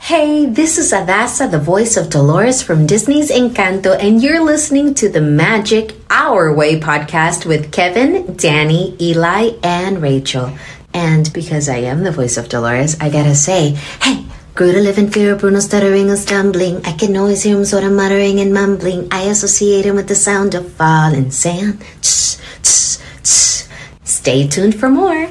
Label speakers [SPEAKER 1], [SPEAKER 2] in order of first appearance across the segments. [SPEAKER 1] Hey, this is Adasa, the voice of Dolores from Disney's Encanto, and you're listening to the Magic Our Way podcast with Kevin, Danny, Eli, and Rachel. And because I am the voice of Dolores, I gotta say, hey, grew to live in fear of Bruno stuttering and stumbling. I can always hear him sort of muttering and mumbling. I associate him with the sound of falling sand. Tss, tss, tss. Stay tuned for more.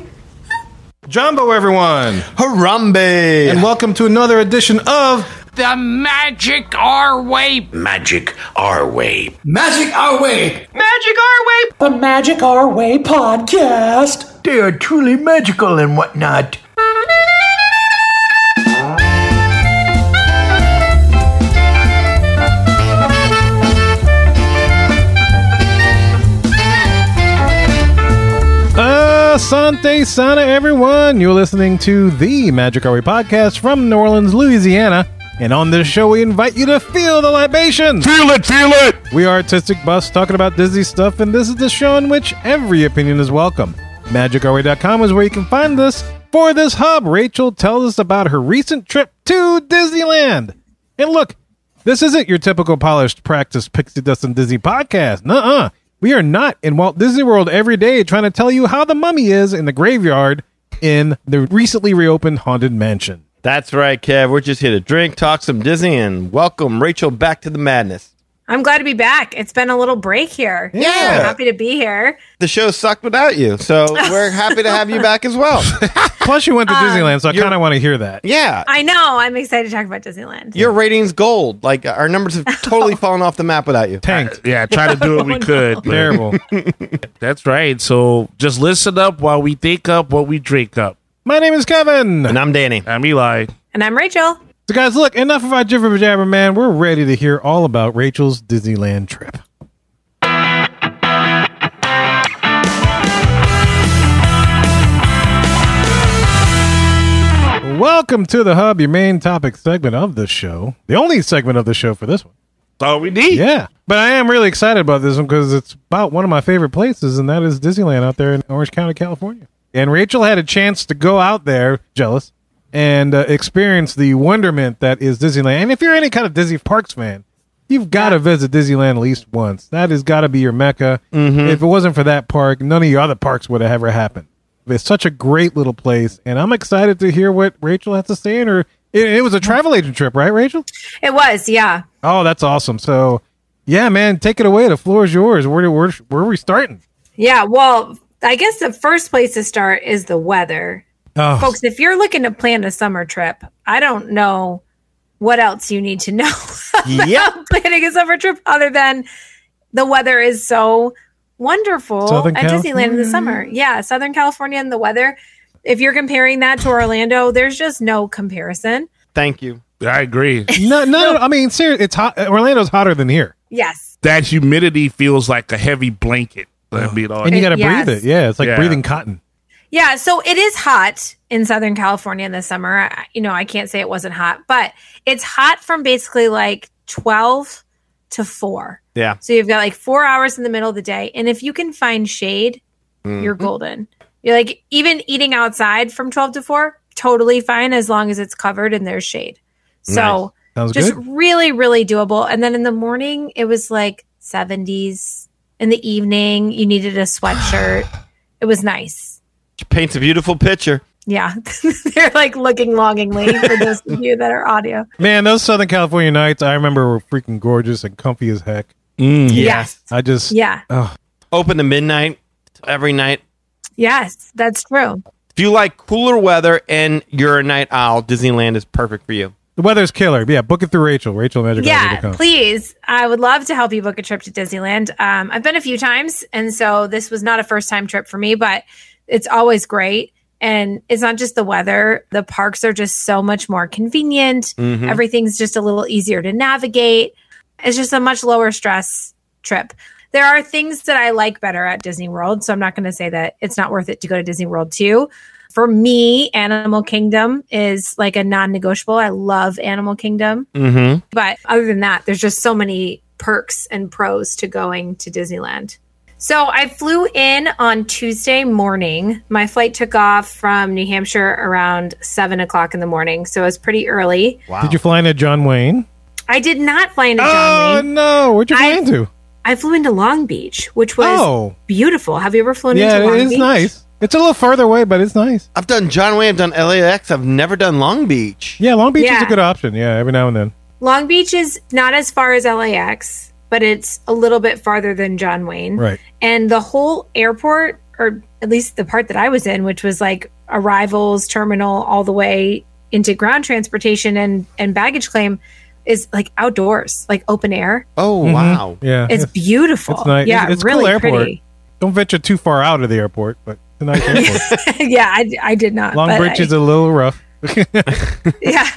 [SPEAKER 2] Jumbo, everyone,
[SPEAKER 3] Harambe!
[SPEAKER 2] and welcome to another edition of
[SPEAKER 4] The magic our way.
[SPEAKER 5] magic our way.
[SPEAKER 6] Magic our way.
[SPEAKER 4] Magic our way.
[SPEAKER 7] The Magic Our Way podcast.
[SPEAKER 8] They are truly magical and whatnot.
[SPEAKER 2] Asante Sana, everyone. You're listening to the Magic Our Way podcast from New Orleans, Louisiana. And on this show, we invite you to feel the libations. Feel it, feel it. We are Artistic Bus talking about Disney stuff, and this is the show in which every opinion is welcome. MagicOurWay.com is where you can find us. For this hub, Rachel tells us about her recent trip to Disneyland. And look, this isn't your typical polished practice pixie dust and Disney podcast. Nuh-uh. We are not in Walt Disney World every day trying to tell you how the mummy is in the graveyard in the recently reopened haunted mansion.
[SPEAKER 3] That's right, Kev. We're just here to drink, talk some Disney, and welcome Rachel back to the madness.
[SPEAKER 9] I'm glad to be back. It's been a little break here. Yeah. I'm happy to be here.
[SPEAKER 3] The show sucked without you, so we're happy to have you back as well.
[SPEAKER 2] Plus, you went to Disneyland, so I kind of want to hear that.
[SPEAKER 3] Yeah.
[SPEAKER 9] I know. I'm excited to talk about Disneyland.
[SPEAKER 3] Your ratings gold. Like our numbers have totally fallen off the map without you.
[SPEAKER 2] Tanked.
[SPEAKER 5] Yeah, try to do what we could. but
[SPEAKER 2] Terrible.
[SPEAKER 5] That's right. So just listen up while we think up what we drink up.
[SPEAKER 2] My name is Kevin.
[SPEAKER 3] And I'm Danny.
[SPEAKER 5] I'm Eli.
[SPEAKER 9] and I'm Rachel.
[SPEAKER 2] So, guys, look, enough of our jibber jabber, man. We're ready to hear all about Rachel's Disneyland trip. Welcome to the Hub, your main topic segment of the show. The only segment of the show for this one.
[SPEAKER 5] That's all we need.
[SPEAKER 2] Yeah. But I am really excited about this one because it's about one of my favorite places, and that is Disneyland out there in Orange County, California. And Rachel had a chance to go out there, jealous, and uh, experience the wonderment that is Disneyland. And if you're any kind of Disney Parks fan, you've got to visit Disneyland at least once. That has got to be your mecca. If it wasn't for that park, none of your other parks would have ever happened. It's such a great little place, and I'm excited to hear what Rachel has to say. In her, it, it was a travel agent trip, right, Rachel?
[SPEAKER 9] It was, yeah.
[SPEAKER 2] Oh, that's awesome. So, yeah, man, take it away. The floor is yours. Where where where are we starting?
[SPEAKER 9] Yeah. Well, I guess the first place to start is the weather.
[SPEAKER 2] Oh,
[SPEAKER 9] Folks, if you're looking to plan a summer trip, I don't know what else you need to know
[SPEAKER 3] Yep.
[SPEAKER 9] planning a summer trip other than the weather is so wonderful
[SPEAKER 2] Southern
[SPEAKER 9] at Disneyland in the summer. Yeah, Southern California and the weather. If you're comparing that to Orlando, there's just no comparison.
[SPEAKER 3] Thank you.
[SPEAKER 5] I agree.
[SPEAKER 2] no, no, I mean, seriously, it's hot. Orlando's hotter than here,
[SPEAKER 9] Yes.
[SPEAKER 5] That humidity feels like a heavy blanket. I mean, all
[SPEAKER 2] and you
[SPEAKER 9] It-
[SPEAKER 2] got to
[SPEAKER 9] yes.
[SPEAKER 2] breathe it. Yeah, it's like
[SPEAKER 5] Yeah.
[SPEAKER 2] breathing cotton.
[SPEAKER 9] Yeah, so it is hot in Southern California in the summer. I, you know, I can't say it wasn't hot, but it's hot from basically like 12 to 4.
[SPEAKER 3] Yeah.
[SPEAKER 9] So you've got like 4 hours in the middle of the day, and if you can find shade, you're golden. You're like even eating outside from 12 to 4, totally fine as long as it's covered and there's shade. So
[SPEAKER 2] Sounds
[SPEAKER 9] just
[SPEAKER 2] good.
[SPEAKER 9] really really doable and then in the morning it was like 70s in the evening you needed a sweatshirt it was nice
[SPEAKER 3] She paints a beautiful picture.
[SPEAKER 9] yeah they're like looking longingly for those of you that are audio
[SPEAKER 2] Man, those Southern California nights I remember were freaking gorgeous and comfy as heck.
[SPEAKER 9] yes
[SPEAKER 2] I just
[SPEAKER 9] yeah
[SPEAKER 3] Open to midnight every night.
[SPEAKER 9] yes that's true
[SPEAKER 3] If you like cooler weather and you're a night owl, Disneyland is perfect for you.
[SPEAKER 2] the weather's killer. Yeah, book it through Rachel. Rachel Magic.
[SPEAKER 9] yeah please i would love to help you book a trip to disneyland um, i've been a few times and so this was not a first time trip for me but it's always great and it's not just the weather the parks are just so much more convenient
[SPEAKER 3] Mhm.
[SPEAKER 9] Everything's just a little easier to navigate. It's just a much lower stress trip. There are things that I like better at Disney World, so I'm not going to say that it's not worth it to go to Disney World too. For me, Animal Kingdom is like a non-negotiable. I love Animal Kingdom,
[SPEAKER 3] Mm-hmm.
[SPEAKER 9] but other than that, there's just so many perks and pros to going to Disneyland. So I flew in on Tuesday morning. My flight took off from New Hampshire around seven o'clock in the morning, so it was pretty early.
[SPEAKER 3] Wow.
[SPEAKER 2] Did you fly into John Wayne?
[SPEAKER 9] I did not fly into John
[SPEAKER 2] Oh
[SPEAKER 9] Wayne.
[SPEAKER 2] no! Where'd you fly
[SPEAKER 9] I-
[SPEAKER 2] into?
[SPEAKER 9] I flew into Long Beach, which was
[SPEAKER 2] Oh.
[SPEAKER 9] beautiful. Have you ever flown
[SPEAKER 2] Yeah,
[SPEAKER 9] into Long
[SPEAKER 2] it is
[SPEAKER 9] Beach?
[SPEAKER 2] nice. It's a little further away, but it's nice.
[SPEAKER 3] I've done John Wayne. I've done LAX. I've never done Long Beach.
[SPEAKER 2] Yeah, Long Beach is a
[SPEAKER 9] Yeah.
[SPEAKER 2] good option. Yeah, every now and then.
[SPEAKER 9] Long Beach is not as far as LAX, but it's a little bit farther than John Wayne.
[SPEAKER 2] Right.
[SPEAKER 9] And the whole airport, or at least the part that I was in, which was like arrivals, terminal, all the way into ground transportation and, and baggage claim, is like outdoors, like open air.
[SPEAKER 3] Oh
[SPEAKER 2] Mm-hmm.
[SPEAKER 3] wow.
[SPEAKER 2] Yeah,
[SPEAKER 9] It's beautiful.
[SPEAKER 2] it's nice.
[SPEAKER 9] Yeah,
[SPEAKER 2] It's- it's a
[SPEAKER 9] really
[SPEAKER 2] cool airport.
[SPEAKER 9] pretty.
[SPEAKER 2] don't venture too far out of the airport, but it's a nice airport.
[SPEAKER 9] yeah, I, I did not.
[SPEAKER 2] Long
[SPEAKER 9] but
[SPEAKER 2] Beach
[SPEAKER 9] I-
[SPEAKER 2] is a little rough.
[SPEAKER 9] yeah.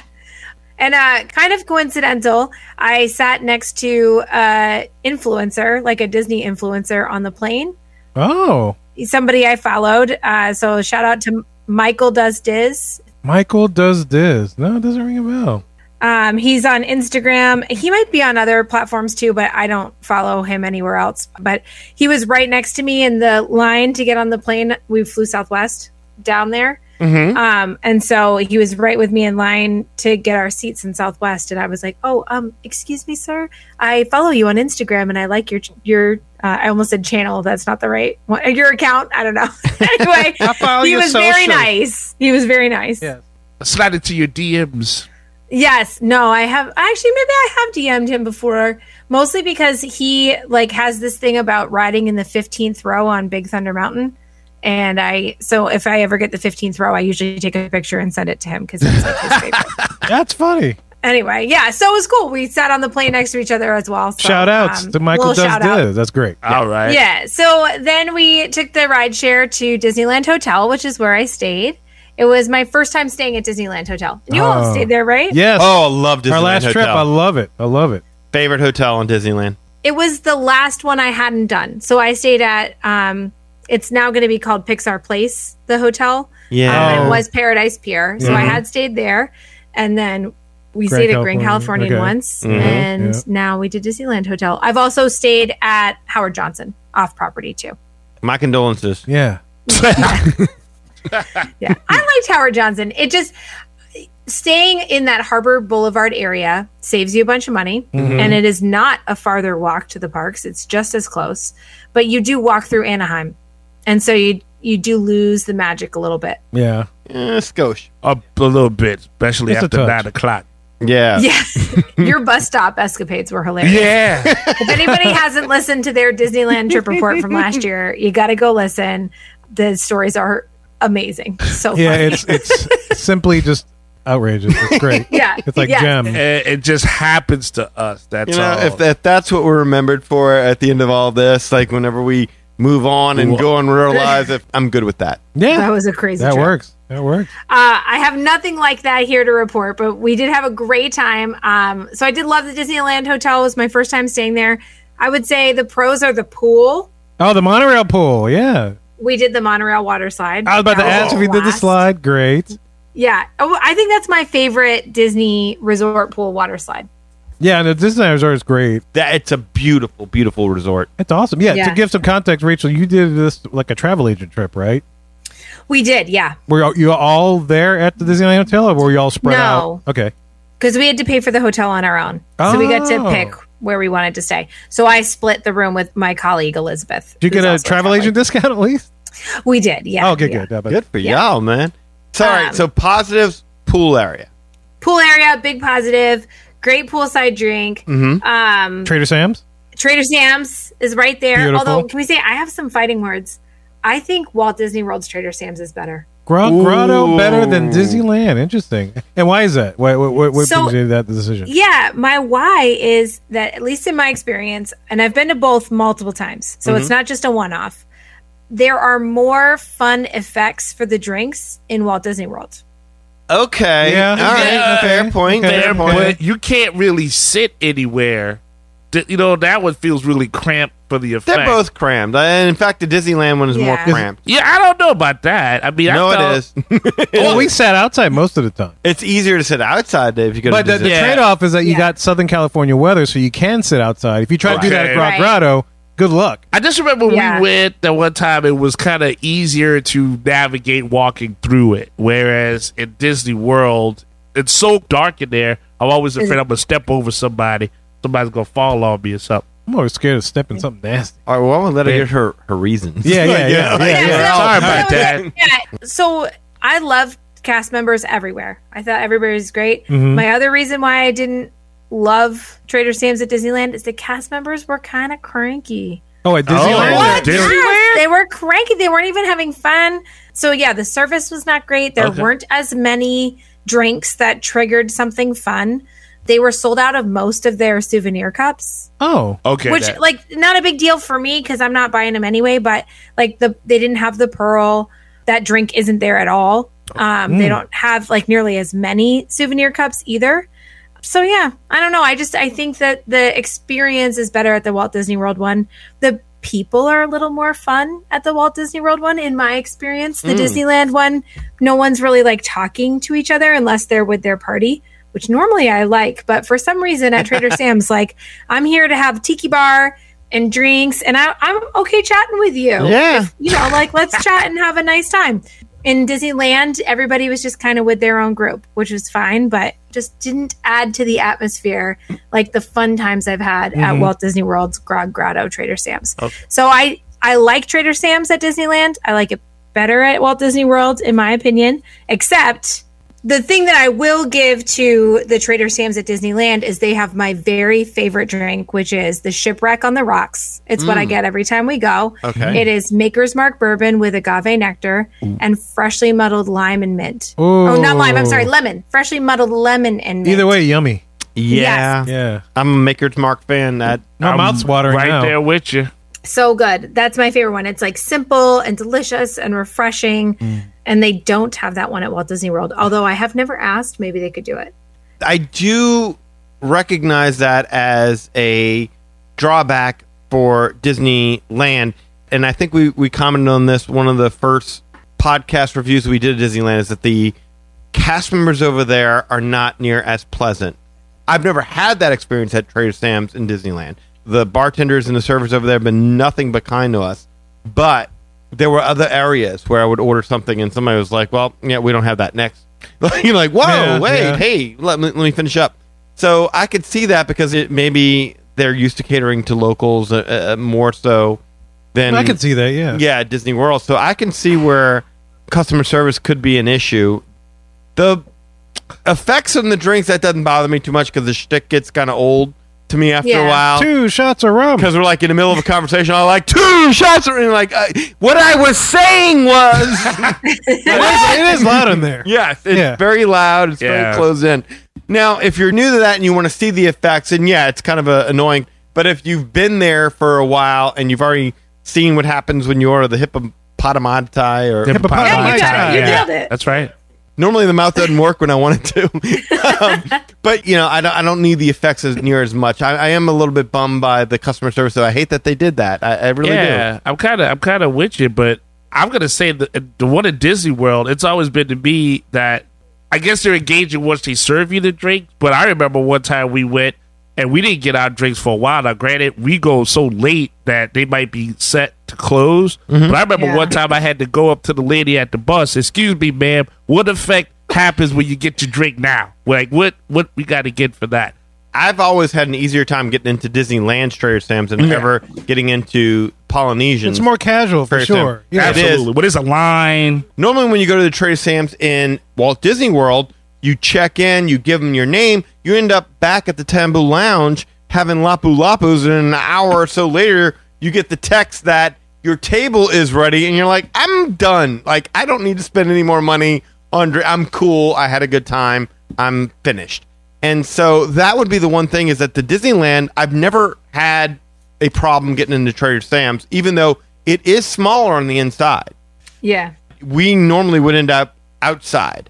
[SPEAKER 9] And uh, kind of coincidental, I sat next to uh, influencer, like a Disney influencer, on the plane.
[SPEAKER 2] Oh,
[SPEAKER 9] Somebody I followed. Uh, so shout out to Michael Does Diz.
[SPEAKER 2] Michael does this. No, it doesn't ring a bell.
[SPEAKER 9] Um, he's on Instagram. He might be on other platforms too, but I don't follow him anywhere else. But he was right next to me in the line to get on the plane. We flew Southwest down there.
[SPEAKER 5] Mm-hmm.
[SPEAKER 9] Um, and so he was right with me in line to get our seats in Southwest. And I was like, Oh, um, excuse me, sir. I follow you on Instagram and I like your, your, uh, I almost said channel. That's not the right one. Your account. I don't know. anyway,
[SPEAKER 5] I follow
[SPEAKER 9] he
[SPEAKER 5] your
[SPEAKER 9] was very
[SPEAKER 5] social.
[SPEAKER 9] nice. He was very nice.
[SPEAKER 2] Yeah.
[SPEAKER 5] Slide into your DMs.
[SPEAKER 9] Yes, no, I have actually maybe I have DM'd him before, mostly because he like has this thing about riding in the 15th row on Big Thunder Mountain. And I so if I ever get the 15th row, I usually take a picture and send it to him because it's like his favorite.
[SPEAKER 2] That's funny.
[SPEAKER 9] Anyway, yeah, so it was cool. We sat on the plane next to each other as well. So,
[SPEAKER 2] shout outs
[SPEAKER 9] um,
[SPEAKER 2] to Michael
[SPEAKER 9] little
[SPEAKER 2] does
[SPEAKER 9] shout out.
[SPEAKER 2] this. That's great.
[SPEAKER 3] Uh,
[SPEAKER 5] All right.
[SPEAKER 9] Yeah. So then we took the ride share to Disneyland Hotel, which is where I stayed. It was my first time staying at Disneyland Hotel. You all
[SPEAKER 2] Oh.
[SPEAKER 9] have stayed there, right?
[SPEAKER 2] Yes.
[SPEAKER 3] Oh, I love Disneyland.
[SPEAKER 2] our last
[SPEAKER 3] hotel.
[SPEAKER 2] trip. I love it. I love it.
[SPEAKER 3] Favorite hotel in Disneyland.
[SPEAKER 9] it was the last one I hadn't done. So I stayed at um it's now going to be called Pixar Place, the hotel.
[SPEAKER 3] Yeah.
[SPEAKER 9] Um,
[SPEAKER 2] Oh.
[SPEAKER 9] it was Paradise Pier. So I
[SPEAKER 2] Mhm.
[SPEAKER 9] had stayed there and then we
[SPEAKER 2] Grand
[SPEAKER 9] stayed at Grand
[SPEAKER 2] Californian. Okay.
[SPEAKER 9] Californian
[SPEAKER 2] Mm-hmm.
[SPEAKER 9] once
[SPEAKER 3] Mhm.
[SPEAKER 9] and
[SPEAKER 2] Yeah.
[SPEAKER 9] now we did Disneyland Hotel. I've also stayed at Howard Johnson off property too.
[SPEAKER 3] My condolences.
[SPEAKER 2] Yeah.
[SPEAKER 9] Yeah. I liked Howard Johnson. It just staying in that Harbor Boulevard area saves you a bunch of money
[SPEAKER 2] Mm-hmm.
[SPEAKER 9] and it is not a farther walk to the parks. It's just as close, but you do walk through Anaheim. And so you you do lose the magic a little bit.
[SPEAKER 2] Yeah.
[SPEAKER 3] Eh, skosh.
[SPEAKER 5] Up a little bit, especially
[SPEAKER 2] Just a
[SPEAKER 5] after
[SPEAKER 2] touch.
[SPEAKER 5] nine o'clock.
[SPEAKER 3] Yeah.
[SPEAKER 9] Yeah. Your bus stop escapades were hilarious.
[SPEAKER 5] Yeah.
[SPEAKER 9] If anybody hasn't listened to their Disneyland trip report from last year, you got to go listen. The stories are amazing. So
[SPEAKER 2] Yeah.
[SPEAKER 9] funny.
[SPEAKER 2] It's it's simply just outrageous. It's great.
[SPEAKER 9] yeah.
[SPEAKER 2] It's like
[SPEAKER 9] yeah.
[SPEAKER 2] gem.
[SPEAKER 5] it, it just happens to us. That's
[SPEAKER 3] You know,
[SPEAKER 5] all.
[SPEAKER 3] if, if that's what we're remembered for at the end of all this, like whenever we move on and go on with our lives, if, I'm good with that.
[SPEAKER 9] That
[SPEAKER 2] Yeah.
[SPEAKER 9] was a crazy
[SPEAKER 2] That
[SPEAKER 9] trip.
[SPEAKER 2] works. That works.
[SPEAKER 9] Uh, I have nothing like that here to report, but we did have a great time. Um, so I did love the Disneyland Hotel. It was my first time staying there. I would say the pros are the pool.
[SPEAKER 2] Oh, the monorail pool. Yeah.
[SPEAKER 9] We did the monorail water slide.
[SPEAKER 2] I was about to
[SPEAKER 9] That
[SPEAKER 2] ask
[SPEAKER 9] was
[SPEAKER 2] if you did the
[SPEAKER 9] blast.
[SPEAKER 2] slide. Great.
[SPEAKER 9] Yeah. Oh, I think that's my favorite Disney resort pool water slide.
[SPEAKER 2] Yeah. And the Disney Resort is great.
[SPEAKER 3] That it's a beautiful, beautiful resort.
[SPEAKER 2] It's awesome. Yeah,
[SPEAKER 9] Yeah.
[SPEAKER 2] To give some context, Rachel, you did this like a travel agent trip, right?
[SPEAKER 9] We did, yeah.
[SPEAKER 2] Were you- you all there at the Disneyland Hotel, or were you all spread
[SPEAKER 9] No.
[SPEAKER 2] out? Okay.
[SPEAKER 9] because we had to pay for the hotel on our own. So we got
[SPEAKER 2] Oh.
[SPEAKER 9] to pick where we wanted to stay. So I split the room with my colleague Elizabeth.
[SPEAKER 2] Did you
[SPEAKER 9] who's
[SPEAKER 2] get a
[SPEAKER 9] also
[SPEAKER 2] travel agent discount at least?
[SPEAKER 9] We did, yeah.
[SPEAKER 2] Oh, okay,
[SPEAKER 9] yeah.
[SPEAKER 2] good. Yeah, but-
[SPEAKER 3] Good for y'all, man. It's all right.
[SPEAKER 9] Um,
[SPEAKER 3] So positives, pool area.
[SPEAKER 9] Pool area, big positive. Great poolside drink. Um,
[SPEAKER 2] Trader Sam's.
[SPEAKER 9] Trader Sam's is right there.
[SPEAKER 2] Beautiful.
[SPEAKER 9] Although, can we say I have some fighting words? I think Walt Disney World's Trader Sam's is better.
[SPEAKER 2] Gra- Grotto
[SPEAKER 3] Ooh.
[SPEAKER 2] better than Disneyland. Interesting. And why is that? Why, what what, what
[SPEAKER 9] So-
[SPEAKER 2] brings you to that decision?
[SPEAKER 9] Yeah, my why is that at least in my experience, and I've been to both multiple times, so it's not just a one-off. There are more fun effects for the drinks in Walt Disney World.
[SPEAKER 3] Okay.
[SPEAKER 2] Yeah.
[SPEAKER 3] All right.
[SPEAKER 5] Yeah.
[SPEAKER 3] Fair point.
[SPEAKER 2] Okay.
[SPEAKER 3] Fair
[SPEAKER 5] Fair
[SPEAKER 3] point.
[SPEAKER 5] but you can't really sit anywhere. Th- You know that one feels really cramped for the effect.
[SPEAKER 3] They're both crammed. And in fact, the Disneyland one is more
[SPEAKER 9] Yeah.
[SPEAKER 3] cramped.
[SPEAKER 5] Yeah, I don't know about that. I mean,
[SPEAKER 3] no,
[SPEAKER 5] I felt,
[SPEAKER 3] it is.
[SPEAKER 2] Well, Oh, we sat outside most of the time.
[SPEAKER 3] It's easier to sit outside Dave, if you go
[SPEAKER 2] But uh, the,
[SPEAKER 3] to
[SPEAKER 2] the
[SPEAKER 3] Disney.
[SPEAKER 5] Yeah.
[SPEAKER 2] trade off is that you
[SPEAKER 9] Yeah.
[SPEAKER 2] got Southern California weather, so you can sit outside. If you try to do that at
[SPEAKER 5] Right.
[SPEAKER 2] Gra-
[SPEAKER 9] Right.
[SPEAKER 2] Grotto, Good luck.
[SPEAKER 5] I just remember
[SPEAKER 9] Yeah.
[SPEAKER 5] we went that one time. It was kind of easier to navigate walking through it, whereas in Disney World, it's so dark in there. I'm always afraid I'm gonna step over somebody. Somebody's gonna fall on me or something.
[SPEAKER 2] I'm always scared of stepping something nasty.
[SPEAKER 3] All right, well, I'm gonna let her get her her reasons.
[SPEAKER 2] Yeah, yeah, yeah, yeah.
[SPEAKER 9] Yeah,
[SPEAKER 5] yeah.
[SPEAKER 9] so-
[SPEAKER 5] Sorry about
[SPEAKER 9] so-
[SPEAKER 5] that.
[SPEAKER 9] Yeah. So I love cast members everywhere. I thought everybody was great. My other reason why I didn't love Trader Sam's at Disneyland is the cast members were kind of cranky.
[SPEAKER 2] Oh, at Disneyland.
[SPEAKER 5] Oh, What? Disney-
[SPEAKER 9] Yes, they were cranky. They weren't even having fun. So yeah, the service was not great. There
[SPEAKER 5] Okay.
[SPEAKER 9] weren't as many drinks that triggered something fun. They were sold out of most of their souvenir cups
[SPEAKER 2] Oh,
[SPEAKER 5] Okay,
[SPEAKER 9] which
[SPEAKER 5] that-
[SPEAKER 9] like not a big deal for me because I'm not buying them anyway. But like the they didn't have the pearl. That drink isn't there at all.
[SPEAKER 5] Oh,
[SPEAKER 9] Um,
[SPEAKER 5] hmm.
[SPEAKER 9] They don't have like nearly as many souvenir cups either. So yeah, I don't know. I just I think that the experience is better at the Walt Disney World one. The people are a little more fun at the Walt Disney World one, in my experience. The Disneyland one, no one's really like talking to each other unless they're with their party, which normally I like. But for some reason at Trader Sam's, like I'm here to have tiki bar and drinks, and I, I'm okay chatting with you.
[SPEAKER 3] Yeah.
[SPEAKER 9] If- you know, like let's chat and have a nice time. In Disneyland, everybody was just kind of with their own group, which was fine, but just didn't add to the atmosphere like the fun times I've had at Walt Disney World's Grog Grotto Trader Sam's. So I I like Trader Sam's at Disneyland. I like it better at Walt Disney World, in my opinion. Except the thing that I will give to the Trader Sam's at Disneyland is they have my very favorite drink, which is the Shipwreck on the Rocks. It's what I get every time we go.
[SPEAKER 3] Okay.
[SPEAKER 9] It is Maker's Mark bourbon with agave nectar and freshly muddled lime and mint.
[SPEAKER 2] Ooh.
[SPEAKER 9] Oh, not lime. I'm sorry, lemon. Freshly muddled lemon and mint.
[SPEAKER 2] either way, yummy.
[SPEAKER 3] Yeah.
[SPEAKER 2] Yeah,
[SPEAKER 3] I'm a Maker's Mark fan. That
[SPEAKER 2] my
[SPEAKER 5] I'm
[SPEAKER 2] mouth's watering
[SPEAKER 5] right
[SPEAKER 2] now.
[SPEAKER 5] there with you.
[SPEAKER 9] So good. That's my favorite one. It's like simple and delicious and refreshing.
[SPEAKER 2] Mm.
[SPEAKER 9] And they don't have that one at Walt Disney World. Although I have never asked, maybe they could do it.
[SPEAKER 3] I do recognize that as a drawback for Disneyland. And I think we, we commented on this one of the first podcast reviews we did at Disneyland is that the cast members over there are not near as pleasant. I've never had that experience at Trader Sam's in Disneyland. The bartenders and the servers over there have been nothing but kind to us. But there were other areas where I would order something and somebody was like, well, yeah, we don't have that next. You're like, whoa,
[SPEAKER 2] Yeah,
[SPEAKER 3] wait,
[SPEAKER 2] yeah.
[SPEAKER 3] hey, let me, let me finish up. So I could see that because it maybe they're used to catering to locals uh, uh, more so than
[SPEAKER 2] I can see that. Yeah,
[SPEAKER 3] yeah, at Disney World. So I can see where customer service could be an issue. The effects on the drinks that doesn't bother me too much because the shtick gets kind of old to me after
[SPEAKER 9] Yeah.
[SPEAKER 3] a while.
[SPEAKER 2] two shots of rum.
[SPEAKER 3] Because we're like in the middle of a conversation, I'm like two shots, are-" and like uh, what I was saying was
[SPEAKER 2] it is loud in there.
[SPEAKER 3] yes, it's
[SPEAKER 2] Yeah.
[SPEAKER 3] very loud, it's very
[SPEAKER 5] Yeah.
[SPEAKER 3] closed in. Now, if you're new to that and you want to see the effects, and yeah, it's kind of uh, annoying. But if you've been there for a while and you've already seen what happens when you order the hippopotamatai or
[SPEAKER 2] Hippopotami-
[SPEAKER 9] you got it. You
[SPEAKER 5] Yeah.
[SPEAKER 9] nailed it.
[SPEAKER 5] That's right.
[SPEAKER 3] Normally the mouth doesn't work when I want it to, um, but you know I don't, I don't need the effects as near as much. I, I am a little bit bummed by the customer service. though. I hate that they did that. I, I really
[SPEAKER 5] yeah, I'm kind of I'm kind of with you, but I'm gonna say the the one at Disney World. It's always been to me that I guess they're engaging once they serve you the drink. But I remember one time we went and we didn't get our drinks for a while. Now, granted, we go so late that they might be set to close. But I remember
[SPEAKER 9] Yeah.
[SPEAKER 5] one time I had to go up to the lady at the bus. Excuse me, ma'am. What effect happens when you get your drink now? Like what what we got to get for that?
[SPEAKER 3] do. I've always had an easier time getting into Disneyland Trader Sam's than ever getting into Polynesian.
[SPEAKER 2] It's more casual for
[SPEAKER 3] Very
[SPEAKER 2] sure.
[SPEAKER 3] simple.
[SPEAKER 2] Yeah,
[SPEAKER 3] It is.
[SPEAKER 5] Absolutely. What is a line?
[SPEAKER 3] Normally, when you go to the Trader Sam's in Walt Disney World, you check in, you give them your name, you end up back at the Tambu Lounge having Lapu Lapus, and an hour or so later, you get the text that your table is ready, and you're like, I'm done. Like, I don't need to spend any more money on dr- I'm cool. I had a good time. I'm finished. And so that would be the one thing is that the Disneyland, I've never had a problem getting into Trader Sam's, even though it is smaller on the inside
[SPEAKER 9] Yeah.
[SPEAKER 3] we normally would end up outside,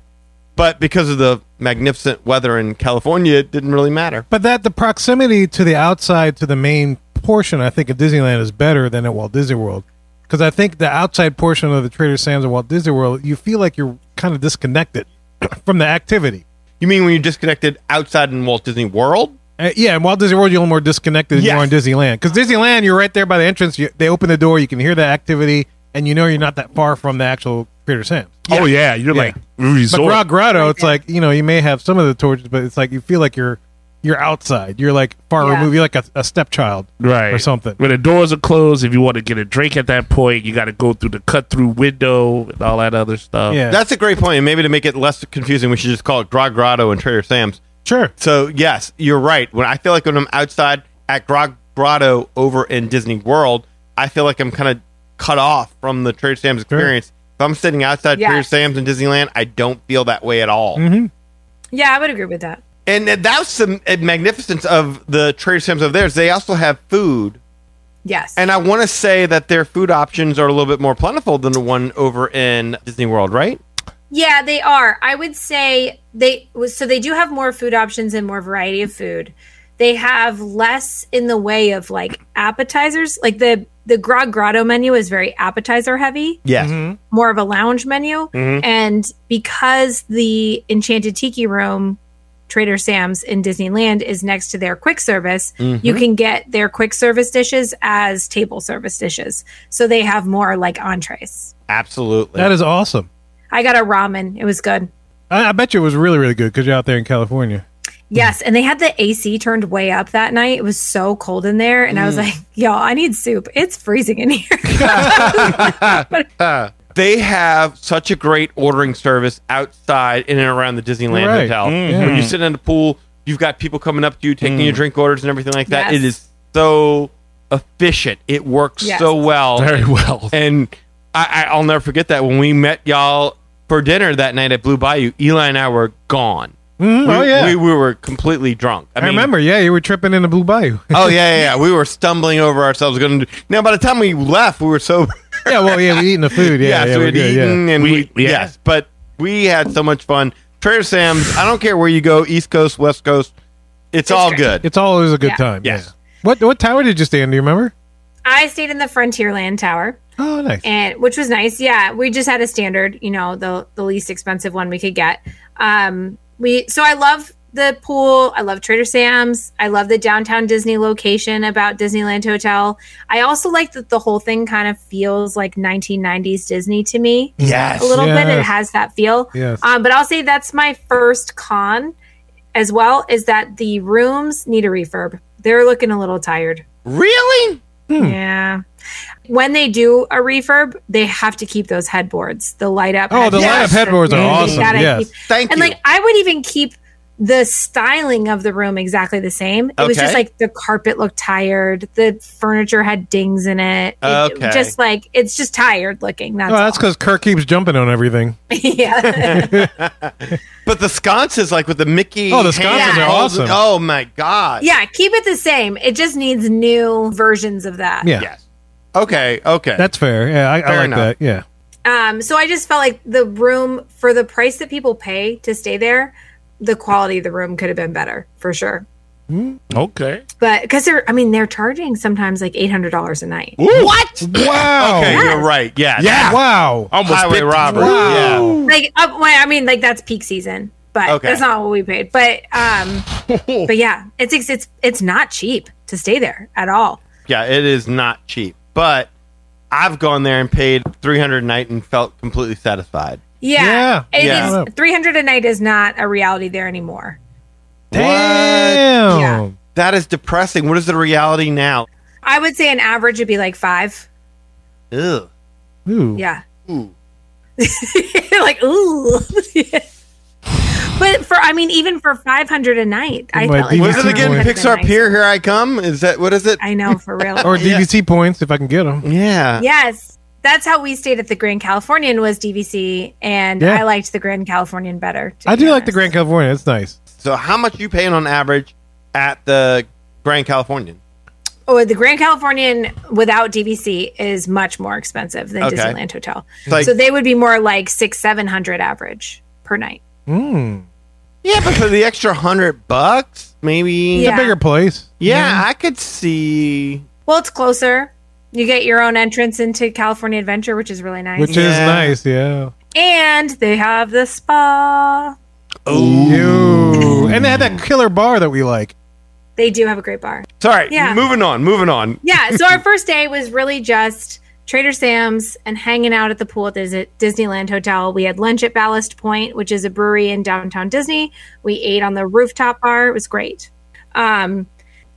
[SPEAKER 3] but because of the magnificent weather in California, it didn't really matter.
[SPEAKER 2] But that the proximity to the outside to the main portion, I think at Disneyland is better than at Walt Disney World. Because I think the outside portion of the Trader Sam's at Walt Disney World, you feel like you're kind of disconnected from the activity.
[SPEAKER 3] You mean when you're disconnected outside in Walt Disney World?
[SPEAKER 2] Uh, yeah, and Walt Disney World, you're a little more disconnected than you
[SPEAKER 3] Yes.
[SPEAKER 2] are in Disneyland. Because Disneyland, you're right there by the entrance. You, they open the door, you can hear the activity, and you know you're not that far from the actual Creator Sam.
[SPEAKER 5] Oh yeah, you're
[SPEAKER 2] Yeah.
[SPEAKER 5] like resort.
[SPEAKER 2] But Rock Grotto, it's like you know you may have some of the torches, but it's like you feel like you're you're outside. You're like far
[SPEAKER 9] Yeah.
[SPEAKER 2] removed. You're like a, a stepchild,
[SPEAKER 5] right
[SPEAKER 2] or something.
[SPEAKER 5] When the doors are closed, if you want to get a drink at that point, you got to go through the cut through window and all that other stuff.
[SPEAKER 2] Yeah,
[SPEAKER 3] That's a great point, and maybe to make it less confusing, we should just call it Grog Grotto and Trader Sam's.
[SPEAKER 2] sure.
[SPEAKER 3] So yes, you're right. When I feel like when I'm outside at Grog Grotto over in Disney World, I feel like I'm kind of cut off from the Trader Sam's experience. If I'm sitting outside
[SPEAKER 9] Yeah.
[SPEAKER 3] Trader Sam's in Disneyland, I don't feel that way at all.
[SPEAKER 9] Yeah, I would agree with that.
[SPEAKER 3] And that's the magnificence of the Trader Sam's of theirs. They also have food,
[SPEAKER 9] Yes.
[SPEAKER 3] and I want to say that their food options are a little bit more plentiful than the one over in Disney World, right?
[SPEAKER 9] Yeah, they are. I would say they so they do have more food options and more variety of food. They have less in the way of like appetizers. Like the the Grog Grotto menu is very appetizer heavy,
[SPEAKER 3] Yes.
[SPEAKER 2] Mm-hmm.
[SPEAKER 9] more of a lounge menu. And because the Enchanted Tiki Room Trader Sam's in Disneyland is next to their quick service, you can get their quick service dishes as table service dishes. So they have more like entrees.
[SPEAKER 3] Absolutely.
[SPEAKER 2] That is awesome.
[SPEAKER 9] I got a ramen. It was good.
[SPEAKER 2] I, I bet you it was really really good because you're out there in California.
[SPEAKER 9] Yes, and they had the AC turned way up that night. It was so cold in there, and I was like, "Y'all, I need soup. It's freezing in here."
[SPEAKER 3] they have such a great ordering service outside in and around the Disneyland
[SPEAKER 2] Right.
[SPEAKER 3] Hotel.
[SPEAKER 2] Mm.
[SPEAKER 3] When you sit in the pool, you've got people coming up to you, taking your drink orders and everything like that.
[SPEAKER 9] Mm. Yes.
[SPEAKER 3] It is so efficient. It works
[SPEAKER 9] Yes.
[SPEAKER 3] so well.
[SPEAKER 5] Very well.
[SPEAKER 3] And I, I, I'll never forget that when we met y'all for dinner that night at Blue Bayou, Eli and I were gone.
[SPEAKER 2] Mhm.
[SPEAKER 3] We,
[SPEAKER 2] oh yeah,
[SPEAKER 3] we, we were completely drunk.
[SPEAKER 2] I remember. Yeah, you were tripping in the Blue Bayou.
[SPEAKER 3] Oh yeah, yeah, yeah. We were stumbling over ourselves. Going to now. By the time we left, we were so
[SPEAKER 2] yeah, well, yeah, we eating the food. Yeah,
[SPEAKER 3] yeah,
[SPEAKER 2] yeah,
[SPEAKER 3] so
[SPEAKER 2] we're
[SPEAKER 3] we'd
[SPEAKER 2] good, yeah.
[SPEAKER 3] eaten and we,
[SPEAKER 5] We- yeah.
[SPEAKER 3] yes, but we had so much fun. Trader Sam's, I don't care where you go, East Coast, West Coast, it's all good.
[SPEAKER 2] It's always a good
[SPEAKER 9] Yeah.
[SPEAKER 2] time.
[SPEAKER 3] Yes.
[SPEAKER 2] Yeah. What what tower did you stay in? Do you remember?
[SPEAKER 9] I stayed in the Frontierland Tower,
[SPEAKER 2] Oh, nice.
[SPEAKER 9] and which was nice. Yeah, we just had a standard, you know, the the least expensive one we could get. Um, we so I love the pool. I love Trader Sam's. I love the downtown Disney location about Disneyland Hotel. I also like that the whole thing kind of feels like 1990s Disney to me.
[SPEAKER 3] Yes.
[SPEAKER 9] a little bit. It
[SPEAKER 2] Yes.
[SPEAKER 9] has that feel.
[SPEAKER 2] Yes.
[SPEAKER 9] Um, but I'll say that's my first con as well is that the rooms need a refurb. They're looking a little tired.
[SPEAKER 3] Really?
[SPEAKER 9] Yeah. When they do a refurb, they have to keep those headboards, the light up.
[SPEAKER 2] Oh, the
[SPEAKER 3] light up
[SPEAKER 9] that
[SPEAKER 2] headboards are
[SPEAKER 9] they
[SPEAKER 2] awesome.
[SPEAKER 9] gotta
[SPEAKER 2] Yes.
[SPEAKER 9] keep.
[SPEAKER 3] Thank
[SPEAKER 9] and
[SPEAKER 3] you.
[SPEAKER 9] like I would even keep the styling of the room exactly the same. It was
[SPEAKER 3] Okay.
[SPEAKER 9] just like the carpet looked tired. The furniture had dings in it. It-
[SPEAKER 3] Okay.
[SPEAKER 9] Just like it's just tired looking. That's,
[SPEAKER 2] Oh, that's
[SPEAKER 9] all.
[SPEAKER 2] because Kirk keeps jumping on everything.
[SPEAKER 9] yeah.
[SPEAKER 3] But the sconces, like with the Mickey.
[SPEAKER 2] Oh, the sconces
[SPEAKER 3] hand-
[SPEAKER 2] are awesome.
[SPEAKER 3] Oh, my God.
[SPEAKER 9] Yeah, keep it the same. It just needs new versions of that.
[SPEAKER 2] Yeah,
[SPEAKER 3] Yes. Okay, okay.
[SPEAKER 2] that's fair. Yeah, I, I
[SPEAKER 3] Fair
[SPEAKER 2] like that.
[SPEAKER 3] enough.
[SPEAKER 2] Yeah,
[SPEAKER 9] Um, so I just felt like the room for the price that people pay to stay there, the quality of the room could have been better for sure.
[SPEAKER 5] Okay.
[SPEAKER 9] But because they're, I mean, they're charging sometimes like eight hundred dollars a night.
[SPEAKER 3] what?
[SPEAKER 2] Wow.
[SPEAKER 3] Okay, you're right. Oh, Yeah.
[SPEAKER 5] Yeah.
[SPEAKER 2] Wow.
[SPEAKER 5] Almost
[SPEAKER 3] Highway
[SPEAKER 5] bit-
[SPEAKER 3] robbery. Oh, Yeah.
[SPEAKER 9] Like, up, well, I mean, like that's peak season, but
[SPEAKER 3] Okay.
[SPEAKER 9] that's not what we paid. But, um, but yeah, it's it's it's it's not cheap to stay there at all.
[SPEAKER 3] Yeah, it is not cheap. But I've gone there and paid 300 a night and felt completely satisfied.
[SPEAKER 9] Yeah,
[SPEAKER 2] Yeah,
[SPEAKER 9] it is
[SPEAKER 3] yeah.
[SPEAKER 9] three hundred a night is not a reality there anymore.
[SPEAKER 2] Damn.
[SPEAKER 9] Yeah.
[SPEAKER 3] That is depressing. What is the reality now?
[SPEAKER 9] I would say an average would be like five.
[SPEAKER 3] Ugh.
[SPEAKER 2] Ooh.
[SPEAKER 9] Yeah. like ooh. but for I mean, even for five hundred a night, I
[SPEAKER 2] It
[SPEAKER 9] felt
[SPEAKER 2] might be
[SPEAKER 9] like
[SPEAKER 3] Was
[SPEAKER 2] What's
[SPEAKER 3] it
[SPEAKER 2] the
[SPEAKER 3] again?
[SPEAKER 2] point.
[SPEAKER 3] Pixar Pier, Here I Come? Is that what is it?
[SPEAKER 9] I know for real.
[SPEAKER 2] Or DVC points if I can get them.
[SPEAKER 3] Yeah.
[SPEAKER 9] yes, that's how we stayed at the Grand Californian was DVC, and
[SPEAKER 2] Yeah.
[SPEAKER 9] I liked the Grand Californian better. to
[SPEAKER 2] I
[SPEAKER 9] be
[SPEAKER 2] do like the
[SPEAKER 9] honest.
[SPEAKER 2] Grand California. It's nice.
[SPEAKER 3] So how much you paying on average at the Grand Californian?
[SPEAKER 9] Oh, the Grand Californian without DVC is much more expensive than
[SPEAKER 3] Okay.
[SPEAKER 9] Disneyland Hotel.
[SPEAKER 3] like-
[SPEAKER 9] so they would be more like six, seven hundred average per night.
[SPEAKER 2] Mm.
[SPEAKER 3] Yeah, but for the extra hundred bucks, maybe.
[SPEAKER 9] Yeah.
[SPEAKER 2] Bigger place.
[SPEAKER 3] Yeah, I could see.
[SPEAKER 9] Well, it's closer. You get your own entrance into California Adventure, which is really nice.
[SPEAKER 2] Which is
[SPEAKER 3] Yeah.
[SPEAKER 2] nice. Yeah.
[SPEAKER 9] and they have the spa.
[SPEAKER 2] Ooh. And they had that killer bar that we like.
[SPEAKER 9] They do have a great bar.
[SPEAKER 3] Sorry.
[SPEAKER 9] Yeah.
[SPEAKER 3] Moving on. Moving on.
[SPEAKER 9] Yeah. So our first day was really just Trader Sam's and hanging out at the pool at the Disneyland Hotel. We had lunch at Ballast Point, which is a brewery in downtown Disney. We ate on the rooftop bar. It was great. Um,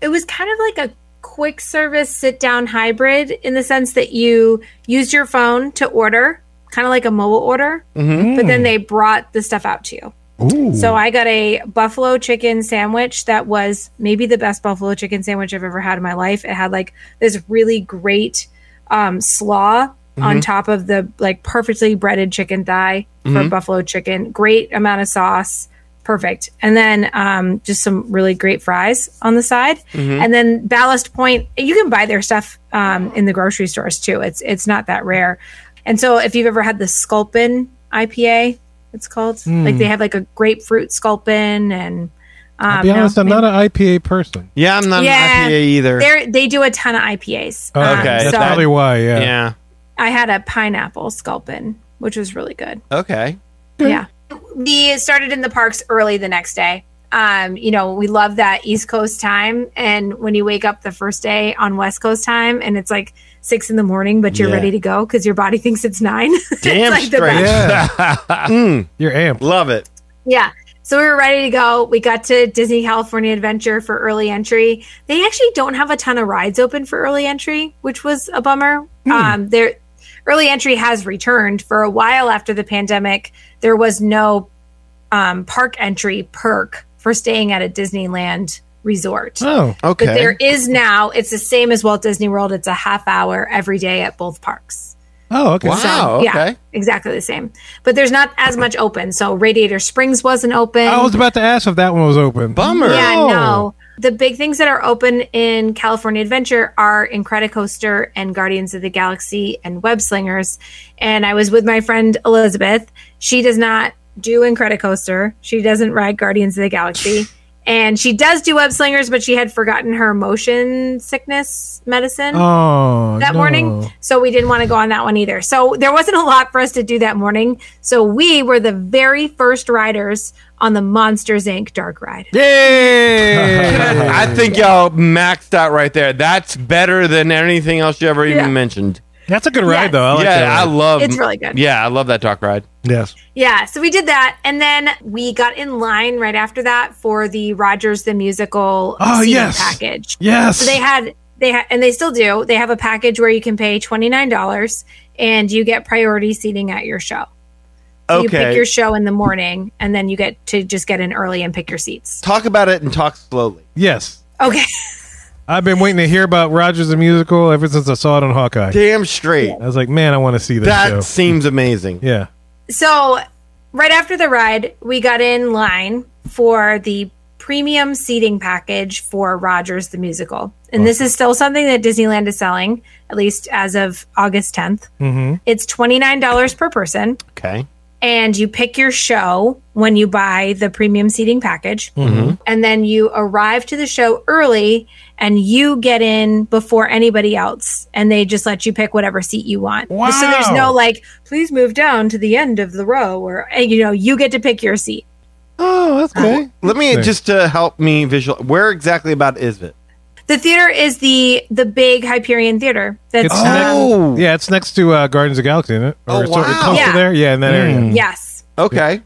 [SPEAKER 9] it was kind of like a quick service sit down hybrid in the sense that you used your phone to order, kind of like a mobile order, but then they brought the stuff out to you.
[SPEAKER 2] Ooh.
[SPEAKER 9] So I got a buffalo chicken sandwich that was maybe the best buffalo chicken sandwich I've ever had in my life. It had like this really great um, slaw on top of the like perfectly breaded chicken thigh for buffalo chicken. Great amount of sauce. Perfect. And then um, just some really great fries on the side. And then Ballast Point, you can buy their stuff um, in the grocery stores too. It's it's not that rare. And so if you've ever had the Sculpin IPA, it's called. Like they have like a grapefruit sculpin and um,
[SPEAKER 2] I'll be honest,
[SPEAKER 9] no,
[SPEAKER 2] I'm not an IPA person.
[SPEAKER 3] Yeah, I'm not
[SPEAKER 9] Yeah.
[SPEAKER 3] an IPA either.
[SPEAKER 9] they're- they do a ton of IPAs.
[SPEAKER 2] Uh,
[SPEAKER 9] Um,
[SPEAKER 3] Okay,
[SPEAKER 2] that's
[SPEAKER 9] so
[SPEAKER 3] that-
[SPEAKER 2] probably why. Yeah.
[SPEAKER 3] yeah.
[SPEAKER 9] I had a pineapple sculpin, which was really good.
[SPEAKER 3] Okay.
[SPEAKER 9] Yeah. Mm-hmm. We started in the parks early the next day. Um, you know, we love that East Coast time. And when you wake up the first day on West Coast time and it's like six in the morning, but you're
[SPEAKER 3] Yeah.
[SPEAKER 9] ready to go because your body thinks it's nine. It's
[SPEAKER 3] Damn
[SPEAKER 9] like the
[SPEAKER 3] straight.
[SPEAKER 9] best.
[SPEAKER 2] Yeah.
[SPEAKER 3] Mm,
[SPEAKER 2] You're amped.
[SPEAKER 3] love it.
[SPEAKER 9] Yeah. So we were ready to go. We got to Disney California Adventure for early entry. They actually don't have a ton of rides open for early entry, which was a bummer.
[SPEAKER 3] Hmm.
[SPEAKER 9] Um, their early entry has returned for a while after the pandemic. There was no um, park entry perk for staying at a Disneyland resort.
[SPEAKER 2] Oh.
[SPEAKER 3] Okay.
[SPEAKER 9] But there is now, it's the same as Walt Disney World. It's a half hour every day at both parks.
[SPEAKER 2] Oh, okay.
[SPEAKER 3] wow.
[SPEAKER 9] Yeah,
[SPEAKER 3] Okay.
[SPEAKER 9] exactly the same. But there's not as much open. So Radiator Springs wasn't open.
[SPEAKER 2] I
[SPEAKER 3] Oh,
[SPEAKER 2] was about to ask if that one was open.
[SPEAKER 3] Bummer.
[SPEAKER 9] Yeah,
[SPEAKER 2] Oh.
[SPEAKER 9] no. The big things that are open in California Adventure are Incredicoaster and Guardians of the Galaxy and Web Slingers. And I was with my friend Elizabeth. She does not do Incredicoaster. She doesn't ride Guardians of the Galaxy. and she does do Web Slingers, but she had forgotten her motion sickness medicine
[SPEAKER 2] Oh.
[SPEAKER 9] that
[SPEAKER 2] no.
[SPEAKER 9] morning. So we didn't want to go on that one either. So there wasn't a lot for us to do that morning. So we were the very first riders on the Monsters Inc. Dark Ride.
[SPEAKER 3] Yay! I think y'all maxed out right there. That's better than anything else you ever
[SPEAKER 9] Yeah.
[SPEAKER 3] even mentioned.
[SPEAKER 2] That's a good ride,
[SPEAKER 9] Yes.
[SPEAKER 2] though. I like that
[SPEAKER 3] yeah, I
[SPEAKER 2] ride.
[SPEAKER 3] love.
[SPEAKER 9] It's really good.
[SPEAKER 3] Yeah, I love that talk ride.
[SPEAKER 2] yes.
[SPEAKER 9] Yeah, so we did that, and then we got in line right after that for the Rogers the Musical
[SPEAKER 2] Oh,
[SPEAKER 9] seating
[SPEAKER 2] yes.
[SPEAKER 9] package.
[SPEAKER 2] Yes.
[SPEAKER 9] So they had they ha- and they still do. They have a package where you can pay twenty nine dollars and you get priority seating at your show. So you
[SPEAKER 3] Okay.
[SPEAKER 9] pick your show in the morning, and then you get to just get in early and pick your seats.
[SPEAKER 3] Talk about it and talk slowly.
[SPEAKER 2] yes.
[SPEAKER 9] Okay.
[SPEAKER 2] I've been waiting to hear about Rogers the Musical ever since I saw it on Hawkeye.
[SPEAKER 3] Damn straight.
[SPEAKER 2] I was like, man, I want to see this
[SPEAKER 3] That
[SPEAKER 2] show.
[SPEAKER 3] seems amazing.
[SPEAKER 2] Yeah.
[SPEAKER 9] So, right after the ride, we got in line for the premium seating package for Rogers the Musical. And this is still something that Disneyland is selling, at least as of August 10th.
[SPEAKER 2] Mm-hmm.
[SPEAKER 9] It's $29 per person,
[SPEAKER 3] Okay.
[SPEAKER 9] and you pick your show when you buy the premium seating package.
[SPEAKER 2] Mm-hmm.
[SPEAKER 9] And then you arrive to the show early and you get in before anybody else. And they just let you pick whatever seat you want. So there's
[SPEAKER 2] Wow.
[SPEAKER 9] no like, please move down to the end of the row, or, eh, you know, you get to pick your seat.
[SPEAKER 2] Oh, that's cool.
[SPEAKER 3] Let me
[SPEAKER 2] Interesting.
[SPEAKER 3] just to help me visual. Where exactly about is it?
[SPEAKER 9] The theater is the the big Hyperion Theater. That's
[SPEAKER 2] It's
[SPEAKER 9] um,
[SPEAKER 3] Oh,
[SPEAKER 2] Yeah, it's next to uh, Gardens of the Galaxy, isn't it?
[SPEAKER 3] Oh, Mm.
[SPEAKER 2] sort of
[SPEAKER 3] wow.
[SPEAKER 2] close to
[SPEAKER 9] Yeah.
[SPEAKER 2] there? Yeah, in that area.
[SPEAKER 9] yes.
[SPEAKER 3] okay.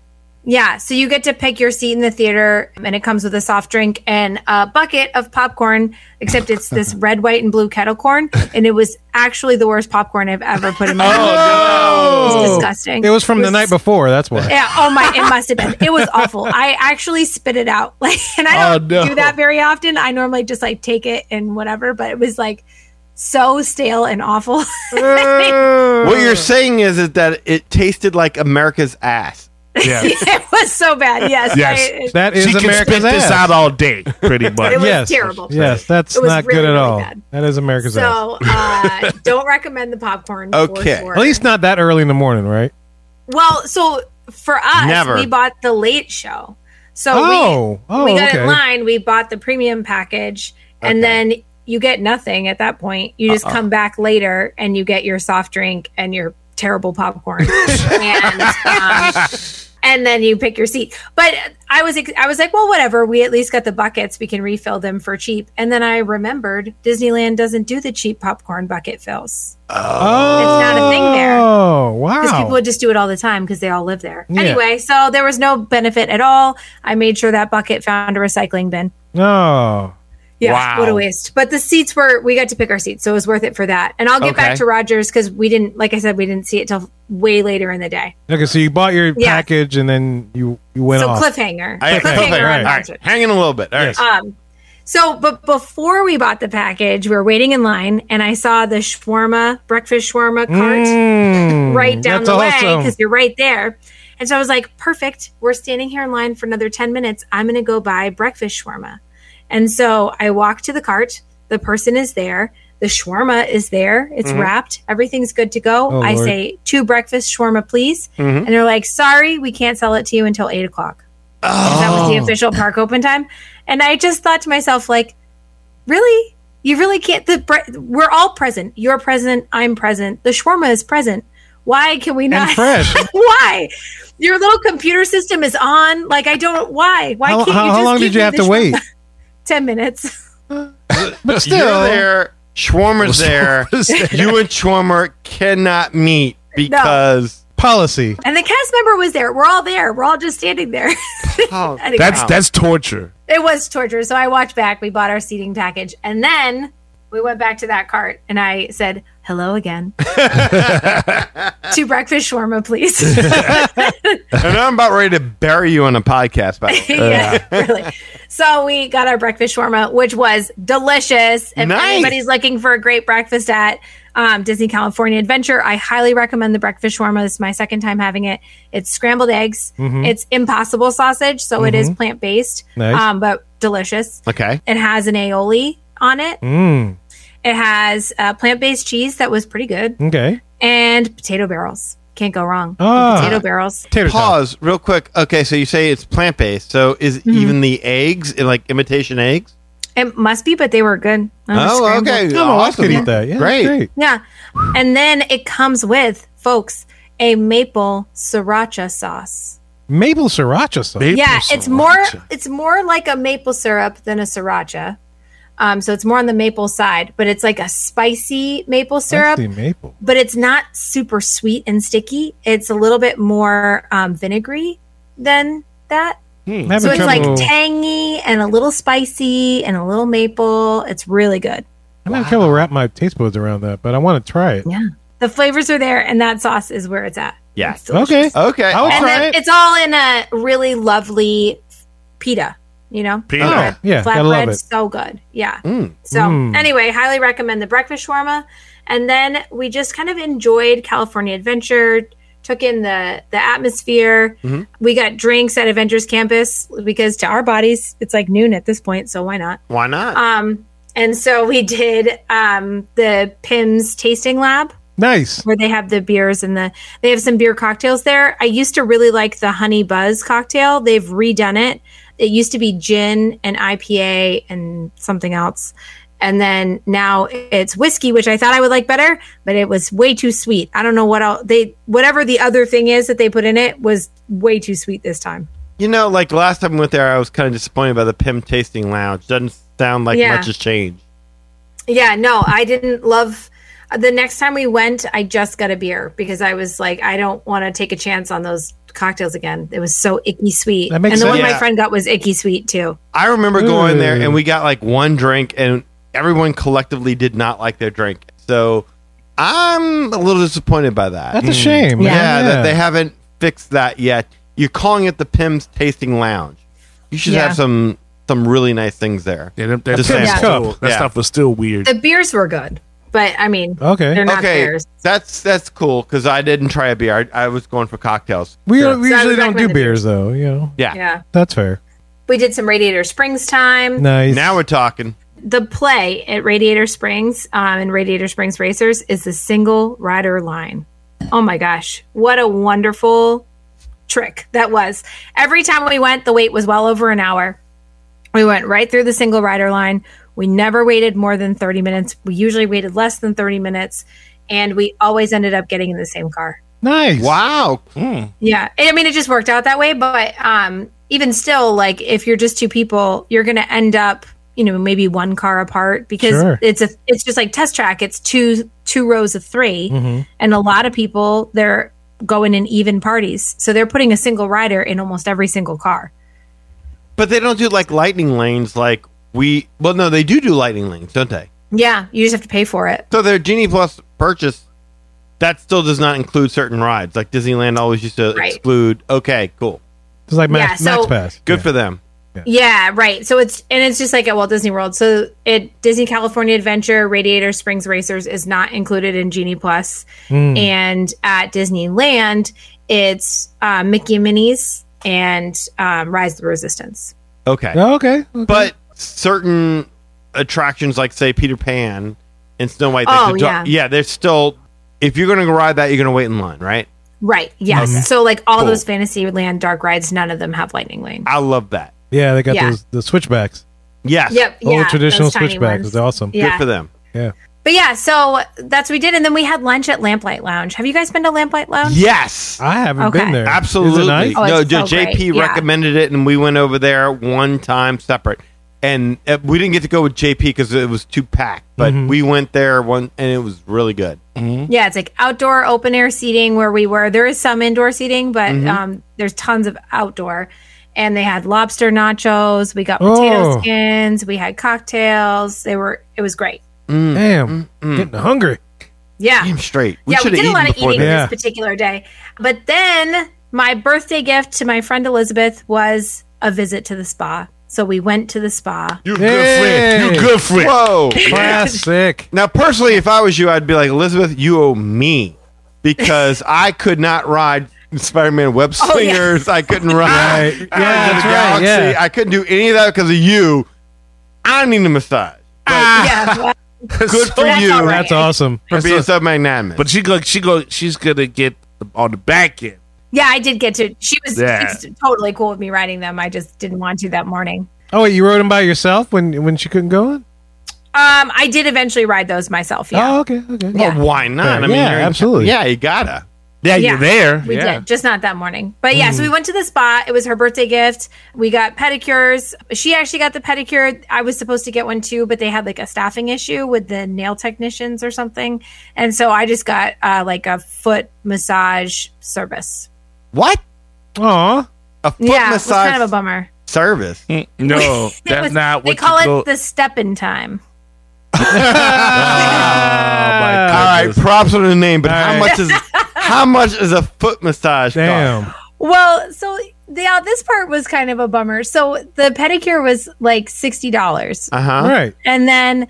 [SPEAKER 9] Yeah, so you get to pick your seat in the theater, and it comes with a soft drink and a bucket of popcorn. Except it's this red, white, and blue kettle corn, and it was actually the worst popcorn I've ever put in my mouth. It was
[SPEAKER 2] Oh.
[SPEAKER 9] disgusting.
[SPEAKER 2] It was from the night before. That's why.
[SPEAKER 9] Yeah. Oh my! It must have been. It was awful. I actually spit it out. Like, and I don't
[SPEAKER 5] Oh, no.
[SPEAKER 9] do that very often. I normally just like take it and whatever. But it was like so stale and awful.
[SPEAKER 3] What you're saying is, is that it tasted like America's ass.
[SPEAKER 5] Yeah.
[SPEAKER 9] it was so bad. Yes.
[SPEAKER 5] Yes.
[SPEAKER 9] I- it,
[SPEAKER 2] That is
[SPEAKER 5] she can
[SPEAKER 2] America's
[SPEAKER 5] spit
[SPEAKER 2] ass.
[SPEAKER 5] this out all day, pretty much.
[SPEAKER 9] It was
[SPEAKER 2] yes.
[SPEAKER 9] terrible.
[SPEAKER 2] Yes, that's
[SPEAKER 9] It was
[SPEAKER 2] not
[SPEAKER 9] really,
[SPEAKER 2] good at
[SPEAKER 9] really
[SPEAKER 2] all.
[SPEAKER 9] bad.
[SPEAKER 2] That is America's ass.
[SPEAKER 9] so uh, don't recommend the popcorn. for
[SPEAKER 3] Okay.
[SPEAKER 9] sure.
[SPEAKER 2] At least not that early in the morning, right?
[SPEAKER 9] Well, so for us,
[SPEAKER 3] Never.
[SPEAKER 9] we bought the late show. So
[SPEAKER 2] Oh,
[SPEAKER 9] we,
[SPEAKER 2] oh,
[SPEAKER 9] we got
[SPEAKER 2] okay.
[SPEAKER 9] in line, we bought the premium package, and then you get nothing at that point. You
[SPEAKER 2] Uh-uh.
[SPEAKER 9] just come back later and you get your soft drink and your terrible popcorn. and um, and then you pick your seat. But I was ex- I was like, well, whatever. We at least got the buckets. We can refill them for cheap. And then I remembered Disneyland doesn't do the cheap popcorn bucket fills
[SPEAKER 2] Oh,
[SPEAKER 9] It's not a thing there.
[SPEAKER 2] wow.
[SPEAKER 9] because people would just do it all the time because they all live there.
[SPEAKER 2] Yeah.
[SPEAKER 9] Anyway, so there was no benefit at all. I made sure that bucket found a recycling bin.
[SPEAKER 2] No.
[SPEAKER 9] Yeah,
[SPEAKER 5] Wow.
[SPEAKER 9] what a waste. But the seats were we got to pick our seats, so it was worth it for that. And I'll get
[SPEAKER 3] Okay.
[SPEAKER 9] back to Rogers because we didn't, like I said, we didn't see it till way later in the day.
[SPEAKER 2] Okay, so you bought your
[SPEAKER 9] Yeah.
[SPEAKER 2] package and then you you went
[SPEAKER 9] so
[SPEAKER 2] off.
[SPEAKER 9] cliffhanger,
[SPEAKER 3] I-
[SPEAKER 9] cliffhanger.
[SPEAKER 3] cliffhanger,
[SPEAKER 9] on
[SPEAKER 2] right.
[SPEAKER 3] All right,
[SPEAKER 9] Rogers.
[SPEAKER 3] hang in a little bit. All right.
[SPEAKER 2] Yes.
[SPEAKER 9] Um, so, but before we bought the package, we were waiting in line, and I saw the shawarma breakfast shawarma cart
[SPEAKER 2] Mm,
[SPEAKER 9] right down
[SPEAKER 2] that's
[SPEAKER 9] the way
[SPEAKER 2] awesome.
[SPEAKER 9] because you're right there. And so I was like, perfect. We're standing here in line for another 10 minutes. I'm going to go buy breakfast shawarma. And so I walk to the cart. The person is there. The shawarma is there. It's wrapped. Everything's good to go.
[SPEAKER 2] Mm-hmm. Oh,
[SPEAKER 9] I
[SPEAKER 2] Lord. Mm-hmm.
[SPEAKER 9] say, two breakfast shawarma, please. And they're like, sorry, we can't sell it to you until eight o'clock. 'Cause That was the
[SPEAKER 2] Oh.
[SPEAKER 9] official park open time. And I just thought to myself, like, really? You really can't. The bre- we're all present. You're present. I'm present. The shawarma is present. Why can we not?
[SPEAKER 2] and fresh.
[SPEAKER 9] why? Your little computer system is on. Like I don't. Why? Why
[SPEAKER 2] how
[SPEAKER 9] can't
[SPEAKER 2] how-
[SPEAKER 9] you
[SPEAKER 2] how
[SPEAKER 9] just
[SPEAKER 2] long
[SPEAKER 9] give
[SPEAKER 2] did you
[SPEAKER 9] me
[SPEAKER 2] have
[SPEAKER 9] the
[SPEAKER 2] to
[SPEAKER 9] shawarma?
[SPEAKER 2] wait?
[SPEAKER 9] Ten minutes.
[SPEAKER 2] But
[SPEAKER 3] You're
[SPEAKER 2] still,
[SPEAKER 3] there. Schwarmer's there. you and Schwarmer cannot meet because
[SPEAKER 2] policy.
[SPEAKER 9] And the cast member was there. We're all there. We're all just standing there.
[SPEAKER 3] Oh,
[SPEAKER 9] Anyway,
[SPEAKER 5] That's that's torture.
[SPEAKER 9] it was torture. So I walked back. We bought our seating package, and then we went back to that cart, and I said. Hello again. to breakfast shawarma, please.
[SPEAKER 3] and I'm about ready to bury you on a podcast. By the way.
[SPEAKER 9] yeah, really. So we got our breakfast shawarma, which was delicious. If
[SPEAKER 3] Nice.
[SPEAKER 9] anybody's looking for a great breakfast at um, Disney California Adventure, I highly recommend the breakfast shawarma. This is my second time having it. It's scrambled eggs. It's impossible sausage, so it is plant based,
[SPEAKER 2] Nice.
[SPEAKER 9] um, but delicious.
[SPEAKER 3] Okay.
[SPEAKER 9] It has an aioli on it.
[SPEAKER 2] Mm,
[SPEAKER 9] It has uh, plant based cheese that was pretty good,
[SPEAKER 2] okay.
[SPEAKER 9] and potato barrels. Can't go wrong. with
[SPEAKER 2] Ah.
[SPEAKER 9] Potato barrels.
[SPEAKER 2] Tater tot.
[SPEAKER 3] Pause real quick. Okay, so you say it's plant based. So is
[SPEAKER 9] Hmm.
[SPEAKER 3] even the eggs eh, like imitation eggs?
[SPEAKER 9] It must be, but they were good. I was
[SPEAKER 3] Oh,
[SPEAKER 9] scrambled.
[SPEAKER 3] okay.
[SPEAKER 2] Oh, my wife
[SPEAKER 3] awesome.
[SPEAKER 2] could eat that. Yeah,
[SPEAKER 3] Great.
[SPEAKER 2] great.
[SPEAKER 9] Yeah. And then it comes with, folks, a maple sriracha sauce.
[SPEAKER 2] Maple sriracha sauce.
[SPEAKER 5] Maple
[SPEAKER 9] yeah, it's more
[SPEAKER 5] sriracha.
[SPEAKER 9] it's more like a maple syrup than a sriracha. Um, so it's more on the maple side, but it's like a spicy maple syrup,
[SPEAKER 2] Spicy maple.
[SPEAKER 9] but it's not super sweet and sticky. It's a little bit more um, vinegary than that.
[SPEAKER 2] I'm having
[SPEAKER 9] So it's like
[SPEAKER 2] trouble.
[SPEAKER 9] tangy and a little spicy and a little maple. It's really good.
[SPEAKER 2] I'm having trouble wrap my taste buds around that, but I want to try it.
[SPEAKER 9] The flavors are there, and that sauce is where it's at.
[SPEAKER 3] Yeah.
[SPEAKER 9] It's delicious.
[SPEAKER 2] Okay.
[SPEAKER 3] Okay.
[SPEAKER 2] I would
[SPEAKER 9] and
[SPEAKER 2] try
[SPEAKER 9] then
[SPEAKER 2] it.
[SPEAKER 9] it's all in a really lovely pita, you know?
[SPEAKER 5] Pita.
[SPEAKER 2] Oh, yeah, gotta love it.
[SPEAKER 9] Flatbread's so good. Yeah.
[SPEAKER 3] Mm.
[SPEAKER 9] So,
[SPEAKER 2] Mm.
[SPEAKER 9] anyway, highly recommend the breakfast shawarma. And then we just kind of enjoyed California Adventure, took in the the atmosphere.
[SPEAKER 2] Mm-hmm.
[SPEAKER 3] Mhm.
[SPEAKER 9] We got drinks at Avengers Campus because to our bodies, it's like noon at this point, so why not?
[SPEAKER 3] Why not?
[SPEAKER 9] Um and so we did um, the PIMS tasting lab
[SPEAKER 2] Nice.
[SPEAKER 9] where they have the beers and the they have some beer cocktails there. I used to really like the honey buzz cocktail. They've redone it. It used to be gin and IPA and something else. And then now it's whiskey, which I thought I would like better, but it was way too sweet. I don't know what else they whatever the other thing is that they put in it was way too sweet this time.
[SPEAKER 3] you know, like last time we went there, I was kind of disappointed by the Pim Tasting Lounge. Doesn't sound like
[SPEAKER 9] Yeah.
[SPEAKER 3] much has changed.
[SPEAKER 9] Yeah, no, I didn't love the next time we went, I just got a beer because I was like, I don't want to take a chance on those cocktails again. It was so icky sweet.
[SPEAKER 2] That makes
[SPEAKER 9] and the
[SPEAKER 2] sense.
[SPEAKER 9] one
[SPEAKER 3] Yeah.
[SPEAKER 9] my friend got was icky sweet too.
[SPEAKER 3] I remember going there
[SPEAKER 2] Ooh.
[SPEAKER 3] and we got like one drink, and everyone collectively did not like their drink. So I'm a little disappointed by that.
[SPEAKER 2] That's a shame.
[SPEAKER 9] Hmm. Yeah.
[SPEAKER 3] Hmm. Yeah, That they haven't fixed that yet. You're calling it the Pim's Tasting Lounge. You should
[SPEAKER 9] Yeah.
[SPEAKER 3] have some some really nice things there.
[SPEAKER 5] Yeah, that that,
[SPEAKER 3] The
[SPEAKER 5] stuff
[SPEAKER 3] Sam's
[SPEAKER 5] was
[SPEAKER 2] Club.
[SPEAKER 5] still- that
[SPEAKER 3] Yeah.
[SPEAKER 5] stuff was still weird.
[SPEAKER 9] The beers were good, but I mean,
[SPEAKER 2] Okay.
[SPEAKER 9] they're not
[SPEAKER 3] okay,
[SPEAKER 9] beers.
[SPEAKER 3] that's that's cool because I didn't try a beer. I, I was going for cocktails.
[SPEAKER 2] We, we
[SPEAKER 9] So I
[SPEAKER 2] usually don't do
[SPEAKER 9] would recommend it.
[SPEAKER 2] beers, though. You know,
[SPEAKER 3] Yeah.
[SPEAKER 9] Yeah.
[SPEAKER 2] that's fair.
[SPEAKER 9] We did some Radiator Springs time.
[SPEAKER 2] Nice.
[SPEAKER 3] Now we're talking.
[SPEAKER 9] The play at Radiator Springs um, and Radiator Springs Racers is the single rider line. Oh my gosh. What a wonderful trick that was. Every time we went, the wait was well over an hour. We went right through the single rider line. We never waited more than 30 minutes. We usually waited less than 30 minutes, and we always ended up getting in the same car.
[SPEAKER 2] Nice.
[SPEAKER 3] Wow.
[SPEAKER 2] Hmm.
[SPEAKER 9] Yeah. And, I mean, it just worked out that way. But um, even still, like if you're just two people, you're going to end up, you know, maybe one car apart because
[SPEAKER 2] Sure.
[SPEAKER 9] it's a, it's just like test track. It's two, two rows of 3 And a lot of people, they're going in even parties. So they're putting a single rider in almost every single car.
[SPEAKER 3] But they don't do like lightning lanes like we. Well, no, they do do lightning lanes, don't they?
[SPEAKER 9] Yeah. You just have to pay for it.
[SPEAKER 3] So their Genie Plus purchase that still does not include certain rides. Like Disneyland always used to
[SPEAKER 9] Right.
[SPEAKER 3] exclude. Okay, cool,
[SPEAKER 2] It's like Max,
[SPEAKER 9] Yeah, so-
[SPEAKER 2] Max Pass.
[SPEAKER 3] good
[SPEAKER 2] Yeah.
[SPEAKER 3] for them.
[SPEAKER 9] Yeah, right. So it's and it's just like at Walt Disney World. So it Disney California Adventure, Radiator Springs Racers is not included in Genie Plus.
[SPEAKER 2] Hmm.
[SPEAKER 9] and at Disneyland it's uh, Mickey and Minnie's and um, Rise of the Resistance.
[SPEAKER 3] Okay,
[SPEAKER 2] Oh, okay. okay.
[SPEAKER 3] but certain attractions like say Peter Pan and Snow White. They
[SPEAKER 9] Oh,
[SPEAKER 3] could do-
[SPEAKER 9] yeah.
[SPEAKER 3] yeah, they're still. If you're going to ride that, you're going to wait in line, right?
[SPEAKER 9] Right. Yes.
[SPEAKER 2] Okay.
[SPEAKER 9] So like all
[SPEAKER 3] Cool.
[SPEAKER 9] those Fantasyland dark rides, none of them have Lightning Lane.
[SPEAKER 2] Ah.
[SPEAKER 3] I love that.
[SPEAKER 2] yeah, they got
[SPEAKER 9] Yeah.
[SPEAKER 2] those the switchbacks.
[SPEAKER 3] Yes,
[SPEAKER 9] Yep.
[SPEAKER 2] Old
[SPEAKER 9] yeah,
[SPEAKER 2] Oh, traditional
[SPEAKER 9] those tiny
[SPEAKER 2] switchbacks.
[SPEAKER 9] ones.
[SPEAKER 2] It's awesome.
[SPEAKER 3] good
[SPEAKER 9] Yeah.
[SPEAKER 3] for them.
[SPEAKER 9] But yeah, so that's what we did, and then we had lunch at Lamplight Lounge. Have you guys been to Lamplight Lounge?
[SPEAKER 3] Yes,
[SPEAKER 2] I haven't
[SPEAKER 9] Okay.
[SPEAKER 2] been there.
[SPEAKER 3] Absolutely.
[SPEAKER 2] Is it nice?
[SPEAKER 9] Oh,
[SPEAKER 3] no,
[SPEAKER 9] it's
[SPEAKER 3] dude,
[SPEAKER 9] so
[SPEAKER 3] JP
[SPEAKER 9] great. Yeah.
[SPEAKER 3] recommended it, and we went over there one time separate. And uh, we didn't get to go with JP because it was too packed, but
[SPEAKER 5] Mm-hmm.
[SPEAKER 3] we went there one, and it was really good.
[SPEAKER 9] Yeah, it's like outdoor open air seating where we were. There is some indoor seating, but
[SPEAKER 3] Mm-hmm.
[SPEAKER 9] um, there's tons of outdoor. And they had lobster nachos. We got potato
[SPEAKER 2] Oh.
[SPEAKER 9] skins. We had cocktails. They were. It was great.
[SPEAKER 3] Mm.
[SPEAKER 2] Damn. Getting hungry.
[SPEAKER 9] Yeah,
[SPEAKER 3] Damn straight. We
[SPEAKER 9] yeah. We
[SPEAKER 3] should
[SPEAKER 9] did
[SPEAKER 3] have
[SPEAKER 9] a lot
[SPEAKER 3] eaten
[SPEAKER 9] of
[SPEAKER 3] before
[SPEAKER 9] eating
[SPEAKER 3] that.
[SPEAKER 2] Yeah.
[SPEAKER 9] this particular day. But then my birthday gift to my friend Elizabeth was a visit to the spa. So we went to the spa.
[SPEAKER 5] You
[SPEAKER 2] Hey.
[SPEAKER 5] good friend. You good friend.
[SPEAKER 3] Whoa.
[SPEAKER 2] Classic.
[SPEAKER 3] now, personally, if I was you, I'd be like, Elizabeth, you owe me because I could not ride Spider Man Web
[SPEAKER 9] Oh, yeah.
[SPEAKER 3] Slingers. I couldn't
[SPEAKER 2] Right.
[SPEAKER 3] ride.
[SPEAKER 2] Yeah, that's right.
[SPEAKER 3] Galaxy.
[SPEAKER 2] Yeah.
[SPEAKER 3] I couldn't do any of that because of you. I need a massage. Ah.
[SPEAKER 9] yeah, well,
[SPEAKER 3] Good for
[SPEAKER 9] Ah, that's
[SPEAKER 3] you
[SPEAKER 9] all right.
[SPEAKER 2] That's awesome.
[SPEAKER 3] for being so magnanimous.
[SPEAKER 5] But she go, she go, she's gonna get on the back end.
[SPEAKER 9] yeah. I did get to. She was
[SPEAKER 5] Yeah.
[SPEAKER 9] she's totally cool with me riding them. I just didn't want to that morning.
[SPEAKER 2] Oh wait, you rode them by yourself when when she couldn't go on?
[SPEAKER 9] Um, I did eventually ride those myself. Yeah,
[SPEAKER 2] Oh, okay, okay.
[SPEAKER 9] Yeah.
[SPEAKER 3] Well, why not?
[SPEAKER 2] Fair.
[SPEAKER 3] I mean,
[SPEAKER 2] Yeah,
[SPEAKER 3] you're in-
[SPEAKER 2] absolutely.
[SPEAKER 3] Yeah, you gotta.
[SPEAKER 5] Yeah,
[SPEAKER 9] Yeah.
[SPEAKER 5] you're there.
[SPEAKER 9] we
[SPEAKER 5] yeah. Mm.
[SPEAKER 9] did just not that morning. But yeah, so we went to the spa. It was her birthday gift. We got pedicures. She actually got the pedicure. I was supposed to get one too, but they had like a staffing issue with the nail technicians or something, and so I just got uh, like a foot massage service.
[SPEAKER 3] What?
[SPEAKER 2] Aw.
[SPEAKER 3] A foot
[SPEAKER 9] yeah, it was
[SPEAKER 3] massage
[SPEAKER 9] kind of a bummer.
[SPEAKER 3] service.
[SPEAKER 5] Mm, No,
[SPEAKER 9] It
[SPEAKER 5] that's
[SPEAKER 9] was-
[SPEAKER 5] not
[SPEAKER 9] They
[SPEAKER 5] what
[SPEAKER 9] call
[SPEAKER 5] you
[SPEAKER 9] it
[SPEAKER 5] go-
[SPEAKER 9] the step in time.
[SPEAKER 5] Ah, my
[SPEAKER 3] All right, props on the name, but how
[SPEAKER 2] right.
[SPEAKER 3] much is how much is a foot massage?
[SPEAKER 2] Damn.
[SPEAKER 3] Cost?
[SPEAKER 9] Well, so yeah, this part was kind of a bummer. So the pedicure was like sixty dollars,
[SPEAKER 3] Uh-huh.
[SPEAKER 2] All right.
[SPEAKER 9] and then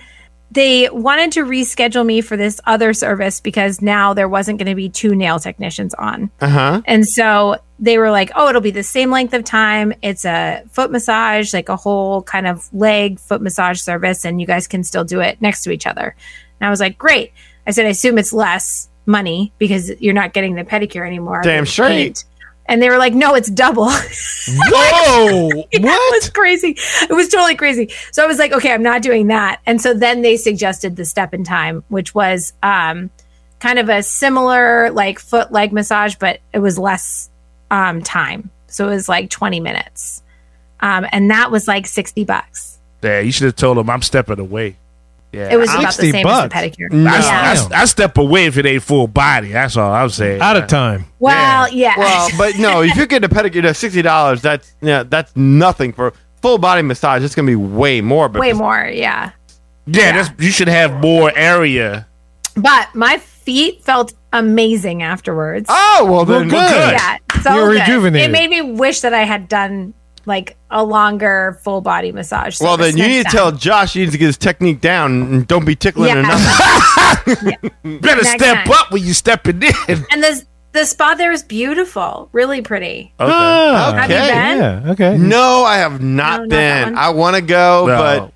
[SPEAKER 9] they wanted to reschedule me for this other service because now there wasn't going to be two nail technicians on.
[SPEAKER 3] Uh-huh.
[SPEAKER 9] And so they were like, oh, it'll be the same length of time. It's a foot massage, like a whole kind of leg foot massage service, and you guys can still do it next to each other. And I was like, great. I said, I assume it's less money because you're not getting the pedicure anymore.
[SPEAKER 3] Damn
[SPEAKER 9] It's
[SPEAKER 3] straight.
[SPEAKER 9] eight. And they were like, no, it's double.
[SPEAKER 2] Whoa.
[SPEAKER 9] That was crazy. It was totally crazy. So I was like, okay, I'm not doing that. And so then they suggested the step in time, which was um, kind of a similar like foot leg massage, but it was less um, time. So it was like 20 minutes. Um, and that was like 60 bucks.
[SPEAKER 5] Yeah, you should have told him I'm stepping away.
[SPEAKER 9] It was about
[SPEAKER 2] 60
[SPEAKER 9] the same
[SPEAKER 2] bucks?
[SPEAKER 9] as the pedicure.
[SPEAKER 3] No.
[SPEAKER 5] I,
[SPEAKER 9] Yeah.
[SPEAKER 5] I- I step away if it ain't full body. That's all I'm saying.
[SPEAKER 2] Out of time.
[SPEAKER 9] Well, yeah.
[SPEAKER 3] Well, but no, if you get a pedicure at sixty dollars, that's yeah, that's nothing for full body massage. It's gonna be way more. But
[SPEAKER 9] Way more. Yeah.
[SPEAKER 5] yeah, That's, you should have more area.
[SPEAKER 9] But my feet felt amazing afterwards.
[SPEAKER 3] Oh well,
[SPEAKER 2] Well,
[SPEAKER 3] then
[SPEAKER 2] good.
[SPEAKER 3] good.
[SPEAKER 9] yeah, so
[SPEAKER 2] You're
[SPEAKER 9] good.
[SPEAKER 2] rejuvenated.
[SPEAKER 9] It made me wish that I had done like a longer full body massage.
[SPEAKER 3] Well
[SPEAKER 9] service
[SPEAKER 3] then, you
[SPEAKER 9] next
[SPEAKER 3] need to
[SPEAKER 9] time.
[SPEAKER 3] tell Josh he needs to get his technique down and don't be tickling
[SPEAKER 9] Yeah.
[SPEAKER 3] or nothing.
[SPEAKER 5] Better
[SPEAKER 9] Next
[SPEAKER 5] step
[SPEAKER 9] time.
[SPEAKER 5] up when you stepping in. Okay.
[SPEAKER 9] And the the spa there is beautiful, really pretty.
[SPEAKER 2] Ah,
[SPEAKER 3] Have you
[SPEAKER 9] been?
[SPEAKER 2] Yeah. Okay.
[SPEAKER 3] No, I have not
[SPEAKER 9] No, not that
[SPEAKER 3] been.
[SPEAKER 9] one.
[SPEAKER 3] I want to go,
[SPEAKER 5] No.
[SPEAKER 3] but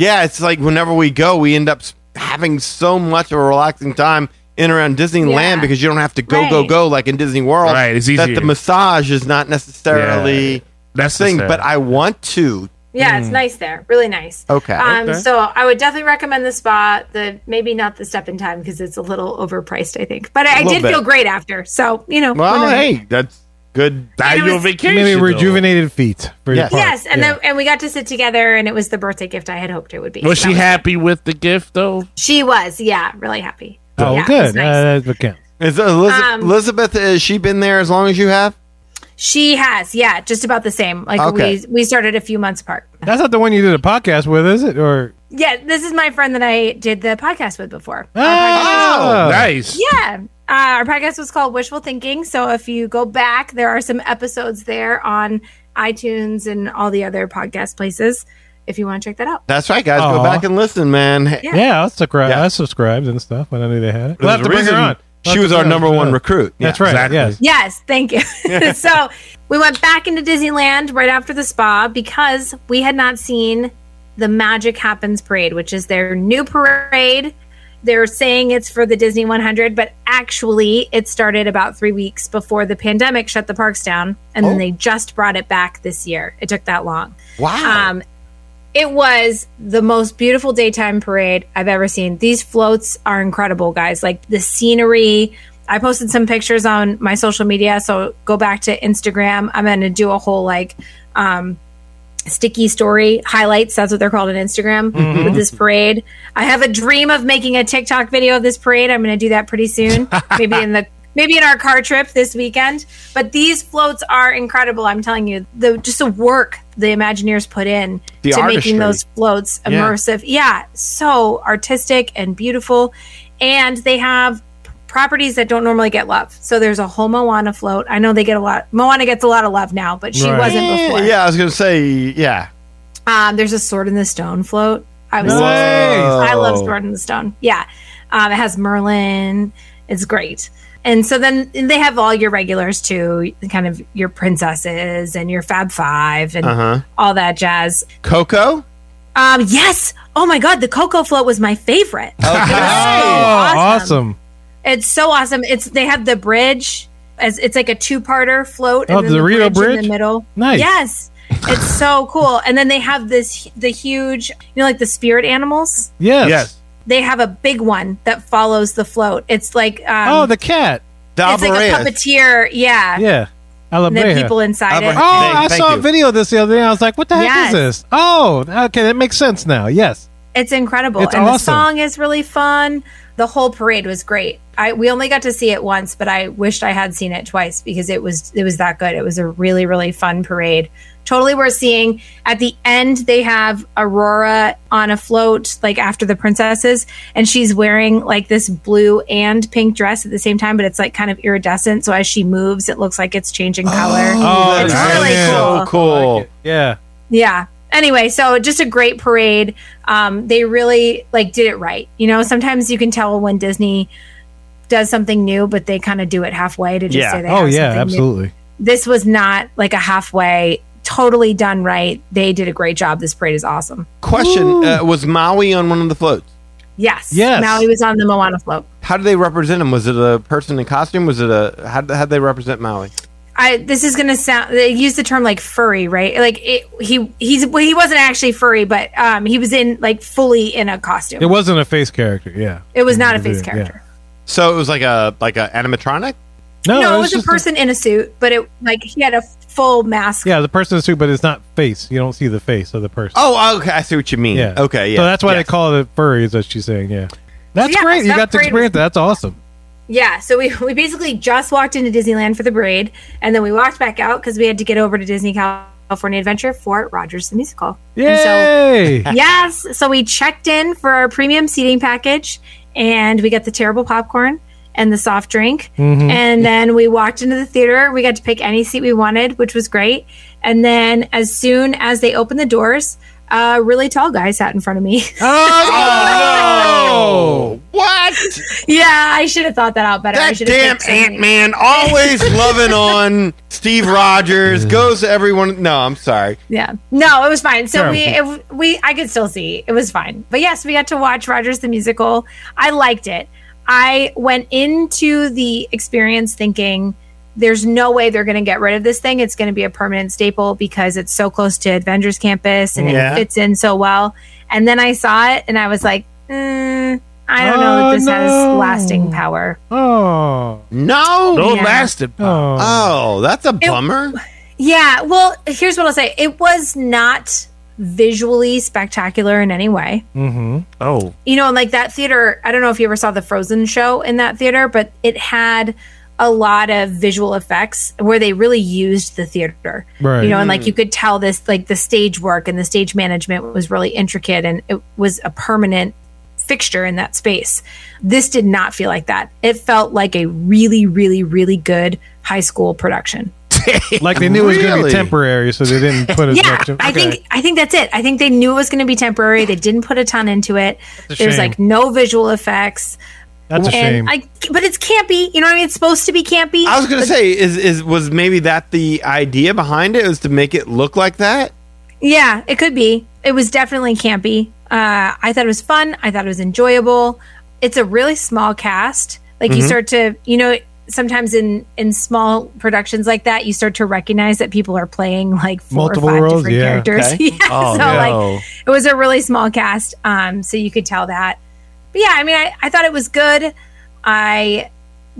[SPEAKER 3] yeah, it's like whenever we go, we end up s- having so much of a relaxing time in around Disneyland
[SPEAKER 9] Yeah.
[SPEAKER 3] because you don't have to go, go,
[SPEAKER 9] Right.
[SPEAKER 3] go like in Disney World.
[SPEAKER 5] Right, it's
[SPEAKER 3] That
[SPEAKER 5] easier.
[SPEAKER 3] the massage is not necessarily
[SPEAKER 5] Yeah, that's
[SPEAKER 3] thing,
[SPEAKER 5] the
[SPEAKER 3] but I want to
[SPEAKER 9] Yeah, it's nice there. Really nice.
[SPEAKER 3] Mm. Okay.
[SPEAKER 9] Um,
[SPEAKER 5] Okay.
[SPEAKER 9] So I would definitely recommend the spa. The maybe not the step in time because it's a little overpriced, I think. But I, I
[SPEAKER 3] little
[SPEAKER 9] did
[SPEAKER 3] bit.
[SPEAKER 9] feel great after. So you know.
[SPEAKER 3] Well,
[SPEAKER 9] whatever.
[SPEAKER 3] hey, that's good.
[SPEAKER 5] Value
[SPEAKER 9] was-
[SPEAKER 5] of vacation.
[SPEAKER 2] Maybe
[SPEAKER 5] though.
[SPEAKER 2] rejuvenated feet for
[SPEAKER 3] Yes.
[SPEAKER 2] your part.
[SPEAKER 9] Yes, and
[SPEAKER 2] Yeah.
[SPEAKER 9] then and we got to sit together, and it was the birthday gift I had hoped it would be.
[SPEAKER 5] Was
[SPEAKER 9] So
[SPEAKER 5] she
[SPEAKER 9] that
[SPEAKER 5] happy with the gift though?
[SPEAKER 9] She was, yeah, really happy.
[SPEAKER 2] Oh,
[SPEAKER 9] yeah, it was
[SPEAKER 2] good.
[SPEAKER 9] nice.
[SPEAKER 2] Uh, that's what counts.
[SPEAKER 3] Is Elizabeth,
[SPEAKER 9] Um,
[SPEAKER 3] Elizabeth, has she been there as long as you have?
[SPEAKER 9] She has, yeah, just about the same. Like
[SPEAKER 3] Okay.
[SPEAKER 9] we we started a few months apart.
[SPEAKER 2] That's not the one you did a podcast with, is it? Or
[SPEAKER 9] Yeah, this is my friend that I did the podcast with before. Our
[SPEAKER 2] Oh,
[SPEAKER 5] Nice.
[SPEAKER 9] podcast- yeah. Uh, our podcast was called Wishful Thinking. So if you go back, there are some episodes there on iTunes and all the other podcast places if you want to check that out.
[SPEAKER 3] That's right, guys. Go
[SPEAKER 2] Aw.
[SPEAKER 3] back and listen, man. Hey,
[SPEAKER 9] Yeah.
[SPEAKER 2] yeah, I subscribed.
[SPEAKER 3] Yeah.
[SPEAKER 2] I subscribed and stuff when I knew they had it.
[SPEAKER 3] there's
[SPEAKER 2] We'll have
[SPEAKER 3] a
[SPEAKER 2] to bring her
[SPEAKER 3] reason
[SPEAKER 2] on. We'll
[SPEAKER 3] She
[SPEAKER 2] have
[SPEAKER 3] was
[SPEAKER 2] to
[SPEAKER 3] our
[SPEAKER 2] bring her
[SPEAKER 3] number
[SPEAKER 2] on.
[SPEAKER 3] one recruit.
[SPEAKER 2] That's
[SPEAKER 3] Yeah,
[SPEAKER 2] right.
[SPEAKER 5] exactly.
[SPEAKER 2] Yes.
[SPEAKER 9] Yes, thank you. so we went back into Disneyland right after the spa because we had not seen the Magic Happens Parade, which is their new parade. They're saying it's for the Disney 100, but actually, it started about three weeks before the pandemic shut the parks down. And then they just brought it back this year. It took that long.
[SPEAKER 3] Wow.
[SPEAKER 9] Um, it was the most beautiful daytime parade I've ever seen. These floats are incredible, guys. Like the scenery. I posted some pictures on my social media, so go back to Instagram. I'm going to do a whole like um, sticky story highlights. That's what they're called on Instagram
[SPEAKER 3] Mm-hmm.
[SPEAKER 9] with this parade. I have a dream of making a TikTok video of this parade. I'm going to do that pretty soon. maybe in the maybe in our car trip this weekend. But these floats are incredible. I'm telling you, the just the work the Imagineers put in
[SPEAKER 3] The
[SPEAKER 9] to
[SPEAKER 3] artistry.
[SPEAKER 9] making those floats
[SPEAKER 3] Yeah.
[SPEAKER 9] immersive. Yeah, so artistic and beautiful, and they have properties that don't normally get love. So there's a whole Moana float. I know they get a lot. Moana gets a lot of love now, but she
[SPEAKER 2] Right.
[SPEAKER 9] wasn't
[SPEAKER 3] Eh,
[SPEAKER 9] before.
[SPEAKER 3] yeah, I was gonna say, yeah.
[SPEAKER 9] Um, there's a Sword in the Stone float. I was
[SPEAKER 3] Nice.
[SPEAKER 9] I love Sword in the Stone. Yeah. Um, it has Merlin. It's great. And so then they have all your regulars too, kind of your princesses and your Fab Five and
[SPEAKER 3] Uh huh.
[SPEAKER 9] all that jazz.
[SPEAKER 3] Coco.
[SPEAKER 9] Um, yes. Oh my God, the Coco float was my favorite.
[SPEAKER 2] Oh,
[SPEAKER 9] awesome.
[SPEAKER 2] awesome.
[SPEAKER 9] It's so awesome. It's they have the bridge as it's like a two-parter float
[SPEAKER 2] Oh, the Rio
[SPEAKER 9] in
[SPEAKER 2] Bridge?
[SPEAKER 9] the middle.
[SPEAKER 2] Nice.
[SPEAKER 9] Yes. It's so cool. And then they have this the huge, you know like the spirit animals.
[SPEAKER 2] Yes.
[SPEAKER 5] Yes.
[SPEAKER 9] They have a big one that follows the float. It's like um
[SPEAKER 2] Oh, the cat.
[SPEAKER 3] The
[SPEAKER 9] it's like a puppeteer, yeah.
[SPEAKER 2] Yeah. I love
[SPEAKER 9] And then
[SPEAKER 2] Breja.
[SPEAKER 9] people inside
[SPEAKER 3] Alvarez.
[SPEAKER 9] it.
[SPEAKER 2] Oh,
[SPEAKER 3] Thank-
[SPEAKER 2] I
[SPEAKER 3] thank
[SPEAKER 2] saw
[SPEAKER 3] you.
[SPEAKER 2] a video of this the other day. I was like, what the heck
[SPEAKER 9] Yes.
[SPEAKER 2] is this? Oh, okay. That makes sense now. Yes.
[SPEAKER 9] It's incredible.
[SPEAKER 2] It's
[SPEAKER 9] and the
[SPEAKER 2] awesome.
[SPEAKER 9] song is really fun. The whole parade was great. I we only got to see it once, but I wished I had seen it twice because it was it was that good. It was a really really fun parade. Totally worth seeing. At the end they have Aurora on a float like after the princesses and she's wearing like this blue and pink dress at the same time but it's like kind of iridescent so as she moves it looks like it's changing color.
[SPEAKER 2] Oh,
[SPEAKER 9] it's
[SPEAKER 2] that's
[SPEAKER 9] really
[SPEAKER 2] nice.
[SPEAKER 9] cool.
[SPEAKER 3] So cool.
[SPEAKER 2] Yeah.
[SPEAKER 9] Yeah. Anyway, so just a great parade. Um, they really like did it right. You know, sometimes you can tell when Disney does something new, but they kind of do it halfway to just
[SPEAKER 3] Yeah.
[SPEAKER 9] say they
[SPEAKER 2] Oh,
[SPEAKER 9] have
[SPEAKER 2] yeah.
[SPEAKER 9] something new.
[SPEAKER 2] Absolutely.
[SPEAKER 9] This was not like a halfway, totally done right. They did a great job. This parade is awesome.
[SPEAKER 3] Question: uh, Was Maui on one of the floats?
[SPEAKER 9] Yes.
[SPEAKER 2] Yes.
[SPEAKER 9] Maui was on the Moana float.
[SPEAKER 3] How did they represent him? Was it a person in costume? Was it a how did, how did they represent Maui?
[SPEAKER 9] I this is gonna sound they use the term like furry, right? Like it, he he's well, he wasn't actually furry, but um he was in like fully in a costume.
[SPEAKER 2] It wasn't a face character. Yeah.
[SPEAKER 9] It was not a
[SPEAKER 2] Yeah.
[SPEAKER 9] face
[SPEAKER 2] Yeah.
[SPEAKER 9] character.
[SPEAKER 3] So it was like a like a animatronic.
[SPEAKER 2] No,
[SPEAKER 9] No, it was a
[SPEAKER 2] just
[SPEAKER 9] person in a suit, but it like he had a full mask.
[SPEAKER 2] yeah, the person in the suit, but it's not face. You don't see the face of the person.
[SPEAKER 3] Oh, okay. I see what you mean.
[SPEAKER 2] yeah.
[SPEAKER 3] Okay. Yeah.
[SPEAKER 2] So that's why
[SPEAKER 3] Yes.
[SPEAKER 2] they call it furry, is what she's saying. Yeah. That's
[SPEAKER 9] Yeah,
[SPEAKER 2] great. You
[SPEAKER 9] that
[SPEAKER 2] got to
[SPEAKER 9] parade
[SPEAKER 2] experience that.
[SPEAKER 9] was-
[SPEAKER 2] That's awesome.
[SPEAKER 9] Yeah, so we, we basically just walked into Disneyland for the parade, and then we walked back out because we had to get over to Disney California Adventure for Rogers the Musical. And so
[SPEAKER 2] Yay.
[SPEAKER 9] yes, so we checked in for our premium seating package, and we got the terrible popcorn and the soft drink,
[SPEAKER 2] Mm-hmm.
[SPEAKER 9] and then we walked into the theater. We got to pick any seat we wanted, which was great. And then as soon as they opened the doors, a really tall guy sat in front of me.
[SPEAKER 2] oh,
[SPEAKER 3] Oh, what?
[SPEAKER 9] Yeah, I should have thought that out better. I
[SPEAKER 3] That
[SPEAKER 9] should have
[SPEAKER 3] damn
[SPEAKER 9] picked something.
[SPEAKER 3] Ant Man always loving on Steve Rogers goes to everyone. No, I'm sorry.
[SPEAKER 9] Yeah, no, it was fine. So
[SPEAKER 2] Sure.
[SPEAKER 9] we it, we I could still see it was fine. But yes, we got to watch Rogers the musical. I liked it. I went into the experience thinking there's no way they're going to get rid of this thing. It's going to be a permanent staple because it's so close to Avengers Campus and
[SPEAKER 3] Yeah.
[SPEAKER 9] it fits in so well. And then I saw it and I was like, mm, I don't know
[SPEAKER 2] Oh,
[SPEAKER 9] if this has
[SPEAKER 2] no.
[SPEAKER 9] lasting power.
[SPEAKER 2] Oh.
[SPEAKER 3] No.
[SPEAKER 5] No
[SPEAKER 9] Yeah.
[SPEAKER 5] lasted.
[SPEAKER 2] Oh.
[SPEAKER 3] Oh, that's a bummer.
[SPEAKER 9] Yeah, well, here's what I'll say. It was not visually spectacular in any way.
[SPEAKER 2] Mm-hmm.
[SPEAKER 5] Oh,
[SPEAKER 9] You know, and like that theater, I don't know if you ever saw the Frozen show in that theater, but it had a lot of visual effects where they really used the theater.
[SPEAKER 2] Right.
[SPEAKER 9] You know, and like you could tell this like the stage work and the stage management was really intricate and it was a permanent fixture in that space. This did not feel like that. It felt like a really really really good high school production.
[SPEAKER 2] like they knew it was going to
[SPEAKER 3] Really?
[SPEAKER 2] be temporary, so they didn't put as
[SPEAKER 9] yeah
[SPEAKER 2] much. in-
[SPEAKER 9] i
[SPEAKER 2] Okay.
[SPEAKER 9] think i think that's it i think they knew it was going to be temporary they didn't put a ton into it
[SPEAKER 2] That's a
[SPEAKER 9] there's
[SPEAKER 2] shame.
[SPEAKER 9] like no visual effects
[SPEAKER 2] that's a shame.
[SPEAKER 9] and i but it's campy you know what i mean it's supposed to be campy
[SPEAKER 3] I was gonna say, is is was maybe that the idea behind it was to make it look like that?
[SPEAKER 9] yeah it could be it was definitely campy uh i thought it was fun i thought it was enjoyable it's a really small cast like you start to you know sometimes in in small productions like that you start to recognize that people are playing like four
[SPEAKER 2] Multiple
[SPEAKER 9] or five
[SPEAKER 2] roles,
[SPEAKER 9] different
[SPEAKER 2] yeah.
[SPEAKER 9] characters
[SPEAKER 3] Okay.
[SPEAKER 9] yeah,
[SPEAKER 5] oh
[SPEAKER 9] so like it was a really small cast um so you could tell that but yeah i mean i, I thought it was good i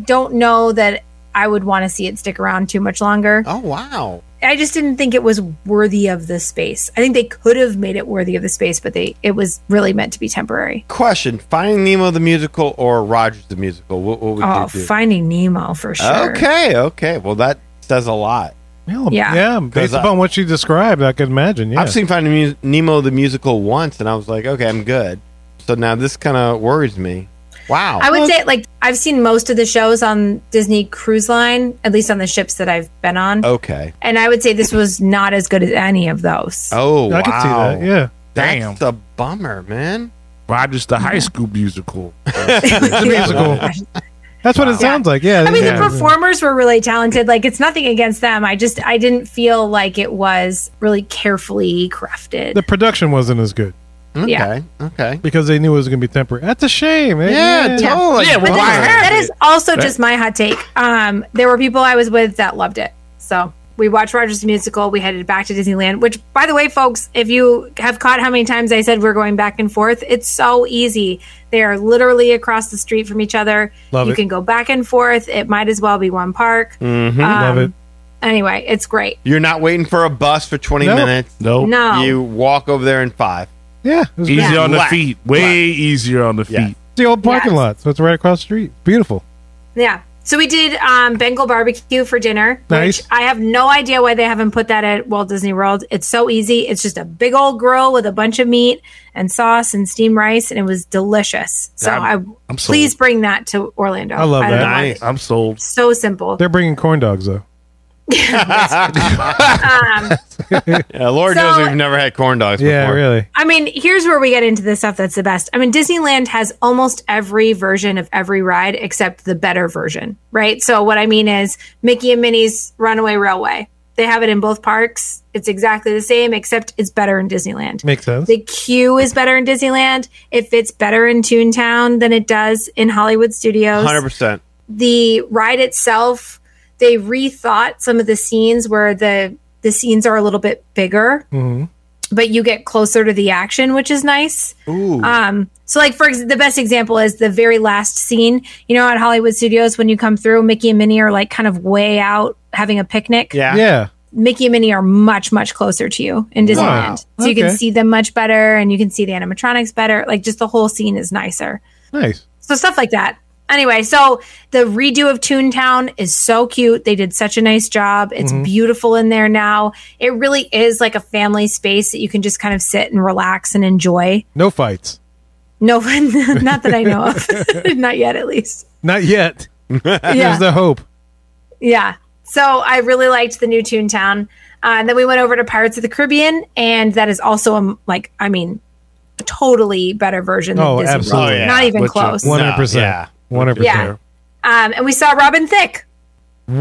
[SPEAKER 9] don't know that i would want to see it stick around too much longer
[SPEAKER 3] Oh wow.
[SPEAKER 9] i just didn't think it was worthy of the space i think they could have made it worthy of the space but they it was really meant to be temporary
[SPEAKER 3] Question: Finding Nemo the musical or Rogers the musical? What, what would
[SPEAKER 9] oh
[SPEAKER 3] you do?
[SPEAKER 9] finding nemo for sure
[SPEAKER 3] Okay, okay. Well, that says a lot.
[SPEAKER 2] Well, yeah.
[SPEAKER 9] yeah.
[SPEAKER 2] Based
[SPEAKER 3] 'Cause I-
[SPEAKER 2] upon what you described, I could imagine. Yeah.
[SPEAKER 3] I've seen Finding Mu- Nemo the musical once, and I was like, okay, I'm good. So now this kind of worries me. Wow.
[SPEAKER 9] I would say like I've seen most of the shows on Disney Cruise Line, at least on the ships that I've been on,
[SPEAKER 3] Okay.
[SPEAKER 9] and I would say this was not as good as any of those.
[SPEAKER 3] Oh, wow.
[SPEAKER 2] I could see that. Yeah.
[SPEAKER 5] damn!
[SPEAKER 3] That's a bummer, man.
[SPEAKER 5] Rogers the High School Musical.
[SPEAKER 2] It's a musical. That's what it sounds like. Yeah.
[SPEAKER 9] I mean,
[SPEAKER 2] yeah.
[SPEAKER 9] the performers were really talented. Like, it's nothing against them. I just, I didn't feel like it was really carefully crafted.
[SPEAKER 2] The production wasn't as good
[SPEAKER 3] Hmm. Okay.
[SPEAKER 9] Yeah.
[SPEAKER 3] Okay.
[SPEAKER 2] because they knew it was going to be temporary. That's a shame. eh?
[SPEAKER 3] Yeah, totally.
[SPEAKER 5] Yeah, well,
[SPEAKER 9] but
[SPEAKER 5] why
[SPEAKER 9] that-
[SPEAKER 5] have
[SPEAKER 9] that
[SPEAKER 5] it?
[SPEAKER 9] is also just my hot take. Um, there were people I was with that loved it. So we watched Rogers the musical. We headed back to Disneyland. Which, by the way, folks, if you have caught how many times I said we're going back and forth, it's so easy. They are literally across the street from each other.
[SPEAKER 2] Love
[SPEAKER 9] you
[SPEAKER 2] it.
[SPEAKER 9] can go back and forth. It might as well be one park.
[SPEAKER 3] Mhm.
[SPEAKER 2] Mm-hmm. Love
[SPEAKER 9] Um,
[SPEAKER 2] it.
[SPEAKER 9] Anyway, it's great.
[SPEAKER 3] You're not waiting for a bus for 20
[SPEAKER 2] Nope.
[SPEAKER 3] minutes.
[SPEAKER 5] No,
[SPEAKER 9] No,
[SPEAKER 3] You walk over there in five.
[SPEAKER 2] Yeah. It was
[SPEAKER 5] easy
[SPEAKER 2] great.
[SPEAKER 9] Yeah.
[SPEAKER 5] on the
[SPEAKER 3] Black.
[SPEAKER 5] feet. Way easier on the
[SPEAKER 3] Yeah.
[SPEAKER 5] feet.
[SPEAKER 2] It's the old parking
[SPEAKER 9] Yes.
[SPEAKER 2] lot, so it's right across the street. Beautiful.
[SPEAKER 9] Yeah. So we did um, Bengal barbecue for dinner.
[SPEAKER 2] Nice.
[SPEAKER 9] Which I have no idea why they haven't put that at Walt Disney World. It's so easy. It's just a big old grill with a bunch of meat and sauce and steamed rice, and it was delicious. So i
[SPEAKER 5] I'm sold.
[SPEAKER 9] please bring that to Orlando.
[SPEAKER 2] I love
[SPEAKER 9] don't
[SPEAKER 2] that.
[SPEAKER 9] know why.
[SPEAKER 3] Nice.
[SPEAKER 5] I'm sold.
[SPEAKER 9] So simple.
[SPEAKER 2] They're bringing corn dogs though.
[SPEAKER 9] Um,
[SPEAKER 3] Yeah, Lord
[SPEAKER 9] So-
[SPEAKER 3] knows we've never had corn dogs
[SPEAKER 2] Yeah,
[SPEAKER 3] before.
[SPEAKER 2] really.
[SPEAKER 9] I mean, here's where we get into the stuff that's the best. I mean, Disneyland has almost every version of every ride except the better version, right? So what I mean is Mickey and Minnie's Runaway Railway. They have it in both parks. It's exactly the same except it's better in Disneyland.
[SPEAKER 2] Makes sense.
[SPEAKER 9] The queue is better in Disneyland. It fits better in Toontown than it does in Hollywood Studios
[SPEAKER 3] 100%.
[SPEAKER 9] the ride itself they rethought some of the scenes where the the scenes are a little bit bigger but you get closer to the action which is nice
[SPEAKER 3] Ooh.
[SPEAKER 9] um so like for ex- the best example is the very last scene you know at hollywood studios when you come through mickey and minnie are like kind of way out having a picnic
[SPEAKER 3] yeah.
[SPEAKER 2] yeah.
[SPEAKER 9] mickey and minnie are much much closer to you in disneyland
[SPEAKER 2] Wow.
[SPEAKER 9] so you can
[SPEAKER 2] Okay.
[SPEAKER 9] see them much better and you can see the animatronics better like just the whole scene is nicer
[SPEAKER 2] Nice.
[SPEAKER 9] so stuff like that. Anyway, so the redo of Toontown is so cute. They did such a nice job. It's
[SPEAKER 2] Mm-hmm.
[SPEAKER 9] beautiful in there now. It really is like a family space that you can just kind of sit and relax and enjoy.
[SPEAKER 2] No fights.
[SPEAKER 9] No, not that I know of. not yet, at least.
[SPEAKER 2] Not yet.
[SPEAKER 9] Yeah.
[SPEAKER 2] There's the hope.
[SPEAKER 9] Yeah. So I really liked the new Toontown. Uh, and then we went over to Pirates of the Caribbean, and that is also a, like, I mean, a totally better version than
[SPEAKER 2] Oh,
[SPEAKER 9] Disney. World.
[SPEAKER 2] absolutely.
[SPEAKER 3] Oh, yeah.
[SPEAKER 9] Not even
[SPEAKER 5] Which-
[SPEAKER 9] close.
[SPEAKER 2] One
[SPEAKER 9] Um,
[SPEAKER 2] hundred
[SPEAKER 3] yeah.
[SPEAKER 2] percent. One hundred
[SPEAKER 9] Yeah. Um,
[SPEAKER 2] percent.
[SPEAKER 9] and we saw Robin Thicke
[SPEAKER 3] Oh,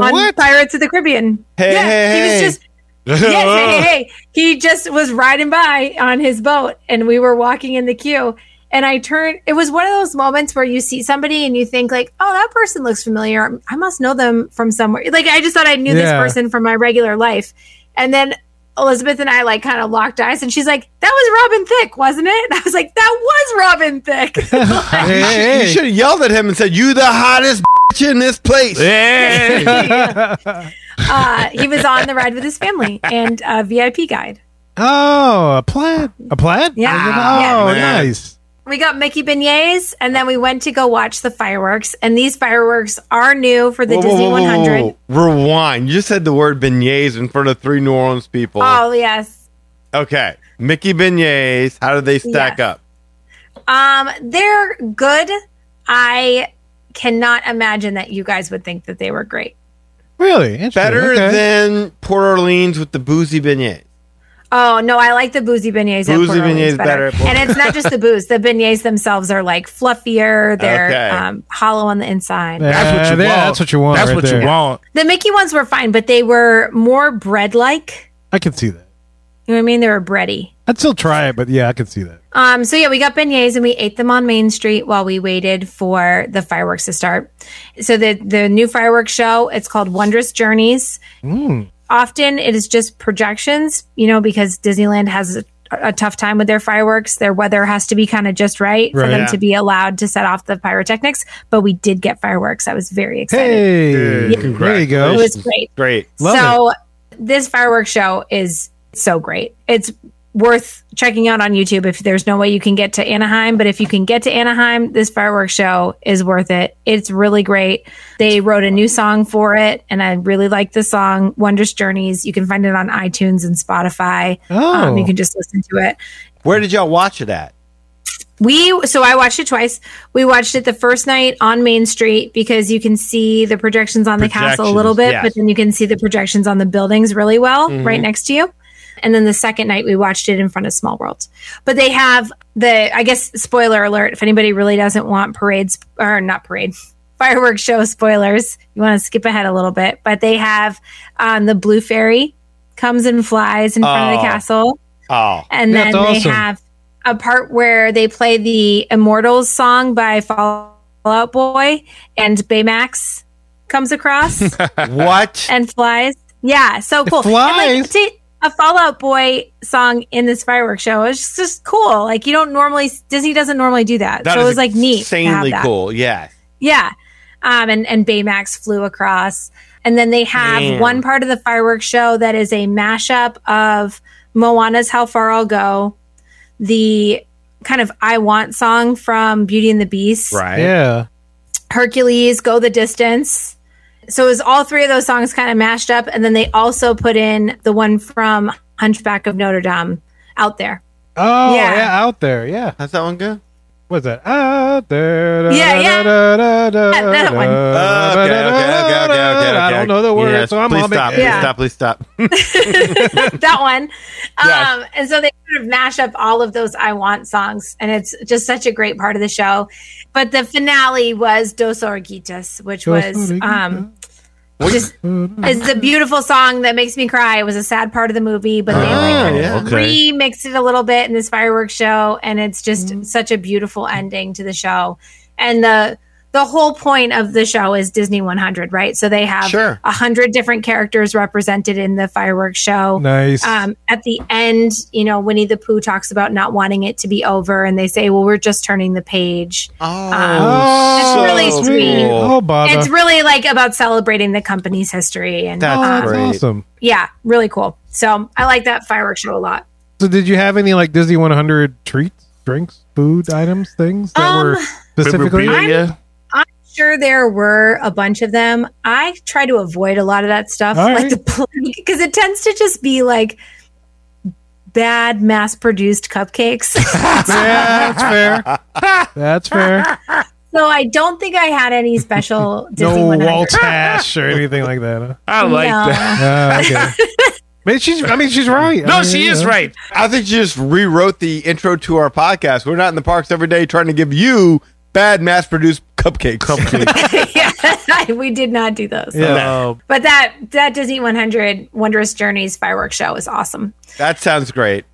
[SPEAKER 3] What?
[SPEAKER 9] on Pirates of the Caribbean.
[SPEAKER 3] Hey,
[SPEAKER 9] yeah,
[SPEAKER 3] hey,
[SPEAKER 9] he was
[SPEAKER 3] hey.
[SPEAKER 9] just yes, hey, hey, hey. He just was riding by on his boat, and we were walking in the queue, and I turned. It was one of those moments where you see somebody and you think like, "Oh, that person looks familiar. I must know them from somewhere." Like I just thought I knew this
[SPEAKER 2] Yeah.
[SPEAKER 9] person from my regular life, and then Elizabeth and I like kind of locked eyes, and she's like, "That was Robin Thicke, wasn't it?" And I was like, "That was Robin Thicke." Like,
[SPEAKER 2] Hey, hey,
[SPEAKER 3] You
[SPEAKER 2] hey.
[SPEAKER 3] should have yelled at him and said, "You the hottest bitch in this place."
[SPEAKER 5] Yeah.
[SPEAKER 9] uh, he was on the ride with his family and a VIP guide.
[SPEAKER 2] Oh, a plaid. A plaid?
[SPEAKER 9] Yeah.
[SPEAKER 2] Is it-
[SPEAKER 9] Yeah.
[SPEAKER 2] Oh,
[SPEAKER 3] Man.
[SPEAKER 2] nice.
[SPEAKER 9] We got Mickey beignets, and then we went to go watch the fireworks. And these fireworks are new for the
[SPEAKER 3] Whoa, whoa,
[SPEAKER 9] Disney
[SPEAKER 3] whoa, whoa,
[SPEAKER 9] 100.
[SPEAKER 3] whoa. Rewind. You just said the word beignets in front of three New Orleans people.
[SPEAKER 9] Oh yes.
[SPEAKER 3] Okay. Mickey beignets. How do they stack
[SPEAKER 9] Yes.
[SPEAKER 3] up?
[SPEAKER 9] Um, they're good. I cannot imagine that you guys would think that they were great.
[SPEAKER 2] Really? Interesting.
[SPEAKER 3] Better
[SPEAKER 2] Okay.
[SPEAKER 3] than Port Orleans with the boozy beignets.
[SPEAKER 9] Oh no, I like the boozy beignets. at
[SPEAKER 3] Boozy
[SPEAKER 9] Port Orleans
[SPEAKER 3] beignets better at Port-
[SPEAKER 9] and it's not just the booze. The beignets themselves are like fluffier. They're
[SPEAKER 3] Okay.
[SPEAKER 9] um, hollow on the inside.
[SPEAKER 2] Yeah.
[SPEAKER 5] That's what you
[SPEAKER 2] Uh,
[SPEAKER 5] want.
[SPEAKER 2] yeah, that's what you want
[SPEAKER 5] That's
[SPEAKER 2] right
[SPEAKER 5] what
[SPEAKER 2] there.
[SPEAKER 5] you want.
[SPEAKER 9] The Mickey ones were fine, but they were more bread-like.
[SPEAKER 2] I can see that.
[SPEAKER 9] You know what I mean? They were bready.
[SPEAKER 2] I'd still try it, but yeah, I can see that.
[SPEAKER 9] Um, so yeah, we got beignets and we ate them on Main Street while we waited for the fireworks to start. So the the new fireworks show, it's called Wondrous Journeys.
[SPEAKER 2] Mm.
[SPEAKER 9] Often it is just projections, you know, because Disneyland has a, a tough time with their fireworks. Their weather has to be kind of just right, for
[SPEAKER 2] Right.
[SPEAKER 9] them
[SPEAKER 3] Yeah.
[SPEAKER 9] to be allowed to set off the pyrotechnics. But we did get fireworks. I was very excited.
[SPEAKER 2] Hey,
[SPEAKER 3] Dude,
[SPEAKER 2] there you
[SPEAKER 9] It
[SPEAKER 2] go.
[SPEAKER 9] was great.
[SPEAKER 3] Great.
[SPEAKER 2] Love
[SPEAKER 9] so this fireworks show is so great. It's worth checking out on YouTube if there's no way you can get to Anaheim, but if you can get to Anaheim, this fireworks show is worth it. It's really great. They wrote a new song for it and I really like the song Wondrous Journeys. You can find it on iTunes and Spotify.
[SPEAKER 2] Oh.
[SPEAKER 9] Um, you can just listen to it.
[SPEAKER 3] Where did y'all watch it at?
[SPEAKER 9] We so I watched it twice. We watched it the first night on Main Street because you can see the projections on the castle a little
[SPEAKER 3] Projections,
[SPEAKER 9] bit,
[SPEAKER 3] yes. Mm-hmm.
[SPEAKER 9] but then you can see the projections on the buildings really well right next to you. And then the second night we watched it in front of Small World. But they have the I guess spoiler alert if anybody really doesn't want parades or not parade fireworks show spoilers, you want to skip ahead a little bit, but they have um, the blue fairy comes and flies in front of the
[SPEAKER 3] Oh.
[SPEAKER 9] castle
[SPEAKER 3] Oh,
[SPEAKER 9] and
[SPEAKER 2] Yeah,
[SPEAKER 9] then
[SPEAKER 2] that's
[SPEAKER 9] they
[SPEAKER 2] awesome.
[SPEAKER 9] have a part where they play the Immortals song by Fall Out Boy, and Baymax comes across
[SPEAKER 3] what?
[SPEAKER 9] and flies. Yeah, so cool. And like,
[SPEAKER 2] flies?
[SPEAKER 9] see a Fallout Boy song in this fireworks show It's just, just cool. Like you don't normally Disney doesn't normally do that,
[SPEAKER 3] That
[SPEAKER 9] so it
[SPEAKER 3] is
[SPEAKER 9] was like neat. to have
[SPEAKER 3] Insanely
[SPEAKER 9] that.
[SPEAKER 3] cool. Yeah.
[SPEAKER 9] Yeah. Um, and, and Baymax flew across. And then they have
[SPEAKER 3] Man.
[SPEAKER 9] one part of the fireworks show that is a mashup of Moana's How Far I'll Go, the kind of I Want song from Beauty and the Beast,
[SPEAKER 3] Right.
[SPEAKER 2] Yeah.
[SPEAKER 9] Hercules, Go the Distance. So it was all three of those songs kind of mashed up. And then they also put in the one from Hunchback of Notre Dame out there.
[SPEAKER 2] Oh, yeah.
[SPEAKER 9] Yeah.
[SPEAKER 2] out there. Yeah.
[SPEAKER 3] How's that one go?
[SPEAKER 2] What's that? Out there.
[SPEAKER 9] Yeah, yeah. That- that one.
[SPEAKER 3] okay, okay, okay, okay, okay, okay.
[SPEAKER 2] I don't know the words,
[SPEAKER 3] Yes,
[SPEAKER 2] so I'm
[SPEAKER 3] please
[SPEAKER 2] on the-
[SPEAKER 3] stop,
[SPEAKER 9] Yeah.
[SPEAKER 3] please stop, please stop.
[SPEAKER 9] that one.
[SPEAKER 3] Yes.
[SPEAKER 9] Um, and so they sort of mash up all of those I Want songs, and it's just such a great part of the show. But the finale was Dos Orguitas, which was um, just is a beautiful song that makes me cry. It was a sad part of the movie, but they like
[SPEAKER 3] Oh,
[SPEAKER 9] kind of
[SPEAKER 3] yeah.
[SPEAKER 5] Okay.
[SPEAKER 9] remixed it a little bit in this fireworks show, and it's just
[SPEAKER 3] Mm-hmm.
[SPEAKER 9] such a beautiful ending to the show. And the the whole point of the show is Disney 100, right? So they have
[SPEAKER 3] Sure.
[SPEAKER 9] a hundred different characters represented in the fireworks show.
[SPEAKER 2] Nice.
[SPEAKER 9] Um, at the end, you know, Winnie the Pooh talks about not wanting it to be over, and they say, "Well, we're just turning the page."
[SPEAKER 2] Um,
[SPEAKER 3] Oh,
[SPEAKER 9] it's really
[SPEAKER 3] so
[SPEAKER 9] sweet.
[SPEAKER 2] Oh, bother.
[SPEAKER 9] It's really like about celebrating the company's history, and
[SPEAKER 3] That's
[SPEAKER 2] oh,
[SPEAKER 9] um,
[SPEAKER 2] that's
[SPEAKER 3] great.
[SPEAKER 2] awesome.
[SPEAKER 9] yeah, really cool. So I like that fireworks show a lot.
[SPEAKER 2] So, did you have any like Disney 100 treats, drinks, food items, things that
[SPEAKER 9] Um,
[SPEAKER 2] were specifically?
[SPEAKER 5] Memorabilia.
[SPEAKER 9] Sure, there were a bunch of them. I try to avoid a lot of that stuff,
[SPEAKER 2] All
[SPEAKER 9] like
[SPEAKER 2] right.
[SPEAKER 9] the plague, because it tends to just be like bad mass-produced cupcakes.
[SPEAKER 2] yeah, that's fair. That's fair.
[SPEAKER 9] so I don't think I had any special Disney
[SPEAKER 2] no
[SPEAKER 9] 100.
[SPEAKER 2] waltz hash or anything like that.
[SPEAKER 5] I like
[SPEAKER 9] No.
[SPEAKER 5] that.
[SPEAKER 2] Huh? Uh, okay. Man, she's. I mean, she's right. I
[SPEAKER 5] No,
[SPEAKER 2] mean,
[SPEAKER 5] she
[SPEAKER 2] you
[SPEAKER 5] is
[SPEAKER 2] know.
[SPEAKER 5] right.
[SPEAKER 3] I think you just rewrote the intro to our podcast. We're not in the parks every day trying to give you bad mass produced cupcakes. Cupcakes.
[SPEAKER 9] yeah, we did not do those.
[SPEAKER 2] Yeah.
[SPEAKER 5] Um,
[SPEAKER 9] But that that Disney 100 Wondrous Journeys fireworks show is awesome.
[SPEAKER 3] that sounds great.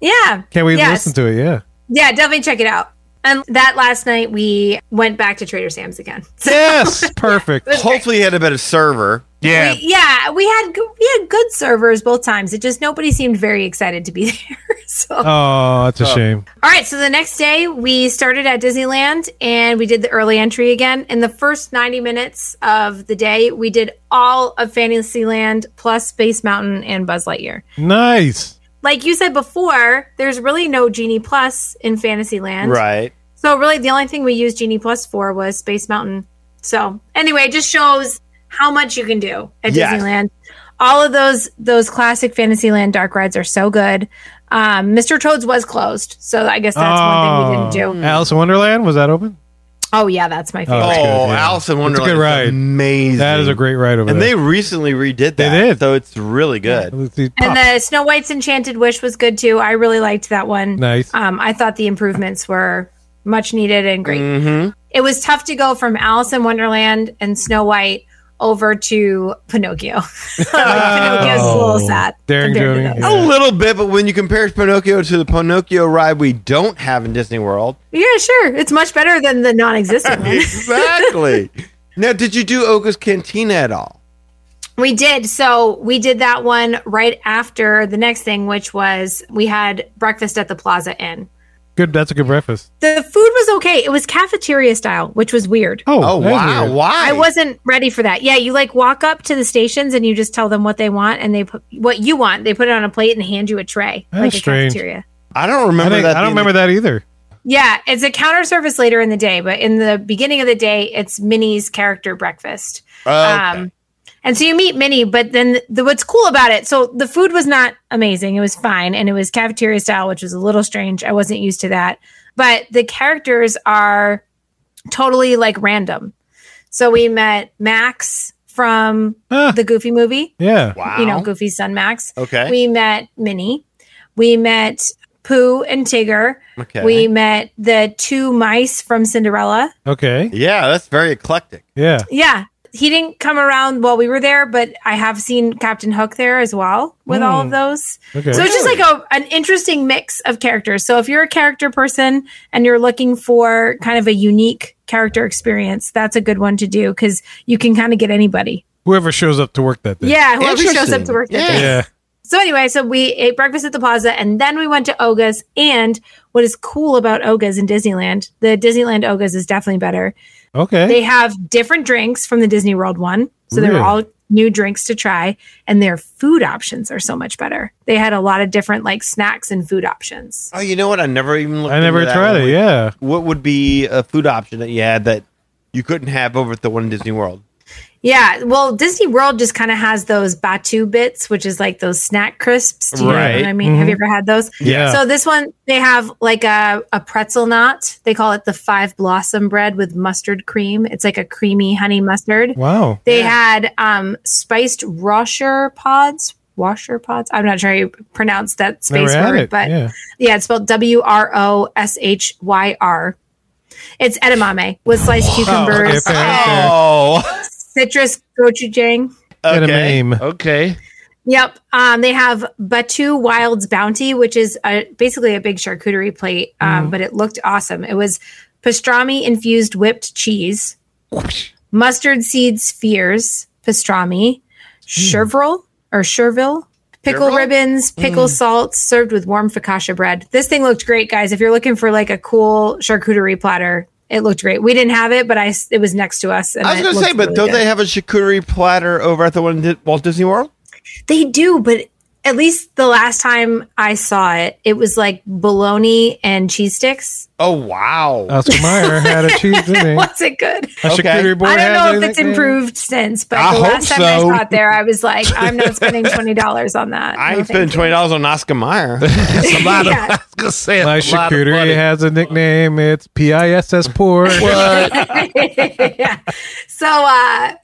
[SPEAKER 9] Yeah.
[SPEAKER 2] Can't wait to
[SPEAKER 9] Yes.
[SPEAKER 2] listen to it. Yeah.
[SPEAKER 9] Yeah, definitely check it out. And that last night we went back to Trader Sam's again. So
[SPEAKER 2] Yes, perfect.
[SPEAKER 3] Hopefully, you had a better server.
[SPEAKER 5] Yeah.
[SPEAKER 9] we, yeah, we had go- we had good servers both times. It just nobody seemed very excited to be there. So
[SPEAKER 2] Oh, that's a shame.
[SPEAKER 9] All right, so the next day we started at Disneyland and we did the early entry again. In the first 90 minutes of the day, we did all of Fantasyland plus Space Mountain and Buzz Lightyear.
[SPEAKER 2] Nice.
[SPEAKER 9] Like you said before, there's really no Genie Plus in Fantasyland.
[SPEAKER 3] Right.
[SPEAKER 9] So really the only thing we used Genie Plus for was Space Mountain. So anyway, it just shows how much you can do at
[SPEAKER 3] Yes.
[SPEAKER 9] Disneyland. All of those those classic Fantasyland dark rides are so good. Um, Mr. Toad's was closed, so I guess that's one thing we
[SPEAKER 2] Oh.
[SPEAKER 9] didn't do.
[SPEAKER 2] Alice in Wonderland was that open?
[SPEAKER 9] Oh yeah, that's my favorite.
[SPEAKER 2] That's
[SPEAKER 3] oh,
[SPEAKER 2] good, yeah.
[SPEAKER 3] Alice in
[SPEAKER 2] That's a
[SPEAKER 3] Wonderland.
[SPEAKER 2] good
[SPEAKER 3] is
[SPEAKER 2] ride.
[SPEAKER 3] Amazing.
[SPEAKER 2] That is a great ride over
[SPEAKER 3] And
[SPEAKER 2] there.
[SPEAKER 3] they recently redid that.
[SPEAKER 2] did.
[SPEAKER 3] So it's really good.
[SPEAKER 2] Let's see,
[SPEAKER 9] And
[SPEAKER 2] pop.
[SPEAKER 9] the Snow White's Enchanted Wish was good too. I really liked that one.
[SPEAKER 2] nice.
[SPEAKER 9] Um, I thought the improvements were much needed and great.
[SPEAKER 3] Mm-hmm.
[SPEAKER 9] It was tough to go from Alice in Wonderland and Snow White over to Pinocchio. like, Pinocchio's a little sad.
[SPEAKER 2] Daring
[SPEAKER 9] compared to
[SPEAKER 2] Jody,
[SPEAKER 9] those.
[SPEAKER 2] yeah.
[SPEAKER 3] A little bit, but when you compare Pinocchio to the Pinocchio ride we don't have in Disney World,
[SPEAKER 9] Yeah, sure. It's much better than the non-existent one.
[SPEAKER 3] exactly. now, did you do Oka's Cantina at all?
[SPEAKER 9] We did. So we did that one right after the next thing, which was we had breakfast at the Plaza Inn.
[SPEAKER 2] Good. That's a good breakfast.
[SPEAKER 9] The food was okay. It was cafeteria style, which was weird.
[SPEAKER 2] Oh,
[SPEAKER 3] Oh,
[SPEAKER 2] that is
[SPEAKER 3] wow!
[SPEAKER 2] weird.
[SPEAKER 3] Why?
[SPEAKER 9] I wasn't ready for that. Yeah, you like walk up to the stations and you just tell them what they want and they put what you want. They put it on a plate and hand you a tray
[SPEAKER 2] That's
[SPEAKER 9] like a
[SPEAKER 2] strange.
[SPEAKER 9] cafeteria.
[SPEAKER 3] I don't
[SPEAKER 2] I,
[SPEAKER 3] remember
[SPEAKER 2] think-
[SPEAKER 3] that.
[SPEAKER 2] I don't
[SPEAKER 3] being the-
[SPEAKER 2] remember that either.
[SPEAKER 9] Yeah, it's a counter service later in the day, but in the beginning of the day, it's Minnie's character breakfast.
[SPEAKER 3] Oh, okay.
[SPEAKER 9] Um, and so you meet Minnie, but then the, what's cool about it? So the food was not amazing; it was fine, and it was cafeteria style, which was a little strange. I wasn't used to that, but the characters are totally like random. So we met Max from
[SPEAKER 2] Huh.
[SPEAKER 9] the Goofy movie,
[SPEAKER 2] Yeah.
[SPEAKER 3] wow.
[SPEAKER 9] you know, Goofy's son Max.
[SPEAKER 3] okay.
[SPEAKER 9] We met Minnie. We met Pooh and Tigger.
[SPEAKER 3] okay.
[SPEAKER 9] We met the two mice from Cinderella.
[SPEAKER 2] Okay.
[SPEAKER 3] yeah, that's very eclectic.
[SPEAKER 2] Yeah.
[SPEAKER 9] Yeah. He didn't come around while we were there, but I have seen Captain Hook there as well with all of those.
[SPEAKER 2] Okay.
[SPEAKER 9] So it's just like a, an interesting mix of characters. So if you're a character person and you're looking for kind of a unique character experience, that's a good one to do because you can kind of get anybody.
[SPEAKER 2] Whoever shows up to work that day.
[SPEAKER 9] Yeah, whoever shows up to
[SPEAKER 3] Interesting.
[SPEAKER 9] work that
[SPEAKER 3] Yeah.
[SPEAKER 9] day.
[SPEAKER 2] Yeah.
[SPEAKER 9] So anyway, so we ate breakfast at the plaza and then we went to Oga's. And what is cool about Oga's in Disneyland, the Disneyland Oga's is definitely better.
[SPEAKER 2] Okay.
[SPEAKER 9] They have different drinks from the Disney World one. So
[SPEAKER 2] Really?
[SPEAKER 9] they're all new drinks to try and their food options are so much better. They had a lot of different like snacks and food options.
[SPEAKER 3] Oh, you know what? I never even. Looked
[SPEAKER 2] I never
[SPEAKER 3] into that
[SPEAKER 2] tried
[SPEAKER 3] when
[SPEAKER 2] it.
[SPEAKER 3] we-
[SPEAKER 2] Yeah.
[SPEAKER 3] What would be a food option that you had that you couldn't have over at the one in Disney World?
[SPEAKER 9] Yeah, well, Disney World just kind of has those batu bits, which is like those snack crisps. Do you know
[SPEAKER 3] Right.
[SPEAKER 9] what I mean? Have you ever had those?
[SPEAKER 2] Mm-hmm. Yeah.
[SPEAKER 9] So this one, they have like a, a pretzel knot. They call it the five blossom bread with mustard cream. It's like a creamy honey mustard.
[SPEAKER 2] Wow.
[SPEAKER 9] They had um, spiced washer pods. Washer pods. I'm not sure how you pronounce that
[SPEAKER 2] Never
[SPEAKER 9] space
[SPEAKER 2] had
[SPEAKER 9] word,
[SPEAKER 2] it.
[SPEAKER 9] but yeah.
[SPEAKER 2] yeah.
[SPEAKER 9] it's spelled W R O S H Y R. It's edamame with sliced
[SPEAKER 2] Okay.
[SPEAKER 9] cucumbers, uh,
[SPEAKER 2] Fair. fair.
[SPEAKER 3] Oh,
[SPEAKER 9] citrus gochujang.
[SPEAKER 2] Get a
[SPEAKER 3] okay.
[SPEAKER 2] meme.
[SPEAKER 5] Okay.
[SPEAKER 9] Yep. Um, they have Batu Wild's Bounty, which is a, basically a big charcuterie plate, um,
[SPEAKER 3] Mm-hmm.
[SPEAKER 9] but it looked awesome. It was pastrami infused whipped cheese, mustard seed spheres, pastrami, chervil or chervil,
[SPEAKER 3] Hmm. Chervil?
[SPEAKER 9] pickle
[SPEAKER 3] Hmm.
[SPEAKER 9] ribbons, pickle salt, served with warm focaccia bread. This thing looked great, guys. If you're looking for like a cool charcuterie platter, it looked great. We didn't have it, but I s- it was next to us. And
[SPEAKER 3] I was
[SPEAKER 9] it
[SPEAKER 3] going to
[SPEAKER 9] looked
[SPEAKER 3] say, but
[SPEAKER 9] really
[SPEAKER 3] don't
[SPEAKER 9] good.
[SPEAKER 3] they have a charcuterie platter over at the one in Di- Walt Disney World?
[SPEAKER 9] They do, but at least the last time I saw it, it was like bologna and cheese sticks.
[SPEAKER 3] Oh, wow.
[SPEAKER 2] Oscar Mayer had a cheese didn't he?
[SPEAKER 9] Was it good?
[SPEAKER 2] A
[SPEAKER 3] Okay.
[SPEAKER 2] charcuterie board
[SPEAKER 9] I don't
[SPEAKER 2] has
[SPEAKER 9] know if
[SPEAKER 2] anything?
[SPEAKER 9] it's improved since, but
[SPEAKER 3] I
[SPEAKER 9] the
[SPEAKER 3] hope
[SPEAKER 9] last time I
[SPEAKER 3] so.
[SPEAKER 9] saw it there, I was like, I'm not spending twenty dollars on that.
[SPEAKER 3] I
[SPEAKER 9] No,
[SPEAKER 3] ain't
[SPEAKER 9] thank
[SPEAKER 3] spending twenty dollars on Oscar Mayer.
[SPEAKER 5] It's a lot of,
[SPEAKER 9] Yeah.
[SPEAKER 5] I was gonna say it's
[SPEAKER 2] My
[SPEAKER 5] a lot of money.
[SPEAKER 2] charcuterie has a nickname. It's PISS pork.
[SPEAKER 9] you. yeah. So uh,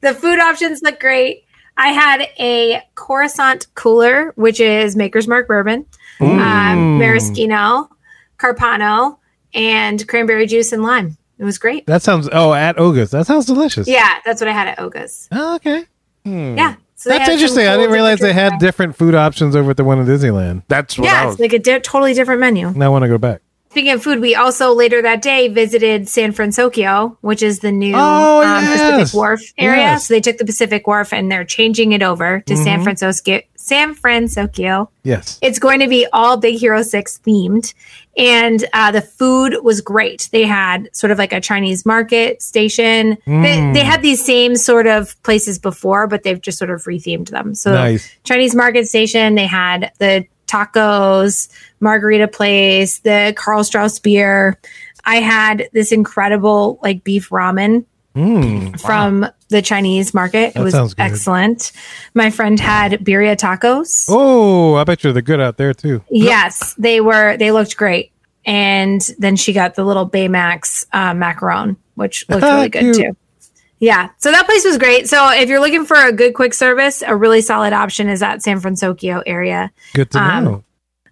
[SPEAKER 9] the food options look great. I had a Coruscant cooler, which is Maker's Mark bourbon, um, maraschino, carpano, and cranberry juice and lime. It was great.
[SPEAKER 2] That sounds oh at Ogus. That sounds delicious.
[SPEAKER 9] Yeah, that's what I had at Oga's.
[SPEAKER 2] Oh, okay.
[SPEAKER 9] Yeah. So they
[SPEAKER 2] That's
[SPEAKER 9] had some
[SPEAKER 2] interesting. I
[SPEAKER 9] cool
[SPEAKER 2] didn't realize they
[SPEAKER 9] different
[SPEAKER 2] had
[SPEAKER 9] drinks.
[SPEAKER 2] different food options over at the one in Disneyland.
[SPEAKER 5] That's what I
[SPEAKER 9] Yeah,
[SPEAKER 5] was.
[SPEAKER 9] it's like a di- totally different menu.
[SPEAKER 2] Now I want to go back.
[SPEAKER 9] Speaking of food, we also later that day visited San Francisco, which is the new um,
[SPEAKER 2] Oh, yes.
[SPEAKER 9] Pacific Wharf area.
[SPEAKER 2] Yes. Mm-hmm.
[SPEAKER 9] So they took the Pacific Wharf and they're changing it over to San Francisco. San Francisco.
[SPEAKER 2] Yes.
[SPEAKER 9] It's going to be all Big Hero 6 themed. And uh, the food was great. They had sort of like a Chinese market station.
[SPEAKER 2] Mm.
[SPEAKER 9] They, they had these same sort of places before, but they've just sort of rethemed them. So,
[SPEAKER 2] Nice.
[SPEAKER 9] Chinese market station, they had the tacos, margarita place, the Carl Strauss beer. I had this incredible like beef ramen
[SPEAKER 2] Mm.
[SPEAKER 9] from the Chinese market.
[SPEAKER 2] That
[SPEAKER 9] it was
[SPEAKER 2] sounds good.
[SPEAKER 9] excellent. My friend had birria tacos.
[SPEAKER 2] Oh, I bet you they're good out there too.
[SPEAKER 9] Yes, they were. They looked great. And then she got the little Baymax uh, macaron, which looked really
[SPEAKER 2] Cute.
[SPEAKER 9] good too. Yeah, so that place was great. So if you're looking for a good quick service, a really solid option is that San Francisco area.
[SPEAKER 2] Good to
[SPEAKER 9] Um,
[SPEAKER 2] know.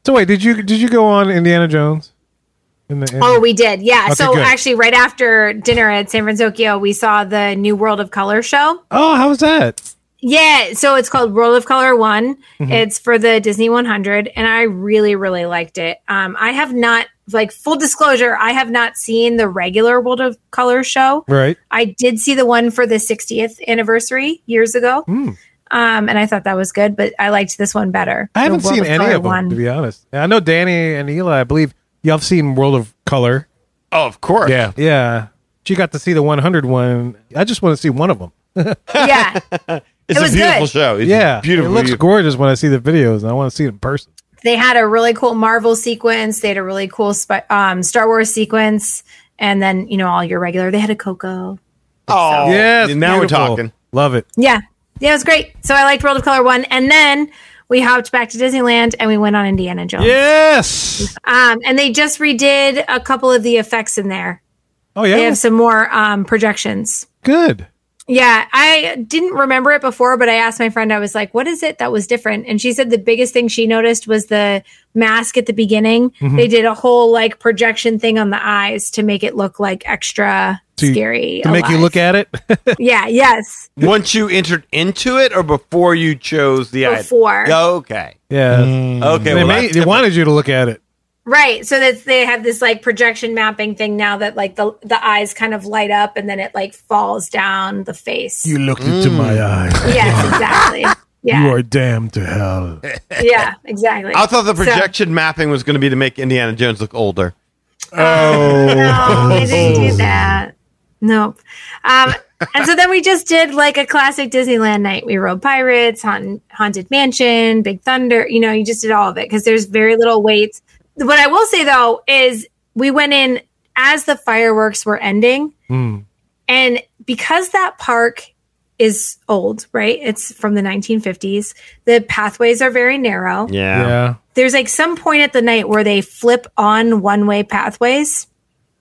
[SPEAKER 2] So wait, did you did you go on Indiana Jones? In the, in
[SPEAKER 9] Oh, we did. Yeah.
[SPEAKER 2] Okay,
[SPEAKER 9] so
[SPEAKER 2] good.
[SPEAKER 9] actually, right after dinner at San Francisco, we saw the New World of Color show.
[SPEAKER 2] oh, how was that?
[SPEAKER 9] Yeah, so it's called World of Color One.
[SPEAKER 2] Mm-hmm.
[SPEAKER 9] It's for the Disney 100, and I really, really liked it. Um, I have not, like, full disclosure, I have not seen the regular World of Color show.
[SPEAKER 2] Right.
[SPEAKER 9] I did see the one for the 60th anniversary years ago,
[SPEAKER 2] Hmm.
[SPEAKER 9] um, and I thought that was good, but I liked this one better.
[SPEAKER 2] I haven't
[SPEAKER 9] The World
[SPEAKER 2] seen any
[SPEAKER 9] Color
[SPEAKER 2] of them to be honest. I know Danny and Eli. I believe y'all have seen World of Color.
[SPEAKER 3] Oh, of course.
[SPEAKER 5] Yeah.
[SPEAKER 2] Yeah, she got to see the 100 one. I just want to see one of them.
[SPEAKER 9] yeah,
[SPEAKER 3] It's
[SPEAKER 9] It
[SPEAKER 3] a
[SPEAKER 9] was
[SPEAKER 3] beautiful
[SPEAKER 9] good.
[SPEAKER 3] show. It's
[SPEAKER 2] Yeah,
[SPEAKER 3] Beautiful.
[SPEAKER 2] It looks
[SPEAKER 3] beautiful.
[SPEAKER 2] gorgeous when I see the videos, and I want to see it in person.
[SPEAKER 9] they had a really cool Marvel sequence. They had a really cool Sp- um, Star Wars sequence, and then you know all your regular. They had a Coco.
[SPEAKER 3] Oh,
[SPEAKER 2] yes.
[SPEAKER 3] Now we're
[SPEAKER 2] beautiful.
[SPEAKER 3] talking.
[SPEAKER 2] Love it.
[SPEAKER 9] Yeah. Yeah, it was great. So I liked World of Color 1. And then we hopped back to Disneyland and we went on Indiana Jones.
[SPEAKER 2] Yes.
[SPEAKER 9] Um, and they just redid a couple of the effects in there.
[SPEAKER 2] Oh yeah.
[SPEAKER 9] They have some more um, projections.
[SPEAKER 2] Good.
[SPEAKER 9] Yeah, I didn't remember it before, but I asked my friend, I was like, what is it that was different? And she said the biggest thing she noticed was the mask at the beginning.
[SPEAKER 2] Mm-hmm.
[SPEAKER 9] They did a whole like projection thing on the eyes to make it look like extra
[SPEAKER 2] To-
[SPEAKER 9] scary.
[SPEAKER 2] To make you
[SPEAKER 9] alive.
[SPEAKER 2] look at it.
[SPEAKER 9] Yeah, yes.
[SPEAKER 3] Once you entered into it or before you chose the
[SPEAKER 9] Before.
[SPEAKER 3] item? Okay.
[SPEAKER 2] yeah.
[SPEAKER 3] Okay.
[SPEAKER 2] Mm-hmm. They,
[SPEAKER 3] well,
[SPEAKER 2] made,
[SPEAKER 3] that's
[SPEAKER 2] they
[SPEAKER 3] different.
[SPEAKER 2] wanted you to look at it.
[SPEAKER 9] Right. So that they have this like projection mapping thing now that like the the eyes kind of light up and then it like falls down the face.
[SPEAKER 8] looked into
[SPEAKER 5] Mm.
[SPEAKER 8] my eyes.
[SPEAKER 9] yes, exactly. Yeah.
[SPEAKER 8] damned to hell.
[SPEAKER 9] yeah, exactly.
[SPEAKER 3] I thought the
[SPEAKER 9] So-
[SPEAKER 3] projection mapping was going to be to make Indiana Jones look older.
[SPEAKER 9] no, they didn't do that. Nope. Um, and so then we just did like a classic Disneyland night. We rode Pirates, Haunted, Haunted Mansion, Big Thunder. You know, you just did all of it because there's very little waits. What I will say though is we went in as the fireworks were ending. And because that park is old, right? It's from the 1950s. The pathways are very narrow
[SPEAKER 3] Yeah.
[SPEAKER 2] Yeah.
[SPEAKER 9] there's like some point at the night where they flip on one way pathways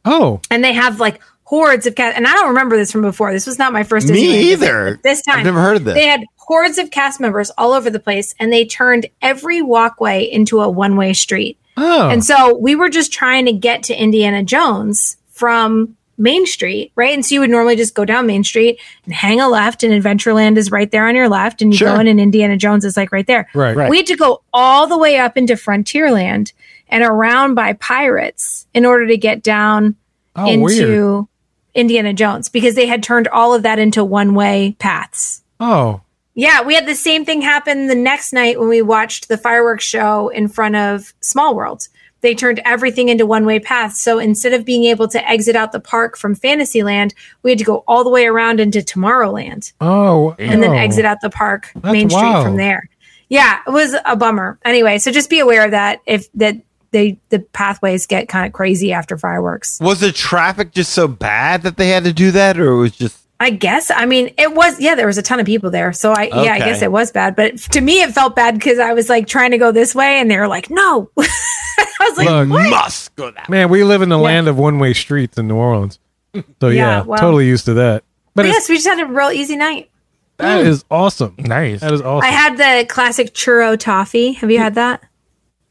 [SPEAKER 2] Oh.
[SPEAKER 9] and they have like hordes of cast and I don't remember this from before. This was not my first Disneyland
[SPEAKER 3] Me
[SPEAKER 9] visit,
[SPEAKER 3] either.
[SPEAKER 9] but This time
[SPEAKER 3] I've never heard of this.
[SPEAKER 9] They had hordes of cast members all over the place and they turned every walkway into a one-way street.
[SPEAKER 2] Oh.
[SPEAKER 9] And so we were just trying to get to Indiana Jones from Main Street, right? And so you would normally just go down Main Street and hang a left, and Adventureland is right there on your left, and you go in, and Indiana Jones is like right there.
[SPEAKER 2] Right. Right.
[SPEAKER 9] We had to go all the way up into Frontierland and around by pirates in order to get down
[SPEAKER 2] oh,
[SPEAKER 9] into
[SPEAKER 2] weird.
[SPEAKER 9] Indiana Jones because they had turned all of that into one way paths.
[SPEAKER 2] Oh.
[SPEAKER 9] Yeah, we had the same thing happen the next night when we watched the fireworks show in front of Small World. They turned everything into one way paths. So instead of being able to exit out the park from Fantasyland, we had to go all the way around into Tomorrowland
[SPEAKER 2] Oh.
[SPEAKER 9] and then exit out the park
[SPEAKER 2] That's
[SPEAKER 9] Main Street
[SPEAKER 2] wild.
[SPEAKER 9] from there. Yeah, it was a bummer. Anyway, so just be aware of that if that they the pathways get kind of crazy after fireworks.
[SPEAKER 3] Was the traffic just so bad that they had to do that, or it was just
[SPEAKER 9] I guess. I mean, it was yeah. There was a ton of people there, so I yeah. I
[SPEAKER 3] Okay.
[SPEAKER 9] guess it was bad, but to me, it felt bad because I was like trying to go this way, and they were like, "No." I was like,
[SPEAKER 2] Look,
[SPEAKER 3] must go that?
[SPEAKER 2] man, we live in the land of one-way streets in New Orleans. So yeah,
[SPEAKER 9] Yeah, well-
[SPEAKER 2] totally used to that. But
[SPEAKER 9] but
[SPEAKER 2] it's,
[SPEAKER 9] "Yes, we just had a real easy night."
[SPEAKER 2] that is awesome.
[SPEAKER 5] Nice.
[SPEAKER 2] That is awesome.
[SPEAKER 9] Mm. I had the classic churro toffee. Have you had that?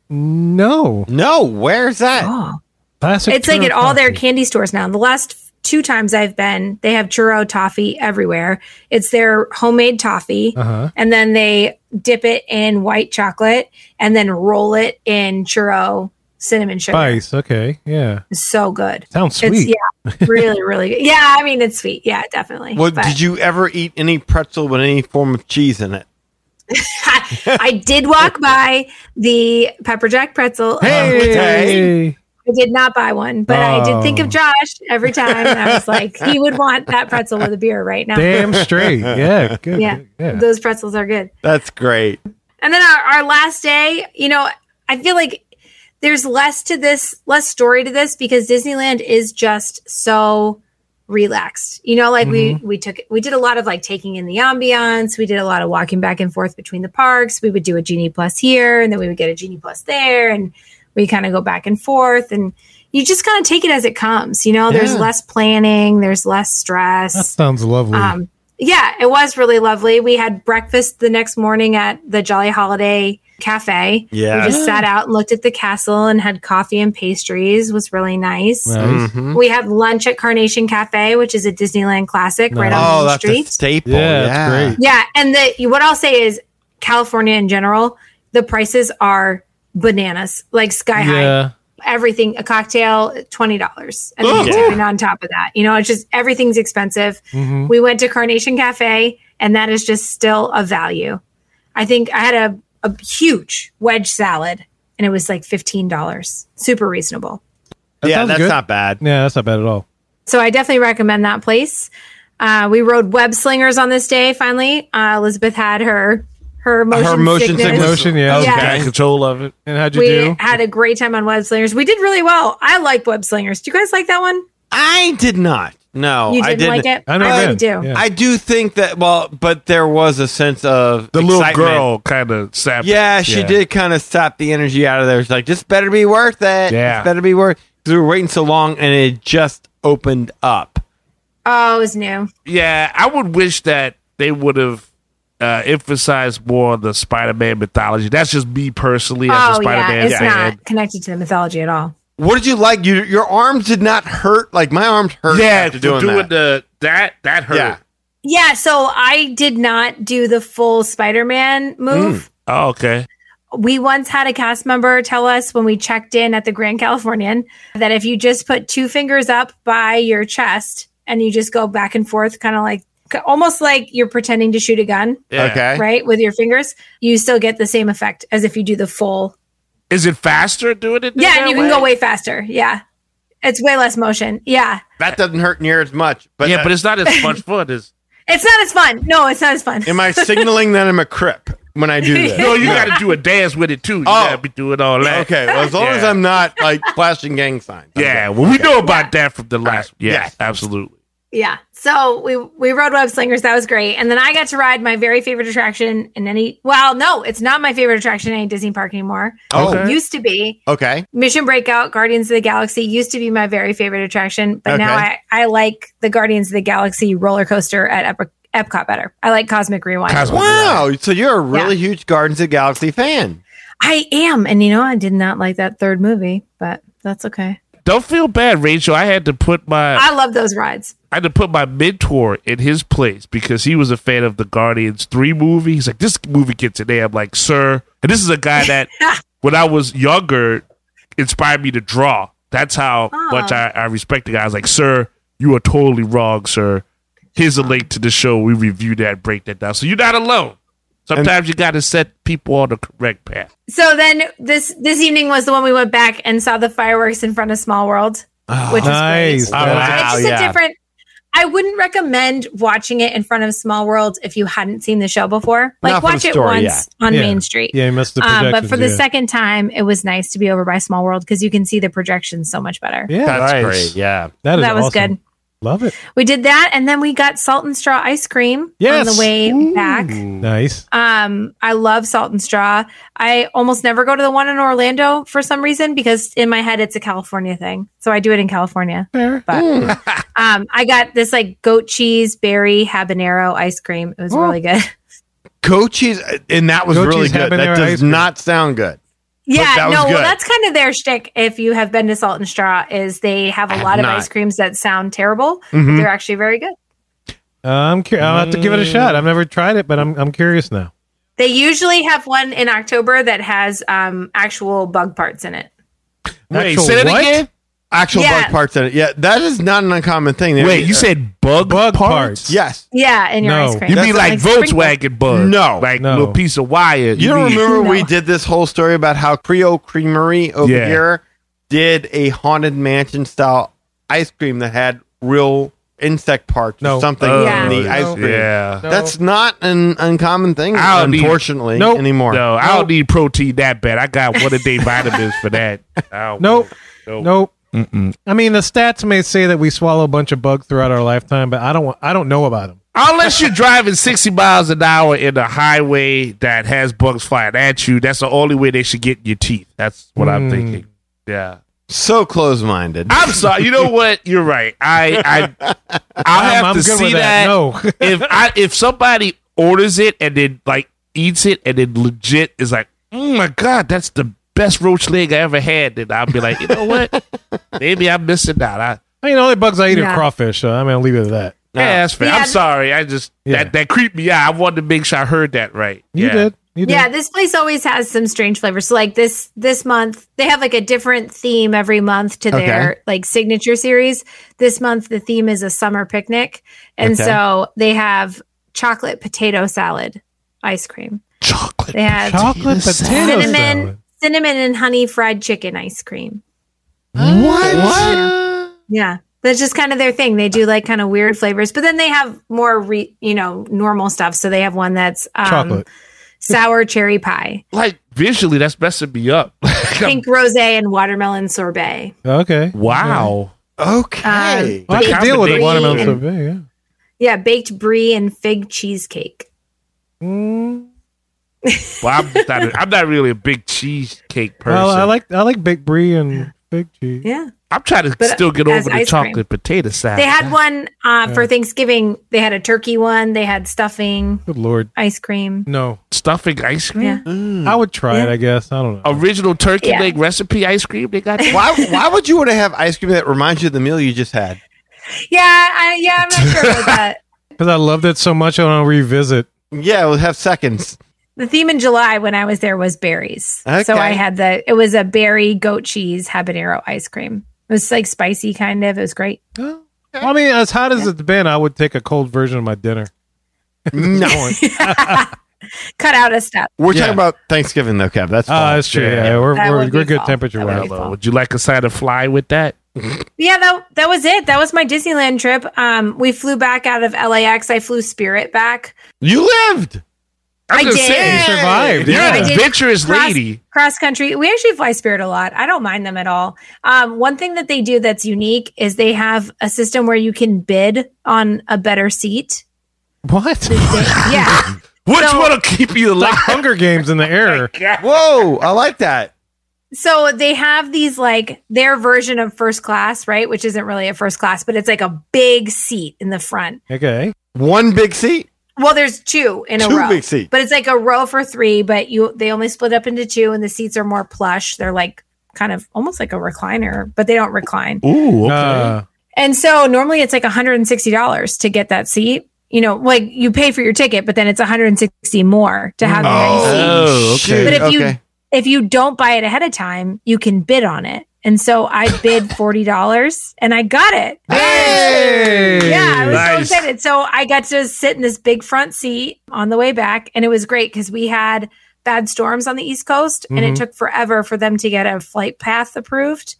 [SPEAKER 2] no.
[SPEAKER 3] No, where's that?
[SPEAKER 9] Oh,
[SPEAKER 2] Classic
[SPEAKER 9] it's like
[SPEAKER 2] churro
[SPEAKER 9] at all their
[SPEAKER 2] coffee.
[SPEAKER 9] candy stores now. The last two times I've been, they have churro toffee everywhere. It's their homemade toffee,
[SPEAKER 2] Uh-huh.
[SPEAKER 9] and then they dip it in white chocolate and then roll it in churro cinnamon sugar.
[SPEAKER 2] Spice. Okay. Yeah.
[SPEAKER 9] It's so good.
[SPEAKER 2] Sounds
[SPEAKER 9] It's
[SPEAKER 2] sweet.
[SPEAKER 9] yeah, really, really good. Yeah, I mean it's sweet. Yeah, definitely.
[SPEAKER 3] Well,
[SPEAKER 9] But
[SPEAKER 3] did you ever eat any pretzel with any form of cheese in it?
[SPEAKER 9] I did walk by the pepper jack pretzel. Um,
[SPEAKER 2] Hey.
[SPEAKER 9] I did not buy one, but I did think
[SPEAKER 2] Oh.
[SPEAKER 9] of Josh every time. And I was like, he would want that pretzel with a beer right now.
[SPEAKER 2] Damn straight. Yeah. Good.
[SPEAKER 9] Yeah.
[SPEAKER 2] Yeah. yeah.
[SPEAKER 9] Those pretzels are good.
[SPEAKER 3] That's great.
[SPEAKER 9] And then our, our last day, you know, I feel like there's less to this, less story to this because Disneyland is just so relaxed. You know, like we we took we did a lot of like taking in the ambiance, we did a lot of walking back and forth between the parks. We would do a genie plus here and then we would get a genie plus there and we kind of go back and forth and you just kind of take it as it comes. You know, there's
[SPEAKER 2] Yeah.
[SPEAKER 9] less planning, there's less stress.
[SPEAKER 2] That sounds lovely.
[SPEAKER 9] Um, yeah, it was really lovely. We had breakfast the next morning at the Jolly Holiday Cafe.
[SPEAKER 3] Yeah.
[SPEAKER 9] We just sat out and looked at the castle and had coffee and pastries. was really nice.
[SPEAKER 2] nice.
[SPEAKER 3] Mm-hmm.
[SPEAKER 9] We had lunch at Carnation Cafe, which is a Disneyland classic right
[SPEAKER 2] Nice.
[SPEAKER 9] on
[SPEAKER 3] Oh,
[SPEAKER 9] the
[SPEAKER 3] that's a
[SPEAKER 9] street.
[SPEAKER 3] staple.
[SPEAKER 2] Yeah, that's great.
[SPEAKER 9] Yeah, and the what I'll say is California in general, the prices are bananas, like sky high
[SPEAKER 2] Yeah.
[SPEAKER 9] everything a cocktail twenty dollars and
[SPEAKER 3] Oh.
[SPEAKER 9] then tipping on top of that you know it's just everything's expensive
[SPEAKER 2] Mm-hmm.
[SPEAKER 9] we went to carnation cafe and that is just still a value i think i had a, a huge wedge salad and it was like $15 super reasonable
[SPEAKER 3] yeah,
[SPEAKER 2] sounds
[SPEAKER 3] that's
[SPEAKER 2] good.
[SPEAKER 3] not bad.
[SPEAKER 2] Yeah. That's not bad at all.
[SPEAKER 9] so i definitely recommend that place uh, we rode web slingers on this day finally uh, elizabeth had her her motion,
[SPEAKER 3] Her motion
[SPEAKER 9] sickness.
[SPEAKER 3] sickness.
[SPEAKER 2] Motion. Yeah.
[SPEAKER 9] Yeah.
[SPEAKER 5] I had control of it.
[SPEAKER 2] And how'd you
[SPEAKER 9] we
[SPEAKER 2] do?
[SPEAKER 9] had a great time on web slingers we did really well i like web slingers do you guys like that one
[SPEAKER 3] I did not. No, Oh,
[SPEAKER 9] You
[SPEAKER 3] I
[SPEAKER 9] didn't,
[SPEAKER 3] didn't
[SPEAKER 9] like it?
[SPEAKER 2] I know
[SPEAKER 9] really
[SPEAKER 2] Ben.
[SPEAKER 9] do.
[SPEAKER 2] Yeah.
[SPEAKER 3] I do think that. Well, but there was a sense of
[SPEAKER 5] The little
[SPEAKER 3] excitement.
[SPEAKER 5] girl kind of sapped.
[SPEAKER 3] Yeah, she did kind of sap the energy out of there. She's like, "This better be worth it.
[SPEAKER 5] Yeah.
[SPEAKER 3] this better be worth." Because we were waiting so long, and it just opened up.
[SPEAKER 9] Oh, it was new.
[SPEAKER 5] Yeah, I would wish that they would have uh, emphasized more on the Spider-Man mythology. That's just me personally as a
[SPEAKER 9] Oh, yeah.
[SPEAKER 5] Spider-Man
[SPEAKER 9] It's
[SPEAKER 5] fan.
[SPEAKER 9] not connected to the mythology at all.
[SPEAKER 3] What did you like? You, your arms did not hurt. Like my arms hurt.
[SPEAKER 5] Yeah, uh,
[SPEAKER 3] after
[SPEAKER 5] for doing,
[SPEAKER 3] doing, that.
[SPEAKER 5] the that that hurt.
[SPEAKER 3] Yeah.
[SPEAKER 9] Yeah, so I did not do the full Spider Man move.
[SPEAKER 5] Oh, okay.
[SPEAKER 9] We once had a cast member tell us when we checked in at the Grand Californian that if you just put two fingers up by your chest and you just go back and forth, kind of like almost like you're pretending to shoot a gun,
[SPEAKER 5] Yeah.
[SPEAKER 3] Okay.
[SPEAKER 9] right? With your fingers, you still get the same effect as if you do the full
[SPEAKER 5] Is it faster doing it?
[SPEAKER 9] Yeah,
[SPEAKER 5] that
[SPEAKER 9] and you can go way faster. Yeah. It's way less motion. Yeah.
[SPEAKER 3] That doesn't hurt near as much. But uh,
[SPEAKER 5] yeah, but it's not as much fun as.
[SPEAKER 9] It's not as fun. No, it's not as fun.
[SPEAKER 3] am I signaling that I'm a crip when I do this?
[SPEAKER 5] No, you got to do a dance with it too. You
[SPEAKER 3] Oh.
[SPEAKER 5] got to be doing all that.
[SPEAKER 3] Okay, well, as long as
[SPEAKER 5] Yeah.
[SPEAKER 3] I'm not like flashing gang signs. I'm
[SPEAKER 5] Yeah,
[SPEAKER 3] good.
[SPEAKER 5] well, we know about that from the last. Yeah,
[SPEAKER 3] Yes.
[SPEAKER 5] absolutely.
[SPEAKER 9] yeah. So we we rode web slingers. That was great. And then I got to ride my very favorite attraction in any. Well, no, it's not my favorite attraction in any Disney park anymore.
[SPEAKER 3] Oh, okay.
[SPEAKER 9] It used to be Mission Breakout, Guardians of the Galaxy used to be my very favorite attraction, but now
[SPEAKER 3] Okay.
[SPEAKER 9] I I like the Guardians of the Galaxy roller coaster at Ep- Epcot better. I like Cosmic Rewind.
[SPEAKER 5] Cosmic-
[SPEAKER 3] Wow. So you're a really huge Gardens of the Galaxy fan.
[SPEAKER 9] I am, and you know I did not like that third movie, but that's okay.
[SPEAKER 5] Don't feel bad, Rachel. I had to put my I
[SPEAKER 9] I love those rides.
[SPEAKER 5] had to put my mentor in his place because he was a fan of the Guardians three movie. He's like, this movie gets in there. I'm like, sir, and this is a guy that when I was younger inspired me to draw. That's how much I, I respect the guy. I was like, sir, you are totally wrong, sir. Here's a link to the show. We review that, break that down. So you're not alone. Sometimes you got to set people on the correct path.
[SPEAKER 9] So then this this evening was the one we went back and saw the fireworks in front of Small World, which was
[SPEAKER 2] nice.
[SPEAKER 9] great.
[SPEAKER 2] Oh,
[SPEAKER 3] wow,
[SPEAKER 9] It's just a different. I wouldn't recommend watching it in front of Small World if you hadn't seen the show before. Like
[SPEAKER 3] Not for the
[SPEAKER 9] watch it
[SPEAKER 3] story,
[SPEAKER 9] once on
[SPEAKER 2] Yeah.
[SPEAKER 9] Main Street.
[SPEAKER 2] Yeah. You missed the
[SPEAKER 9] Um,
[SPEAKER 2] projections.
[SPEAKER 9] but for the
[SPEAKER 2] yeah.
[SPEAKER 9] second time, it was nice to be over by Small World because you can see the projections so much better.
[SPEAKER 2] Yeah.
[SPEAKER 3] That's
[SPEAKER 5] Nice.
[SPEAKER 3] great. Yeah.
[SPEAKER 2] That is
[SPEAKER 9] that was
[SPEAKER 2] awesome.
[SPEAKER 9] good.
[SPEAKER 2] Love it.
[SPEAKER 9] We did that, and then we got salt and straw ice cream on
[SPEAKER 2] Yes.
[SPEAKER 9] the way back.
[SPEAKER 2] Nice.
[SPEAKER 9] Um, I love Salt and Straw. I almost never go to the one in Orlando for some reason because in my head it's a California thing. So I do it in California.
[SPEAKER 2] Fair.
[SPEAKER 9] But um, I got this like goat cheese berry habanero ice cream. It was really good.
[SPEAKER 3] Cochise, uh, and that was
[SPEAKER 2] Goat
[SPEAKER 3] really
[SPEAKER 2] cheese
[SPEAKER 3] good.
[SPEAKER 2] habanero
[SPEAKER 3] That
[SPEAKER 2] ice
[SPEAKER 3] does
[SPEAKER 2] cream.
[SPEAKER 3] not sound good.
[SPEAKER 9] Yeah,
[SPEAKER 3] that was
[SPEAKER 9] no, well
[SPEAKER 3] good.
[SPEAKER 9] that's kind of their shtick if you have been to Salt and Straw is they have a
[SPEAKER 3] have
[SPEAKER 9] lot of
[SPEAKER 3] not.
[SPEAKER 9] ice creams that sound terrible, but
[SPEAKER 3] Mhm.
[SPEAKER 9] they're actually very good.
[SPEAKER 2] I'm curious. I'll have to give it a shot. I've never tried it, but I'm I'm curious now.
[SPEAKER 9] They usually have one in October that has um, actual bug parts in it.
[SPEAKER 5] Wait,
[SPEAKER 2] Actual
[SPEAKER 5] say that
[SPEAKER 2] what?
[SPEAKER 5] again.
[SPEAKER 3] Actual
[SPEAKER 9] Yeah.
[SPEAKER 3] bug parts in it. Yeah, that is not an uncommon thing. They-
[SPEAKER 5] Wait, you said bug,
[SPEAKER 2] Bug
[SPEAKER 5] parts?
[SPEAKER 2] parts.
[SPEAKER 3] yes.
[SPEAKER 9] Yeah, in your
[SPEAKER 2] No.
[SPEAKER 9] ice cream.
[SPEAKER 5] You
[SPEAKER 3] That's
[SPEAKER 5] mean
[SPEAKER 3] not
[SPEAKER 5] like
[SPEAKER 9] like sprinkles.
[SPEAKER 5] Volkswagen bug?
[SPEAKER 3] No.
[SPEAKER 5] like
[SPEAKER 2] No.
[SPEAKER 5] little piece of wire.
[SPEAKER 3] You don't
[SPEAKER 5] mean-
[SPEAKER 3] remember
[SPEAKER 9] No.
[SPEAKER 3] we did this whole story about how Creole Creamery over
[SPEAKER 5] Yeah.
[SPEAKER 3] here did a haunted mansion style ice cream that had real insect parts
[SPEAKER 2] No.
[SPEAKER 3] or something
[SPEAKER 5] Oh,
[SPEAKER 9] Yeah.
[SPEAKER 3] in the ice cream.
[SPEAKER 5] Yeah.
[SPEAKER 2] No.
[SPEAKER 3] That's not an uncommon thing,
[SPEAKER 5] I don't need-
[SPEAKER 3] unfortunately,
[SPEAKER 2] Nope.
[SPEAKER 3] anymore.
[SPEAKER 5] No, I don't need protein that bad. I got one a day vitamins for that. I don't-
[SPEAKER 2] Nope.
[SPEAKER 5] Nope.
[SPEAKER 2] Nope. I mean, the stats may say that we swallow a bunch of bugs throughout our lifetime, but I don't. Want, I don't know about them.
[SPEAKER 5] Unless you're driving 60 miles an hour in a highway that has bugs flying at you, that's the only way they should get in your teeth. That's what
[SPEAKER 2] Hmm.
[SPEAKER 5] I'm thinking. Yeah.
[SPEAKER 3] So close minded.
[SPEAKER 5] I'm sorry. You know what? You're right. I I I have
[SPEAKER 2] I'm
[SPEAKER 5] to
[SPEAKER 2] good
[SPEAKER 5] see
[SPEAKER 2] with
[SPEAKER 5] that.
[SPEAKER 2] that. No.
[SPEAKER 5] if I if somebody orders it and then like eats it and then legit is like, oh my god, that's the best roach leg I ever had, then I'll be like, you know what? Maybe I'm missing out. I,
[SPEAKER 2] I mean, the only bugs I eat
[SPEAKER 9] Yeah.
[SPEAKER 2] are crawfish. So I'm gonna leave it at that.
[SPEAKER 5] yeah, that's fair.
[SPEAKER 9] Yeah.
[SPEAKER 5] I'm sorry. I just
[SPEAKER 2] Yeah.
[SPEAKER 5] that that creeped me out. I wanted to make sure I heard that right.
[SPEAKER 2] You
[SPEAKER 5] yeah.
[SPEAKER 2] did. You did.
[SPEAKER 9] Yeah, this place always has some strange flavors. So like this this month, they have like a different theme every month to their like signature series. This month the theme is a summer picnic. And
[SPEAKER 3] Okay.
[SPEAKER 9] so they have chocolate potato salad ice cream.
[SPEAKER 5] Chocolate.
[SPEAKER 9] They have
[SPEAKER 2] Chocolate potato
[SPEAKER 9] cinnamon
[SPEAKER 2] salad.
[SPEAKER 9] cinnamon and honey fried chicken ice cream.
[SPEAKER 3] what?
[SPEAKER 9] Yeah. That's just kind of their thing. They do like kind of weird flavors, but then they have more re, you know, normal stuff. So they have one that's um
[SPEAKER 2] Chocolate.
[SPEAKER 9] sour cherry pie,
[SPEAKER 5] Like visually, that's messing me up. Like, I'm-
[SPEAKER 9] pink rosé and watermelon sorbet.
[SPEAKER 2] okay.
[SPEAKER 5] wow.
[SPEAKER 3] Okay.
[SPEAKER 9] Um,
[SPEAKER 2] Well, I can deal with a
[SPEAKER 5] Combination.
[SPEAKER 2] watermelon sorbet. Yeah.
[SPEAKER 9] Yeah, baked brie and fig cheesecake.
[SPEAKER 2] Mm.
[SPEAKER 5] Well, I'm not, a- I'm not really a big cheesecake person.
[SPEAKER 2] Well, I
[SPEAKER 5] I like,
[SPEAKER 2] like I like baked brie and big cheese.
[SPEAKER 9] Yeah.
[SPEAKER 5] I'm trying to
[SPEAKER 9] But uh,
[SPEAKER 5] still get
[SPEAKER 9] as
[SPEAKER 5] over the
[SPEAKER 9] ice cream.
[SPEAKER 5] chocolate potato salad.
[SPEAKER 9] They had one uh, for Thanksgiving. They had a turkey one, they had stuffing,
[SPEAKER 2] Good lord.
[SPEAKER 9] ice cream.
[SPEAKER 2] No,
[SPEAKER 5] stuffing ice cream.
[SPEAKER 9] Yeah.
[SPEAKER 2] I would try
[SPEAKER 9] Mm.
[SPEAKER 2] it. I guess I don't know.
[SPEAKER 5] original turkey
[SPEAKER 9] Yeah.
[SPEAKER 5] leg recipe ice cream they got
[SPEAKER 3] Why, why would you want to have ice cream that reminds you of the meal you just had?
[SPEAKER 9] Yeah, I, yeah, I'm not sure about that.
[SPEAKER 2] Because I loved it so much, I want to revisit.
[SPEAKER 3] Yeah, we'll have seconds.
[SPEAKER 9] The theme in July when I was there was berries.
[SPEAKER 3] Okay.
[SPEAKER 9] So I had the it was a berry goat cheese habanero ice cream. It was like spicy kind of. It was great.
[SPEAKER 2] I mean, as hot as it's been, I would take a cold version of my dinner.
[SPEAKER 3] No.
[SPEAKER 9] Cut out a step.
[SPEAKER 3] We're
[SPEAKER 2] Yeah.
[SPEAKER 3] talking about Thanksgiving, though, Kev. That's
[SPEAKER 2] Ah,
[SPEAKER 3] fine.
[SPEAKER 2] that's true.
[SPEAKER 5] yeah.
[SPEAKER 2] Yeah, we're,
[SPEAKER 9] That
[SPEAKER 2] we're,
[SPEAKER 9] would be
[SPEAKER 2] we're good
[SPEAKER 9] fun.
[SPEAKER 2] temperature
[SPEAKER 9] That would
[SPEAKER 2] wise.
[SPEAKER 9] be fun.
[SPEAKER 5] would you like a side of fly with that
[SPEAKER 9] Yeah, that that was it. That was my Disneyland trip. Um we flew back out of LAX. I flew Spirit back.
[SPEAKER 3] You lived.
[SPEAKER 9] I
[SPEAKER 5] just
[SPEAKER 9] did.
[SPEAKER 5] saying,
[SPEAKER 9] You
[SPEAKER 2] survived,
[SPEAKER 5] you're
[SPEAKER 2] yeah.
[SPEAKER 9] I
[SPEAKER 5] an
[SPEAKER 9] did.
[SPEAKER 5] adventurous
[SPEAKER 9] Cross-
[SPEAKER 5] lady
[SPEAKER 9] cross country we actually fly spirit a lot i don't mind them at all um, one thing that they do that's unique is they have a system where you can bid on a better seat
[SPEAKER 2] What?
[SPEAKER 9] yeah
[SPEAKER 5] which
[SPEAKER 9] So-
[SPEAKER 5] one will keep you
[SPEAKER 2] like
[SPEAKER 5] alive
[SPEAKER 2] Hunger Games in the air.
[SPEAKER 3] Whoa, I like that.
[SPEAKER 9] so they have these like their version of first class right which isn't really a first class but it's like a big seat in the front
[SPEAKER 2] Okay.
[SPEAKER 3] One big seat.
[SPEAKER 9] well there's two in
[SPEAKER 3] Two
[SPEAKER 9] a row
[SPEAKER 3] big seats.
[SPEAKER 9] but it's like a row for three but you they only split up into two and the seats are more plush they're like kind of almost like a recliner but they don't recline
[SPEAKER 5] ooh okay.
[SPEAKER 2] Uh,
[SPEAKER 9] And so normally it's like $160 to get that seat. You know, like you pay for your ticket, but then it's 160 more to have the right seat.
[SPEAKER 5] Oh, okay.
[SPEAKER 9] But if you if you don't buy it ahead of time, you can bid on it. And so I bid $40 and I got it.
[SPEAKER 2] hey!
[SPEAKER 9] Yeah, I was
[SPEAKER 5] Nice.
[SPEAKER 9] so excited. So I got to sit in this big front seat on the way back, and it was great because we had bad storms on the East Coast, and it took forever for them to get a flight path approved.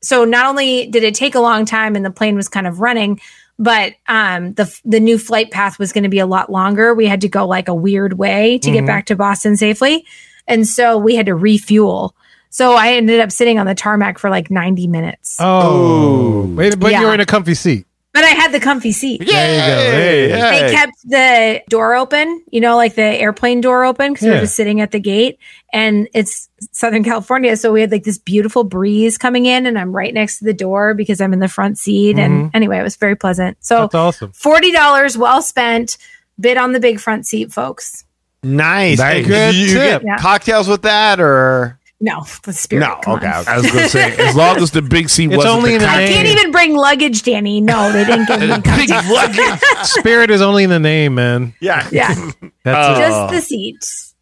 [SPEAKER 9] So not only did it take a long time, and the plane was kind of running, but um, the f- the new flight path was going to be a lot longer. We had to go like a weird way to get back to Boston safely, and so we had to refuel. So I ended up sitting on the tarmac for like 90 minutes,
[SPEAKER 2] Oh. Wait, but
[SPEAKER 9] Yeah.
[SPEAKER 2] you're in a comfy seat.
[SPEAKER 9] but I had the comfy seat.
[SPEAKER 2] There you go. Hey.
[SPEAKER 9] they kept the door open, you know, like the airplane door open because we
[SPEAKER 2] Yeah.
[SPEAKER 9] were just sitting at the gate and it's Southern California. So we had like this beautiful breeze coming in and I'm right next to the door because I'm in the front seat. And anyway, it was very pleasant. So
[SPEAKER 2] That's awesome.
[SPEAKER 9] $40 well spent. Bid on the big front seat, folks.
[SPEAKER 3] nice.
[SPEAKER 5] Nice.
[SPEAKER 3] Hey,
[SPEAKER 2] Good
[SPEAKER 3] you
[SPEAKER 2] tip.
[SPEAKER 3] get
[SPEAKER 9] Yeah.
[SPEAKER 3] cocktails with that, or
[SPEAKER 9] No, the spirit.
[SPEAKER 3] No,
[SPEAKER 9] come on.
[SPEAKER 3] okay, okay.
[SPEAKER 5] I was gonna say, as long as the big C
[SPEAKER 2] It's
[SPEAKER 5] wasn't
[SPEAKER 2] only in
[SPEAKER 5] the
[SPEAKER 2] the
[SPEAKER 5] con-
[SPEAKER 9] I can't even bring luggage, Danny. No, they didn't give me
[SPEAKER 5] the big luggage.
[SPEAKER 2] Spirit is only in the name, man.
[SPEAKER 3] yeah,
[SPEAKER 9] Yeah,
[SPEAKER 2] That's
[SPEAKER 5] Uh,
[SPEAKER 9] just the seat.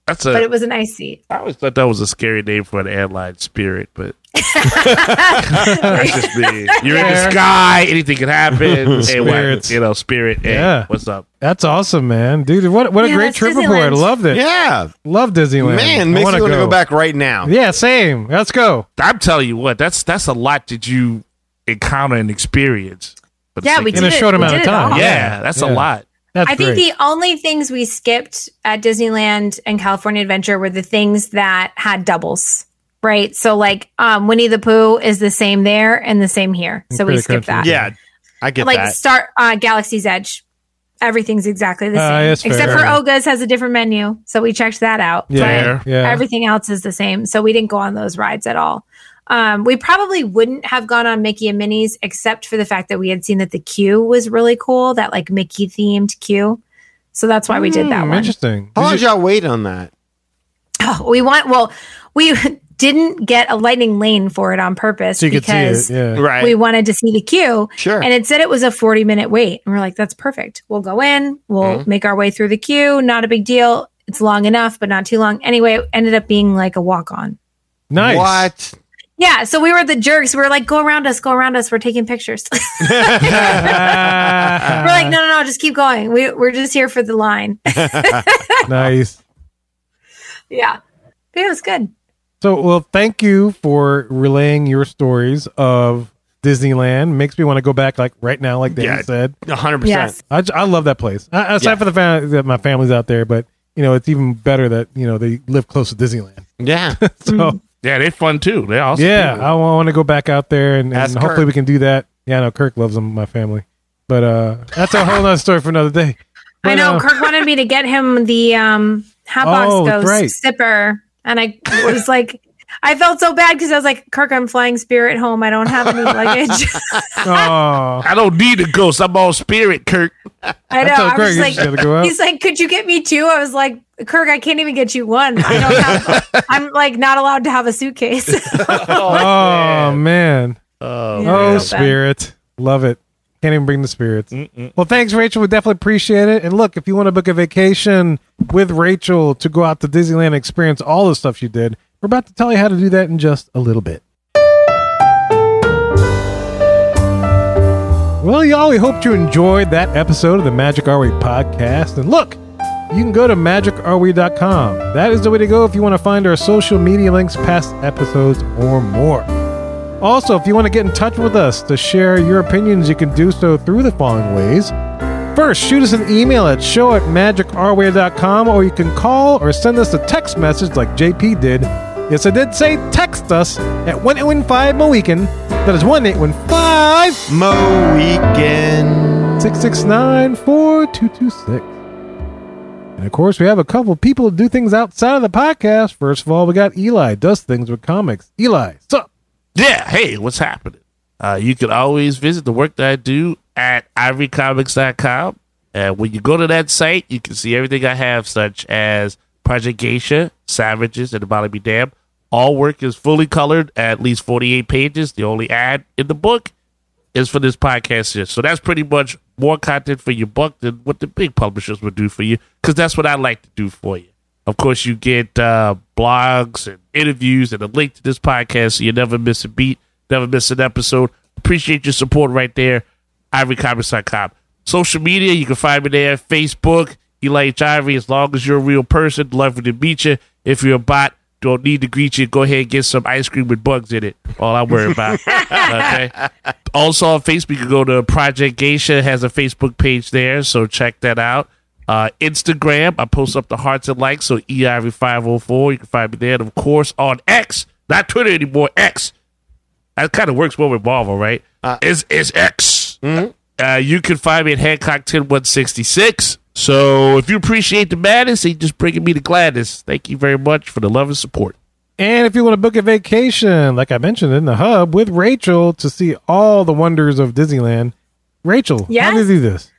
[SPEAKER 5] That's
[SPEAKER 9] But
[SPEAKER 5] a.
[SPEAKER 9] it was a nice seat.
[SPEAKER 5] I always thought that was a scary name for an airline, Spirit, but That's just me. You're in the
[SPEAKER 2] Fair.
[SPEAKER 5] sky. Anything can happen. Hey, what?
[SPEAKER 2] Spirits.
[SPEAKER 5] you know, spirit. Hey,
[SPEAKER 2] Yeah.
[SPEAKER 5] what's up?
[SPEAKER 2] That's awesome, man, dude. What what a
[SPEAKER 9] Yeah,
[SPEAKER 2] great
[SPEAKER 9] that's
[SPEAKER 2] trip report.
[SPEAKER 9] Disneyland.
[SPEAKER 2] Loved it.
[SPEAKER 3] Yeah,
[SPEAKER 2] Love Disneyland.
[SPEAKER 3] man,
[SPEAKER 2] I
[SPEAKER 3] makes
[SPEAKER 2] wanna
[SPEAKER 3] me want to go back right now.
[SPEAKER 2] Yeah, same. Let's go.
[SPEAKER 5] I'm telling you what. That's that's a lot that you encounter and experience. for the
[SPEAKER 9] Yeah,
[SPEAKER 5] sake
[SPEAKER 9] we
[SPEAKER 5] of-
[SPEAKER 2] In a
[SPEAKER 9] did it-
[SPEAKER 2] short
[SPEAKER 9] we
[SPEAKER 2] amount
[SPEAKER 9] did
[SPEAKER 2] of
[SPEAKER 9] it
[SPEAKER 2] time.
[SPEAKER 9] all.
[SPEAKER 5] Yeah,
[SPEAKER 2] Yeah.
[SPEAKER 5] that's
[SPEAKER 2] Yeah.
[SPEAKER 5] a lot.
[SPEAKER 2] That's
[SPEAKER 9] I think
[SPEAKER 2] great.
[SPEAKER 9] the only things we skipped at Disneyland and California Adventure were the things that had doubles, right? So like um, Winnie the Pooh is the same there and the same here, so we
[SPEAKER 2] Pretty
[SPEAKER 9] skipped
[SPEAKER 2] country.
[SPEAKER 9] that.
[SPEAKER 3] Yeah, I get
[SPEAKER 9] like
[SPEAKER 3] that.
[SPEAKER 9] Star uh, Galaxy's Edge, everything's exactly the
[SPEAKER 2] Ah,
[SPEAKER 9] same
[SPEAKER 2] that's fair.
[SPEAKER 9] except for Oga's has a different menu, so we checked that out.
[SPEAKER 2] yeah, yeah.
[SPEAKER 9] Everything else is the same. So we didn't go on those rides at all. Um, we probably wouldn't have gone on Mickey and Minnie's except for the fact that we had seen that the queue was really cool, that like Mickey themed queue. So that's why we did that
[SPEAKER 2] Hmm,
[SPEAKER 9] one.
[SPEAKER 2] Interesting.
[SPEAKER 3] How long
[SPEAKER 2] Did
[SPEAKER 3] did
[SPEAKER 2] you-
[SPEAKER 3] y'all wait on that?
[SPEAKER 9] Oh, we want, well, we didn't get a lightning lane for it on purpose
[SPEAKER 2] so you could see
[SPEAKER 9] because
[SPEAKER 2] it. Yeah.
[SPEAKER 3] Right.
[SPEAKER 9] we wanted to see the queue.
[SPEAKER 3] Sure.
[SPEAKER 9] And it said it was a 40 minute wait. And we're like, that's perfect. We'll go in, we'll
[SPEAKER 3] Mm-hmm.
[SPEAKER 9] make our way through the queue. Not a big deal. It's long enough, but not too long. Anyway, it ended up being like a walk on.
[SPEAKER 2] Nice.
[SPEAKER 3] What?
[SPEAKER 9] Yeah, so we were the jerks. We were like, go around us, go around us. We're taking pictures.
[SPEAKER 2] Ah,
[SPEAKER 9] we're like,
[SPEAKER 2] Uh-huh.
[SPEAKER 9] no, no, no, just keep going. We, we're just here for the line.
[SPEAKER 2] nice.
[SPEAKER 9] yeah. But it was good.
[SPEAKER 2] So, well, thank you for relaying your stories of Disneyland. Makes me want to go back, like right now, like Danny
[SPEAKER 3] Yeah.
[SPEAKER 2] said.
[SPEAKER 3] 100%.
[SPEAKER 9] Yes.
[SPEAKER 2] I, j- I love that place. I, aside
[SPEAKER 3] Yeah.
[SPEAKER 2] for the fact that my family's out there, but you know, it's even better that you know they live close to Disneyland.
[SPEAKER 3] Yeah.
[SPEAKER 2] So,
[SPEAKER 9] Mm.
[SPEAKER 5] Yeah, they're fun too. They also
[SPEAKER 2] yeah, I want to go back out there and, and
[SPEAKER 3] Ask
[SPEAKER 2] hopefully
[SPEAKER 3] Kirk.
[SPEAKER 2] we can do that. Yeah, I know Kirk loves them, my family, but uh, that's a whole nother story for another day.
[SPEAKER 9] I
[SPEAKER 2] But,
[SPEAKER 9] know
[SPEAKER 2] uh,
[SPEAKER 9] Kirk wanted me to get him the um, Hotbox
[SPEAKER 2] Oh,
[SPEAKER 9] Ghost
[SPEAKER 2] right.
[SPEAKER 9] sipper. And I was like, I felt so bad because I was like, Kirk, I'm flying Spirit home. I don't have any luggage.
[SPEAKER 2] Oh, aw.
[SPEAKER 5] I don't need a ghost. I'm all spirit, Kirk.
[SPEAKER 9] I know.
[SPEAKER 2] That's so
[SPEAKER 9] I
[SPEAKER 2] great.
[SPEAKER 9] was
[SPEAKER 2] You
[SPEAKER 9] like,
[SPEAKER 2] just gotta go out.
[SPEAKER 9] he's like, could you get me two? I was like, Kirk, I can't even get you one. I don't have, I'm like not allowed to have a suitcase.
[SPEAKER 2] oh man.
[SPEAKER 5] Oh,
[SPEAKER 9] Yeah.
[SPEAKER 2] Oh,
[SPEAKER 9] Yeah.
[SPEAKER 2] spirit. Love it. Can't even bring the spirits. Well, thanks, Rachel. We definitely appreciate it. And look, if you want to book a vacation with Rachel to go out to Disneyland and experience all the stuff she did, we're about to tell you how to do that in just a little bit. Well, y'all, we hope you enjoyed that episode of the Magic Our Way podcast. And look, you can go to magicourway.com. That is the way to go if you want to find our social media links, past episodes, or more. Also, if you want to get in touch with us to share your opinions, you can do so through the following ways. First, shoot us an email at show at magicourway.com, or you can call or send us a text message like JP did. Yes, I did say text us at 1815 Mohican. That is 1815
[SPEAKER 3] Mo weekend.
[SPEAKER 2] 669 4226. And of course, we have a couple people who do things outside of the podcast. First of all, we got Eli, does things with comics. Eli, sup?
[SPEAKER 5] Yeah, hey, what's happening? Uh, you can always visit the work that I do at ivorycomics.com. And when you go to that site, you can see everything I have, such as Project Geisha, Savages, and The Body Be Damned. All work is fully colored, at least 48 pages. The only ad in the book is for this podcast here. So that's pretty much more content for your buck than what the big publishers would do for you, because that's what I like to do for you. Of course, you get uh, blogs and interviews and a link to this podcast so you never miss a beat, never miss an episode. Appreciate your support right there, ivorycomics.com. Social media, you can find me there, Facebook, Eli H. Ivory. As long as you're a real person, love to meet you. If you're a bot, don't need to greet you. Go ahead and get some ice cream with bugs in it. All I worry about. okay also on Facebook, you can go to Project Geisha has a Facebook page there, so check that out. Uh, Instagram, I post up the hearts and likes, so E eiv504. You can find me there, and of course on X, not Twitter anymore. X. That kind of works well with Marvel, right? it's it's X. Uh, you can find me at Hancock ten one sixty six. So if you appreciate the madness, and you just bringing me to gladness. Thank you very much for the love and support.
[SPEAKER 2] And if you want to book a vacation, like I mentioned in the hub with Rachel to see all the wonders of Disneyland, Rachel,
[SPEAKER 9] Yes.
[SPEAKER 2] how do you do this?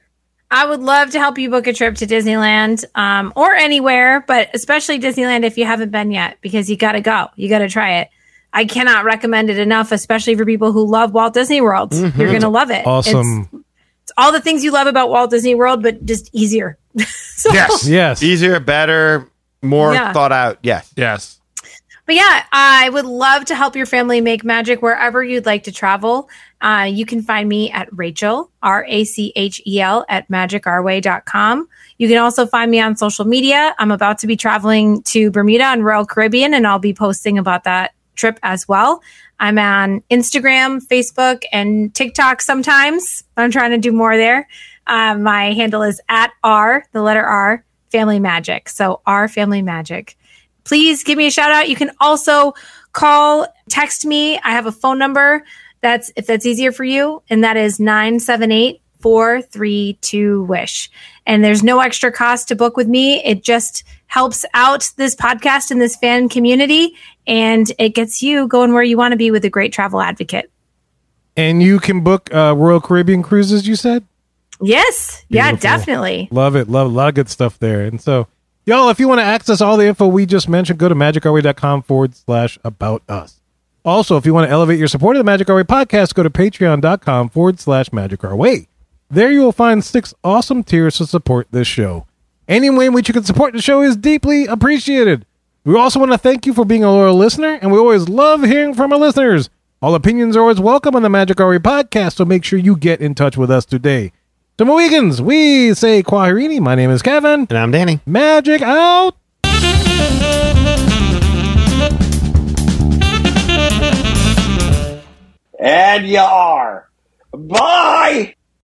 [SPEAKER 9] I would love to help you book a trip to Disneyland um, or anywhere, but especially Disneyland if you haven't been yet, because you got to go. You got to try it. I cannot recommend it enough, especially for people who love Walt Disney World. You're going to love it.
[SPEAKER 2] Awesome.
[SPEAKER 9] It's, it's all the things you love about Walt Disney World, but just easier. so
[SPEAKER 5] Yes,
[SPEAKER 2] yes.
[SPEAKER 3] Easier, better, more
[SPEAKER 9] Yeah.
[SPEAKER 3] thought out. Yes.
[SPEAKER 5] yes.
[SPEAKER 9] But yeah, I would love to help your family make magic wherever you'd like to travel. Uh, you can find me at Rachel, R A C H E L, at magicourway.com. You can also find me on social media. I'm about to be traveling to Bermuda and Royal Caribbean, and I'll be posting about that trip as well. I'm on Instagram, Facebook, and TikTok sometimes. I'm trying to do more there. Um, my handle is at R, the letter R, Family Magic. So R Family Magic. Please give me a shout out. You can also call, text me. I have a phone number that's if that's easier for you, and that is 978 432 Wish. And there's no extra cost to book with me. It just helps out this podcast and this fan community, and it gets you going where you want to be with a great travel advocate.
[SPEAKER 2] And you can book uh, Royal Caribbean cruises. You said.
[SPEAKER 9] Yes. Yeah,
[SPEAKER 2] Beautiful.
[SPEAKER 9] definitely.
[SPEAKER 2] Love it. Love a lot of good stuff there. And so, y'all, if you want to access all the info we just mentioned, go to magicourway.com forward slash about us. Also, if you want to elevate your support of the Magic Our Way podcast, go to patreon.com forward slash magic our way. There you will find six awesome tiers to support this show. Any way in which you can support the show is deeply appreciated. We also want to thank you for being a loyal listener, and we always love hearing from our listeners. All opinions are always welcome on the Magic Our Way podcast, so make sure you get in touch with us today. To Mohicans, we say Quahirini. My name is Kevin.
[SPEAKER 3] And I'm Danny.
[SPEAKER 2] Magic out!
[SPEAKER 6] And you are. Bye!